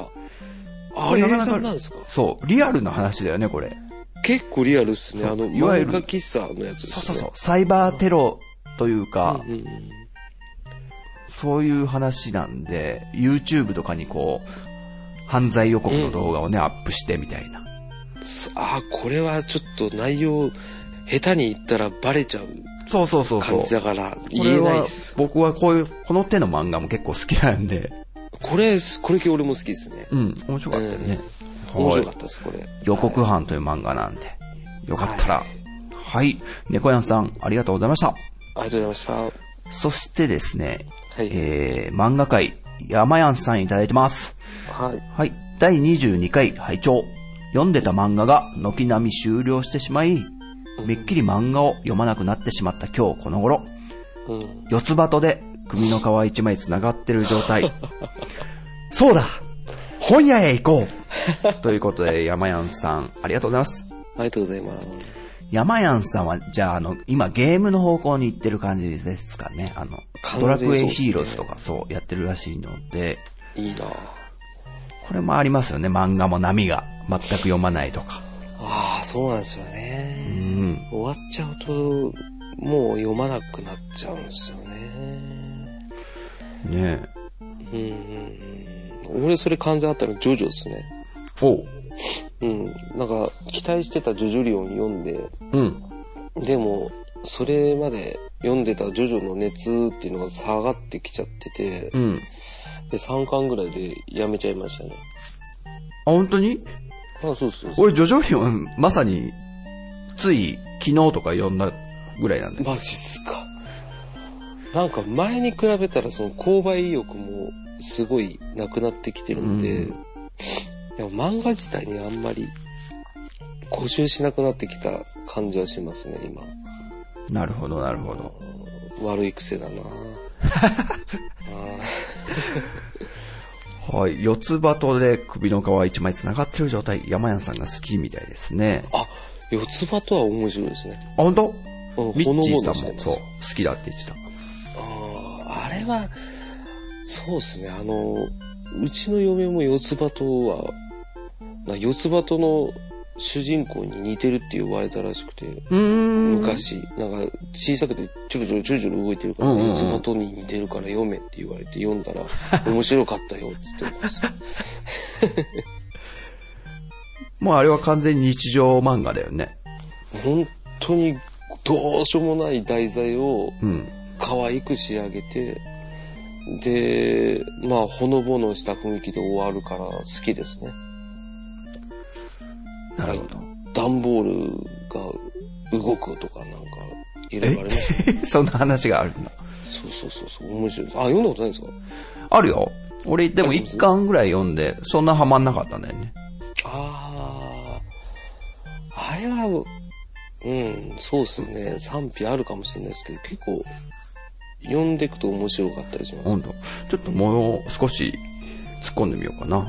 Speaker 1: あ
Speaker 2: これ
Speaker 1: れ、
Speaker 2: な
Speaker 1: なかな
Speaker 2: かなか
Speaker 1: かなんですか
Speaker 2: そう。リアルな話だよね、これ。
Speaker 1: 結構リアルっすね。あの、
Speaker 2: いわゆる
Speaker 1: 漫画喫茶のやつです、ね。
Speaker 2: そうそうそう。サイバーテロというか、
Speaker 1: うんうん
Speaker 2: そういう話なんで、YouTube とかにこう、犯罪予告の動画をね、アップしてみたいな。
Speaker 1: ああ、これはちょっと内容、下手に言ったらバレちゃう
Speaker 2: そうそうそうそう。
Speaker 1: 感じだから、
Speaker 2: これ
Speaker 1: 言えない
Speaker 2: は
Speaker 1: です。
Speaker 2: 僕はこういう、この手の漫画も結構好きなんで、
Speaker 1: これ、これ系俺も好きですね。
Speaker 2: うん、面白かったよね。
Speaker 1: 面白か
Speaker 2: は
Speaker 1: っ
Speaker 2: い
Speaker 1: たです、これ。
Speaker 2: 予告犯という漫画なんで、よかったら。はい。猫、やんさん、ありがとうございました。
Speaker 1: ありがとうございまし
Speaker 2: そしてですね、
Speaker 1: はい
Speaker 2: えー、漫画界、山やんさんいただいてます。
Speaker 1: た。はい。
Speaker 2: はい。第22回拝聴読んでた漫画が軒並み終了してしまい、めっきり漫画を読まなくなってしまった今日この頃、
Speaker 1: うん。
Speaker 2: 四つ鳩で首の皮一枚繋がってる状態。 そうだ本屋へ行こうということで、山やんさん、ありがとうございます。
Speaker 1: ありがとうございます。
Speaker 2: 山やんさんは、じゃあ、あの、今ゲームの方向に行ってる感じですかね。あの、ドラ
Speaker 1: 完全
Speaker 2: ク
Speaker 1: にそうで
Speaker 2: エ
Speaker 1: すね
Speaker 2: ヒーローズとかそうやってるらしいので、
Speaker 1: いいなぁ
Speaker 2: これもありますよね。漫画も波が全く読まないとか。
Speaker 1: ああ、そうなんですよ
Speaker 2: う
Speaker 1: ね。
Speaker 2: ん。
Speaker 1: 終わっちゃうと、もう読まなくなっちゃうんですよね。
Speaker 2: ねえ。
Speaker 1: うんうんうん。俺、それ完全あったの、ジョジョですね。
Speaker 2: おう。
Speaker 1: うん。なんか、期待してたジョジョリオン読んで、
Speaker 2: うん。
Speaker 1: でも、それまで読んでたジョジョの熱っていうのが下がってきちゃってて、
Speaker 2: うん。
Speaker 1: で、3巻ぐらいでやめちゃいましたね。
Speaker 2: あ、本当に
Speaker 1: あ、そうそうそう。
Speaker 2: 俺、ジョジョリオン、まさに、つい、昨日とか読んだぐらいなんだよ。
Speaker 1: マジっすか。なんか前に比べたらその購買意欲もすごいなくなってきてるんで、
Speaker 2: うん
Speaker 1: でも漫画自体にあんまり固執しなくなってきた感じはしますね、今。
Speaker 2: なるほど、なるほど。
Speaker 1: 悪い癖だなあ
Speaker 2: はい。四つ葉とで首の皮一枚繋がってる状態、山屋さんが好きみたいですね。
Speaker 1: ーあ、四つ葉とは面白いですね。
Speaker 2: あ、本当？
Speaker 1: うん
Speaker 2: ミッチー
Speaker 1: ほのぼのし
Speaker 2: さん
Speaker 1: てます
Speaker 2: も、そう、好きだって言ってた。
Speaker 1: あーあれは、そうですね、あの、うちの嫁も四つ葉とは、な四つ葉との主人公に似てるって言われたらしくて、
Speaker 2: うーん。。
Speaker 1: 昔、なんか小さくてちょろちょろちょろちょろ動いてるから、
Speaker 2: うんうんうん
Speaker 1: 四つ葉とに似てるから読めって言われて読んだら、 面白かったよって言ってます。
Speaker 2: もうあれは完全に日常漫画だよね。
Speaker 1: 本当にどうしようもない題材を
Speaker 2: うん。
Speaker 1: 可愛く仕上げて、で、まあ、ほのぼのした雰囲気で終わるから好きですね。
Speaker 2: なるほど。
Speaker 1: 段ボールが動くとかなんか、いろいろありますね。
Speaker 2: そんな話があるんだ。
Speaker 1: そうそうそうそう、面白いです。あ、読んだことないんですか
Speaker 2: あるよ。俺、でも一巻ぐらい読んで、そんなハマんなかったんだよね。
Speaker 1: ああ、あれは、うん、そうっすね。賛否あるかもしれないですけど、結構、読んでいくと面白かったりします。
Speaker 2: ほんと。ちょっともう少し突っ込んでみようかな。
Speaker 1: は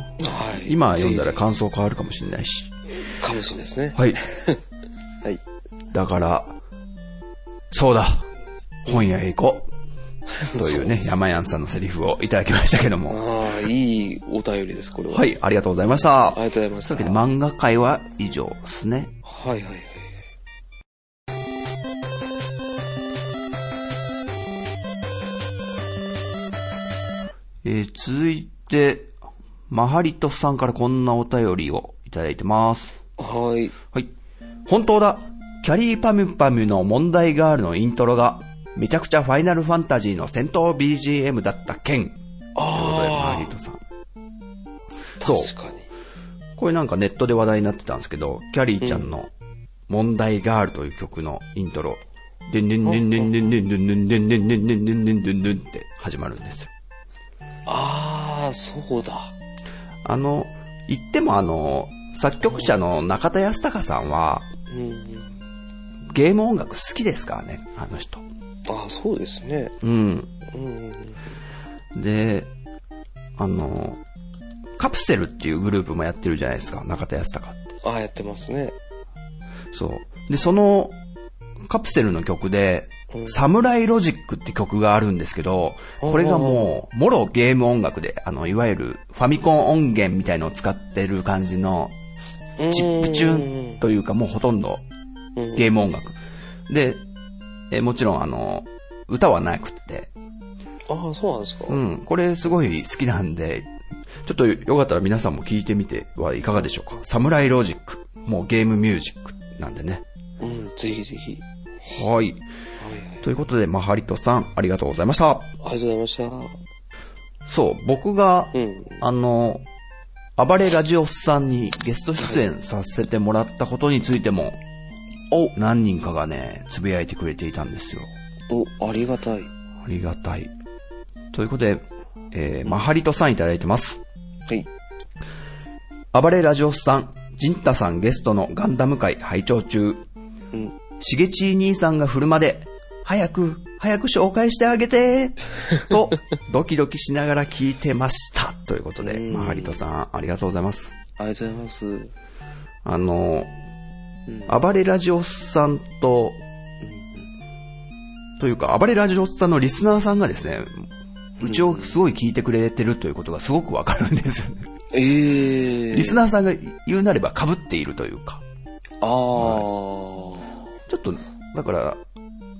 Speaker 1: い。
Speaker 2: 今読んだら
Speaker 1: ぜ
Speaker 2: 感想変わるかもしれないし。
Speaker 1: ひかもしれないですね。
Speaker 2: はい。
Speaker 1: はい。
Speaker 2: だから、そうだ本屋へ行こうというね、山やんさんのセリフをいただきましたけども。
Speaker 1: ああ、いいお便りです、これは。
Speaker 2: はい、ありがとうございました。
Speaker 1: ありがとうございま
Speaker 2: と
Speaker 1: す。
Speaker 2: いうわけで
Speaker 1: は
Speaker 2: 漫画界は以上ですね。
Speaker 1: いはいはい。
Speaker 2: えー続いて、マハリトさんからこんなお便りをいただいてます。
Speaker 1: はい。
Speaker 2: はい。本当だキャリーパムパムの問題ガールのイントロが、めちゃくちゃファイナルファンタジーの戦闘 BGM だった件。ということで、マハ
Speaker 1: あ
Speaker 2: リトさん。
Speaker 1: あ、
Speaker 2: そう。
Speaker 1: 確かに。
Speaker 2: これなんかネットで話題になってたんですけど、キャリーちゃんの問題ガールという曲のイントロ。でんでんでんでんでんでんでんでんでんでんでんでんでんでんでんでんって始まるんですよ。
Speaker 1: ああ、そうだ。
Speaker 2: あの、言ってもあの、作曲者の中田康隆さんは、
Speaker 1: うん。
Speaker 2: ゲーム音楽好きですからね、あの人。
Speaker 1: ああ、そうですね。
Speaker 2: うん。
Speaker 1: うんうん。
Speaker 2: で、あの、カプセルっていうグループもやってるじゃないですか、中田康隆って。
Speaker 1: ああ、やってますね。
Speaker 2: そう。で、そのカプセルの曲で、サムライロジックって曲があるんですけど、これがもう、もろゲーム音楽で、あの、いわゆるファミコン音源みたいのを使ってる感じの、チップチューンというかもうほとんどゲーム音楽。で、えもちろんあの、歌はなくって、
Speaker 1: ああ、そうなんですか。
Speaker 2: うん、これすごい好きなんで、ちょっとよかったら皆さんも聞いてみてはいかがでしょうか。サムライロジック。もうゲームミュージックなんでね。
Speaker 1: うん、ぜひぜひ。
Speaker 2: はい。ということで、マハリトさん、ありがとうございました。
Speaker 1: ありがとうございました。
Speaker 2: そう、僕が、
Speaker 1: うん。
Speaker 2: あの、暴れラジオスさんにゲスト出演させてもらったことについても、
Speaker 1: お
Speaker 2: 何人かがね、つぶやいてくれていたんですよ。
Speaker 1: お、ありがたい。
Speaker 2: ありがたい。ということで、えー、マハリトさんいただいてます。
Speaker 1: はい。
Speaker 2: 暴れラジオスさん、ジンタさんゲストのガンダム会拝聴中。
Speaker 1: うん。
Speaker 2: しげちー兄さんが振るまで、早く、早く紹介してあげてと、ドキドキしながら聞いてました。ということで、
Speaker 1: うん
Speaker 2: マハリトさん、ありがとうございます。
Speaker 1: ありがとうございます。
Speaker 2: あの
Speaker 1: うん、
Speaker 2: 暴れラジオスさんと、というか、暴れラジオスさんのリスナーさんがですね、うちをすごい聞いてくれてるということがすごくわかるんですよね。
Speaker 1: ええ
Speaker 2: リスナーさんが言うなれば被っているというか。
Speaker 1: ああ。
Speaker 2: ちょっと、だから、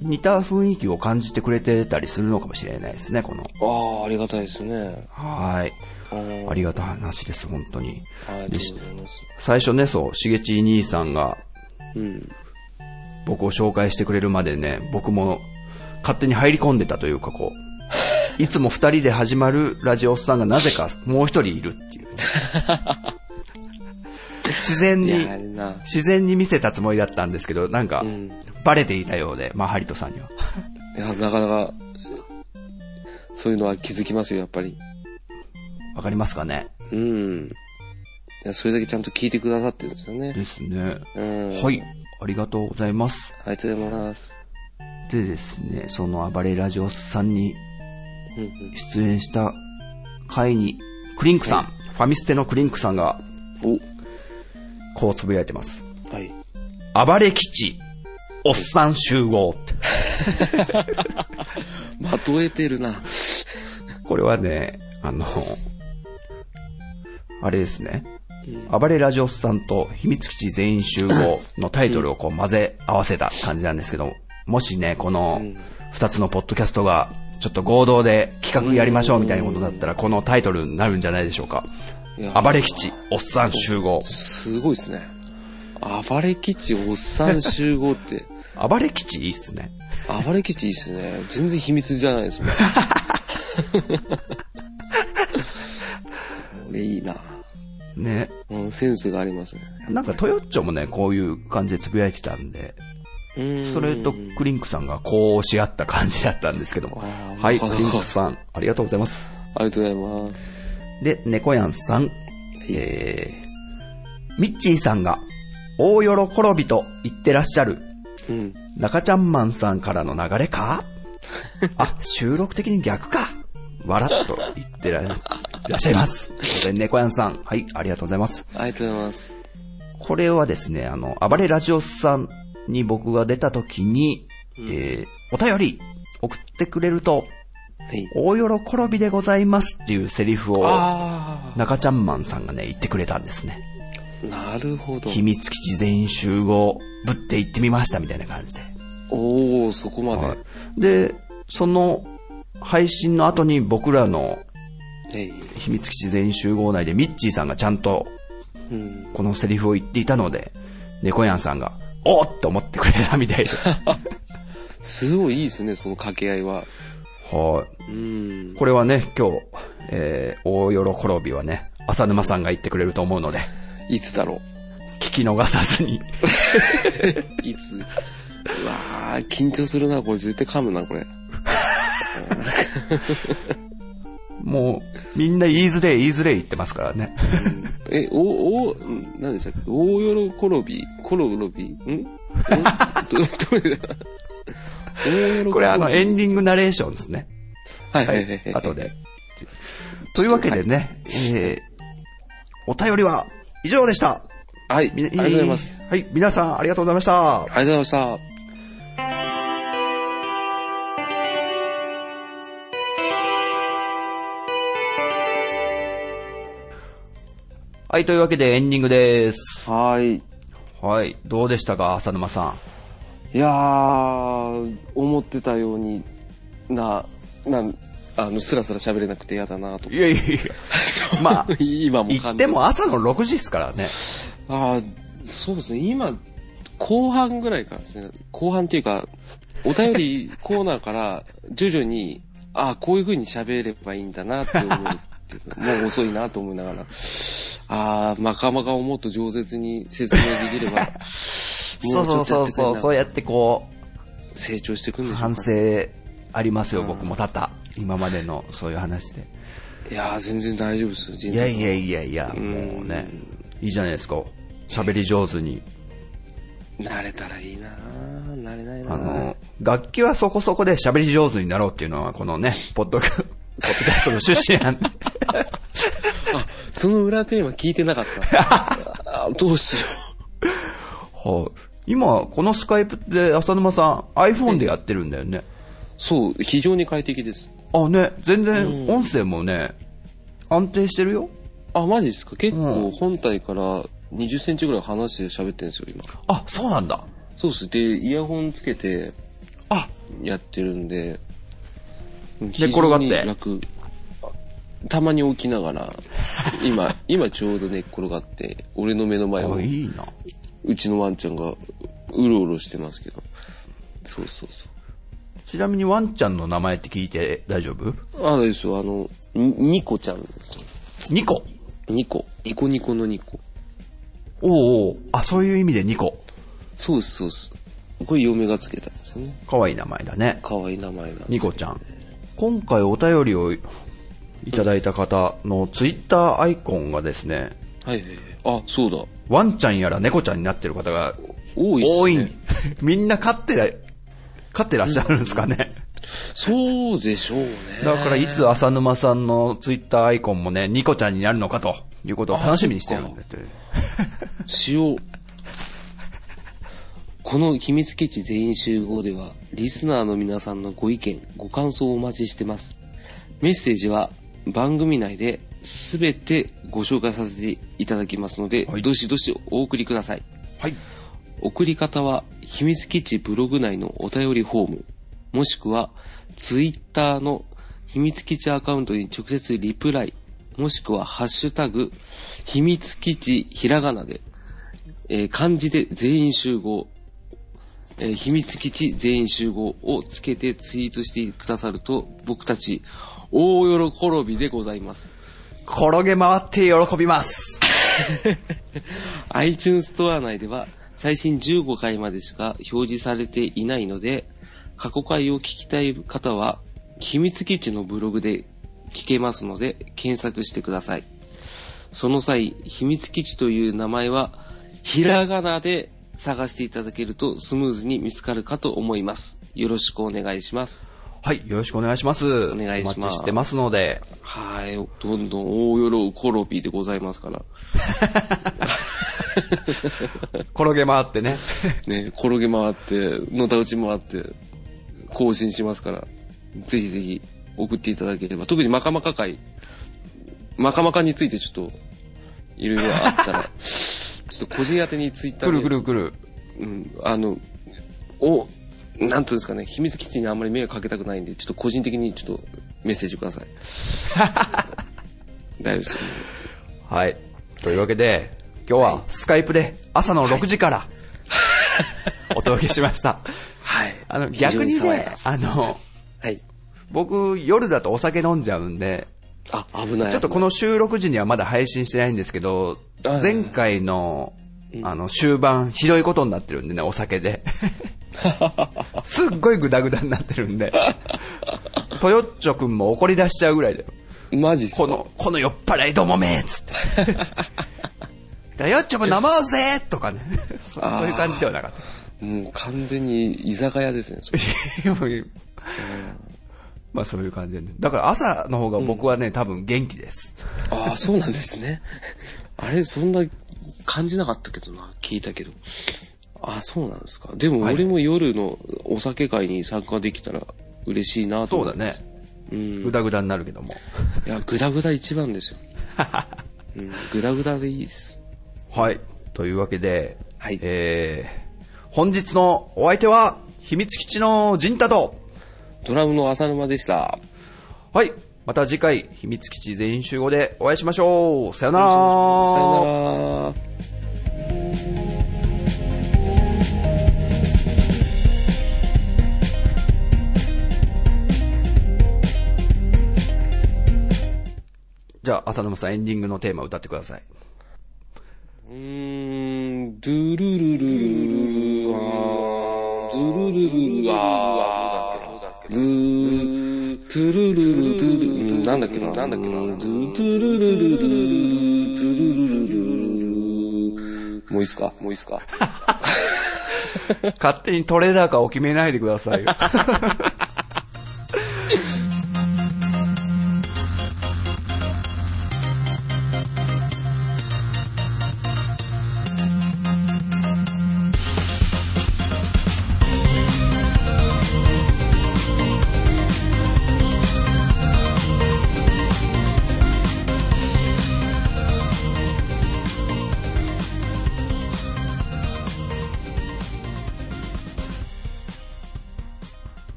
Speaker 2: 似た雰囲気を感じてくれてたりするのかもしれないですね、この。
Speaker 1: ああ、ありがたいですね。
Speaker 2: はい。
Speaker 1: あー
Speaker 2: ありがたい話です、本当に。
Speaker 1: ありがとうございます。
Speaker 2: 最初ね、そう、しげち兄さんが
Speaker 1: うん。
Speaker 2: 僕を紹介してくれるまでね、僕も勝手に入り込んでたというか、こう、いつも二人で始まるラジオさんがなぜかもう一人いるっていう。自然
Speaker 1: い
Speaker 2: に、
Speaker 1: や、あれな。
Speaker 2: 自然に見せたつもりだったんですけど、なんか
Speaker 1: うん、
Speaker 2: バレていたようで、まあ、ハリトさんには。
Speaker 1: いや、なかなか、そういうのは気づきますよ、やっぱり。
Speaker 2: わかりますかね
Speaker 1: うん。いや、それだけちゃんと聞いてくださってるんですよね。
Speaker 2: ですね。
Speaker 1: うん。
Speaker 2: はい。ありがとうございます。
Speaker 1: ありがとうございます。
Speaker 2: でですね、その暴れラジオさんに
Speaker 1: うんうん
Speaker 2: 出演した回に、クリンクさん、ファミステのクリンクさんが、こうつぶやいてます。
Speaker 1: お、はい。
Speaker 2: 暴れ基地、おっさん集合って。
Speaker 1: まとえてるな。
Speaker 2: これはね、あの、あれですね。暴れラジオスさんと秘密基地全員集合のタイトルをこう混ぜ合わせた感じなんですけども、もしね、この二つのポッドキャストがちょっと合同で企画やりましょうみたいなことだったら、このタイトルになるんじゃないでしょうか。
Speaker 1: いや
Speaker 2: 暴れ基地、おっさん集合。
Speaker 1: すごいですね。暴れ基地おっさん集合っ て、
Speaker 2: 暴れ基地いいっすね。
Speaker 1: 暴れ基地いいっすね。全然秘密じゃない ですもん。これいいな。
Speaker 2: ね。
Speaker 1: うん、センスがありますね。
Speaker 2: なんかトヨッチョもね、こういう感じでつぶやいてたんで、
Speaker 1: うん。
Speaker 2: それとクリンクさんがこうし合った感じだったんですけども。
Speaker 1: あー
Speaker 2: はい、クリンクさん、ありがとうございます。
Speaker 1: ありがとうございます。
Speaker 2: で、猫やんさん、えー、ミッチーさんが、大喜びと言ってらっしゃる、
Speaker 1: うん。
Speaker 2: 中ちゃんマンさんからの流れかあ、収録的に逆か。わらっと言ってらいらっしゃいます。ということで猫やんさん、はい、ありがとうございます。
Speaker 1: ありがとうございます。
Speaker 2: これはですね、あの、暴れラジオさんに僕が出た時に、えー、お便り送ってくれる
Speaker 1: は
Speaker 2: と、
Speaker 1: い。
Speaker 2: 大喜びでございますっていうセリフを、
Speaker 1: あ
Speaker 2: 中ちゃんマンさんがね、言ってくれたんですね。
Speaker 1: あ、なるほど。
Speaker 2: 秘密基地全員集合、ぶって行ってみましたみたいな感じで。
Speaker 1: おおそこまで。は
Speaker 2: で、その配信の後に僕らの
Speaker 1: い。
Speaker 2: 秘密基地全員集合内でミッチーさんがちゃんと
Speaker 1: うん。
Speaker 2: このセリフを言っていたので、猫やんさんが、おーって思ってくれたみたいで。
Speaker 1: すごいいいですね、その掛け合いは。
Speaker 2: はい。
Speaker 1: うん。
Speaker 2: これはね、今日、えー、大喜びはね、浅沼さんが言ってくれると思うので、
Speaker 1: いつだろ
Speaker 2: 聞き逃さずに。
Speaker 1: う。いつ。うわー、緊張するな、これ絶対噛むな、これ。
Speaker 2: もう、みんな言いづれ、言いづれ言ってますからね。
Speaker 1: え、お、お、ん何でしたっけ大喜びコロロビんんど、どれだ大喜び
Speaker 2: これあの、エンディングナレーションですね。
Speaker 1: はいは
Speaker 2: はい
Speaker 1: はいは
Speaker 2: い、
Speaker 1: い。
Speaker 2: 後で。というわけでね、えー、お便りは以上でした。
Speaker 1: はい、あり
Speaker 2: み
Speaker 1: がとうございます。。
Speaker 2: はい、皆さんありがとうございました。
Speaker 1: ありがとうございました。
Speaker 2: はい、というわけでエンディングです。
Speaker 1: はい。い
Speaker 2: はい、どうでしたか、浅沼さん。
Speaker 1: やー、思ってたようにな、なん、あの、スラスラ喋れなくて嫌だなと。
Speaker 2: いやいやいや、まあ
Speaker 1: 今も
Speaker 2: 言
Speaker 1: 感
Speaker 2: っ
Speaker 1: じ
Speaker 2: ても朝の6時ですからね。
Speaker 1: ああ、そうですね。今、後半ぐらいからですね。後半っていうか、お便りコーナーから徐々に、ああ、こういう風に喋ればいいんだなって思ってた、 もう遅いなと思いながら、ああ、まかまかをもっと饒舌に説明できれ ば、
Speaker 2: そうそうそうそう、そう
Speaker 1: う
Speaker 2: やってこ
Speaker 1: 成長していくん
Speaker 2: う、
Speaker 1: でしょうか
Speaker 2: 反省ありますよ、僕も多々。今までのそういう話で。
Speaker 1: いやー、全然大丈夫ですよ、人
Speaker 2: いやいやいやいや、もうね、いいじゃないですか。喋り上手に。
Speaker 1: 慣れたらいいなー慣れないな
Speaker 2: あ
Speaker 1: ー
Speaker 2: の、楽器はそこそこで喋り上手になろうっていうのは、このね、 ポッドキャポッドキャストの趣旨なん で。
Speaker 1: その裏テーマ聞いてなか った。あーどうしよ
Speaker 2: はい。今、このスカイプで浅沼さん iPhone でやってるんだよね。
Speaker 1: う。そう、非常に快適です。
Speaker 2: あ、ね、全然音声もね、安定してるよ。
Speaker 1: あ、マジですか結構本体から20センチぐらい離して喋ってるんですよ、今。
Speaker 2: あ、そうなんだ。
Speaker 1: そうっす。で、イヤホンつけて
Speaker 2: あ、
Speaker 1: やってるんで、
Speaker 2: で転がって
Speaker 1: 非常に楽。たまに起きながら、今、今ちょうど寝っ転がって、俺の目の前を
Speaker 2: あ、いいな。
Speaker 1: うちのワンちゃんがうろうろしてますけど。そうそうそ
Speaker 2: ちなみにワンちゃんの名前って聞いて大丈夫
Speaker 1: う。あ、あれですよ、あの、にニコちゃんです。
Speaker 2: ニコ。
Speaker 1: ニコ。ニコニコのニコ。
Speaker 2: おうおうあ、そういう意味でニコ。
Speaker 1: そうです、そうです。これ嫁がつけたんですよね。
Speaker 2: かわいい名前だね。
Speaker 1: 可愛い名前なんです
Speaker 2: ニコちゃん。今回お便りをいただいた方のツイッターアイコンがですね、
Speaker 1: はいはいはい。あ、そうだ。
Speaker 2: ワンちゃんやら猫ちゃんになってる方が
Speaker 1: 多いっすね。
Speaker 2: 多いん、 みんな飼ってら、飼ってらっしゃるんですかね。
Speaker 1: そうでしょうね。
Speaker 2: だからいつ浅沼さんのツイッターアイコンもね、ニコちゃんになるのかということを楽しみにしてるんで。
Speaker 1: しよう。この秘密基地全員集合では、リスナーの皆さんのご意見、ご感想をお待ちしてます。メッセージは番組内で全てご紹介させていただきますので、
Speaker 2: はい
Speaker 1: どしどしお送りください。
Speaker 2: はい。
Speaker 1: 送り方は、秘密基地ブログ内のお便りフォーム、もしくは、ツイッターの秘密基地アカウントに直接リプライ、もしくは、ハッシュタグ、秘密基地ひらがなで、えー漢字で全員集合、えー秘密基地全員集合をつけてツイートしてくださると、僕たち、大喜びでございます。
Speaker 2: 転げ回って喜びます。
Speaker 1: iTunes ストア内では最新15回までしか表示されていないので、過去回を聞きたい方は、秘密基地のブログで聞けますので、検索してください。その際、秘密基地という名前は、ひらがなで探していただけるとスムーズに見つかるかと思います。よろしくお願いします。
Speaker 2: はい、よろしくお願いします。
Speaker 1: お願いします
Speaker 2: お待ちしてますので。
Speaker 1: はい、どんどん大喜びでございますから。
Speaker 2: 転げ回っ てね。
Speaker 1: ね、転げ回って、のたうち回って、更新しますから、ぜひぜひ送っていただければ、特にマカマカ会、マカマカについてちょっと、いろいろあった ら、ちょっと個人宛てにツイッター
Speaker 2: く
Speaker 1: で、
Speaker 2: るくるくる。
Speaker 1: うん、あの、お、なんていうんですかね、秘密基地にあんまり迷惑かけたくないんで、ちょっと個人的にちょっとメッセージくだ さい。大丈夫ですよ。
Speaker 2: はい。というわけで、今日はスカイプで朝の6時から、 お届けしました。
Speaker 1: はい。
Speaker 2: あの、
Speaker 1: 非常
Speaker 2: 逆に
Speaker 1: 爽や
Speaker 2: ね
Speaker 1: か、
Speaker 2: あの、
Speaker 1: はい。
Speaker 2: 僕、夜だとお酒飲んじゃうんで、
Speaker 1: あ、危ない。
Speaker 2: ちょっとこの収録時にはまだ配信してないんですけど、
Speaker 1: はい
Speaker 2: 前回の、あの、終盤、ひどいことになってるんでね、お 酒で。すっごいグダグダになってる んで。トヨッチョくんも怒り出しちゃうぐらいだよ。
Speaker 1: マジっすか
Speaker 2: この、この酔っ払いどもめつって。 トヨッチョも飲もうぜとかね。そそういう感じではなかった。
Speaker 1: もう完全に居酒屋ですね。それ
Speaker 2: まあそういう感じでね。だから朝の方が僕はね、多分元気です。
Speaker 1: ああ、そうなんですね。 あれ、そんな感じなかったけどな、聞いたけど。ああ、そうなんですか。でも
Speaker 2: はい
Speaker 1: 俺も夜のお酒会に参加できたら嬉しいなと
Speaker 2: そ
Speaker 1: 思
Speaker 2: うだ
Speaker 1: いま
Speaker 2: ね
Speaker 1: す。。うん。
Speaker 2: ぐだぐだになるけども。
Speaker 1: いや、ぐだぐだ一番ですよ。うん、グダグダでいいです。
Speaker 2: はい。というわけで、
Speaker 1: はい
Speaker 2: えー、本日のお相手は、秘密基地の陣太と、
Speaker 1: ドラムの浅沼でした。
Speaker 2: はい。また次回、秘密基地全員集合でお会いしましょう。さよなら。
Speaker 1: さよなら。
Speaker 2: じゃあ、浅沼さんエンディングのテーマ歌ってください。
Speaker 1: うーん、ドゥルルルルルルあー、ドゥルルルルルあー、ルー、トゥルルルルドゥル、うんなんだっけな、なんだっけな、ドゥトゥルルルルルルル、トゥルルルルルルもういいっすかもういいっすか
Speaker 2: 勝手にトレーダーかを決めないでくださいよ。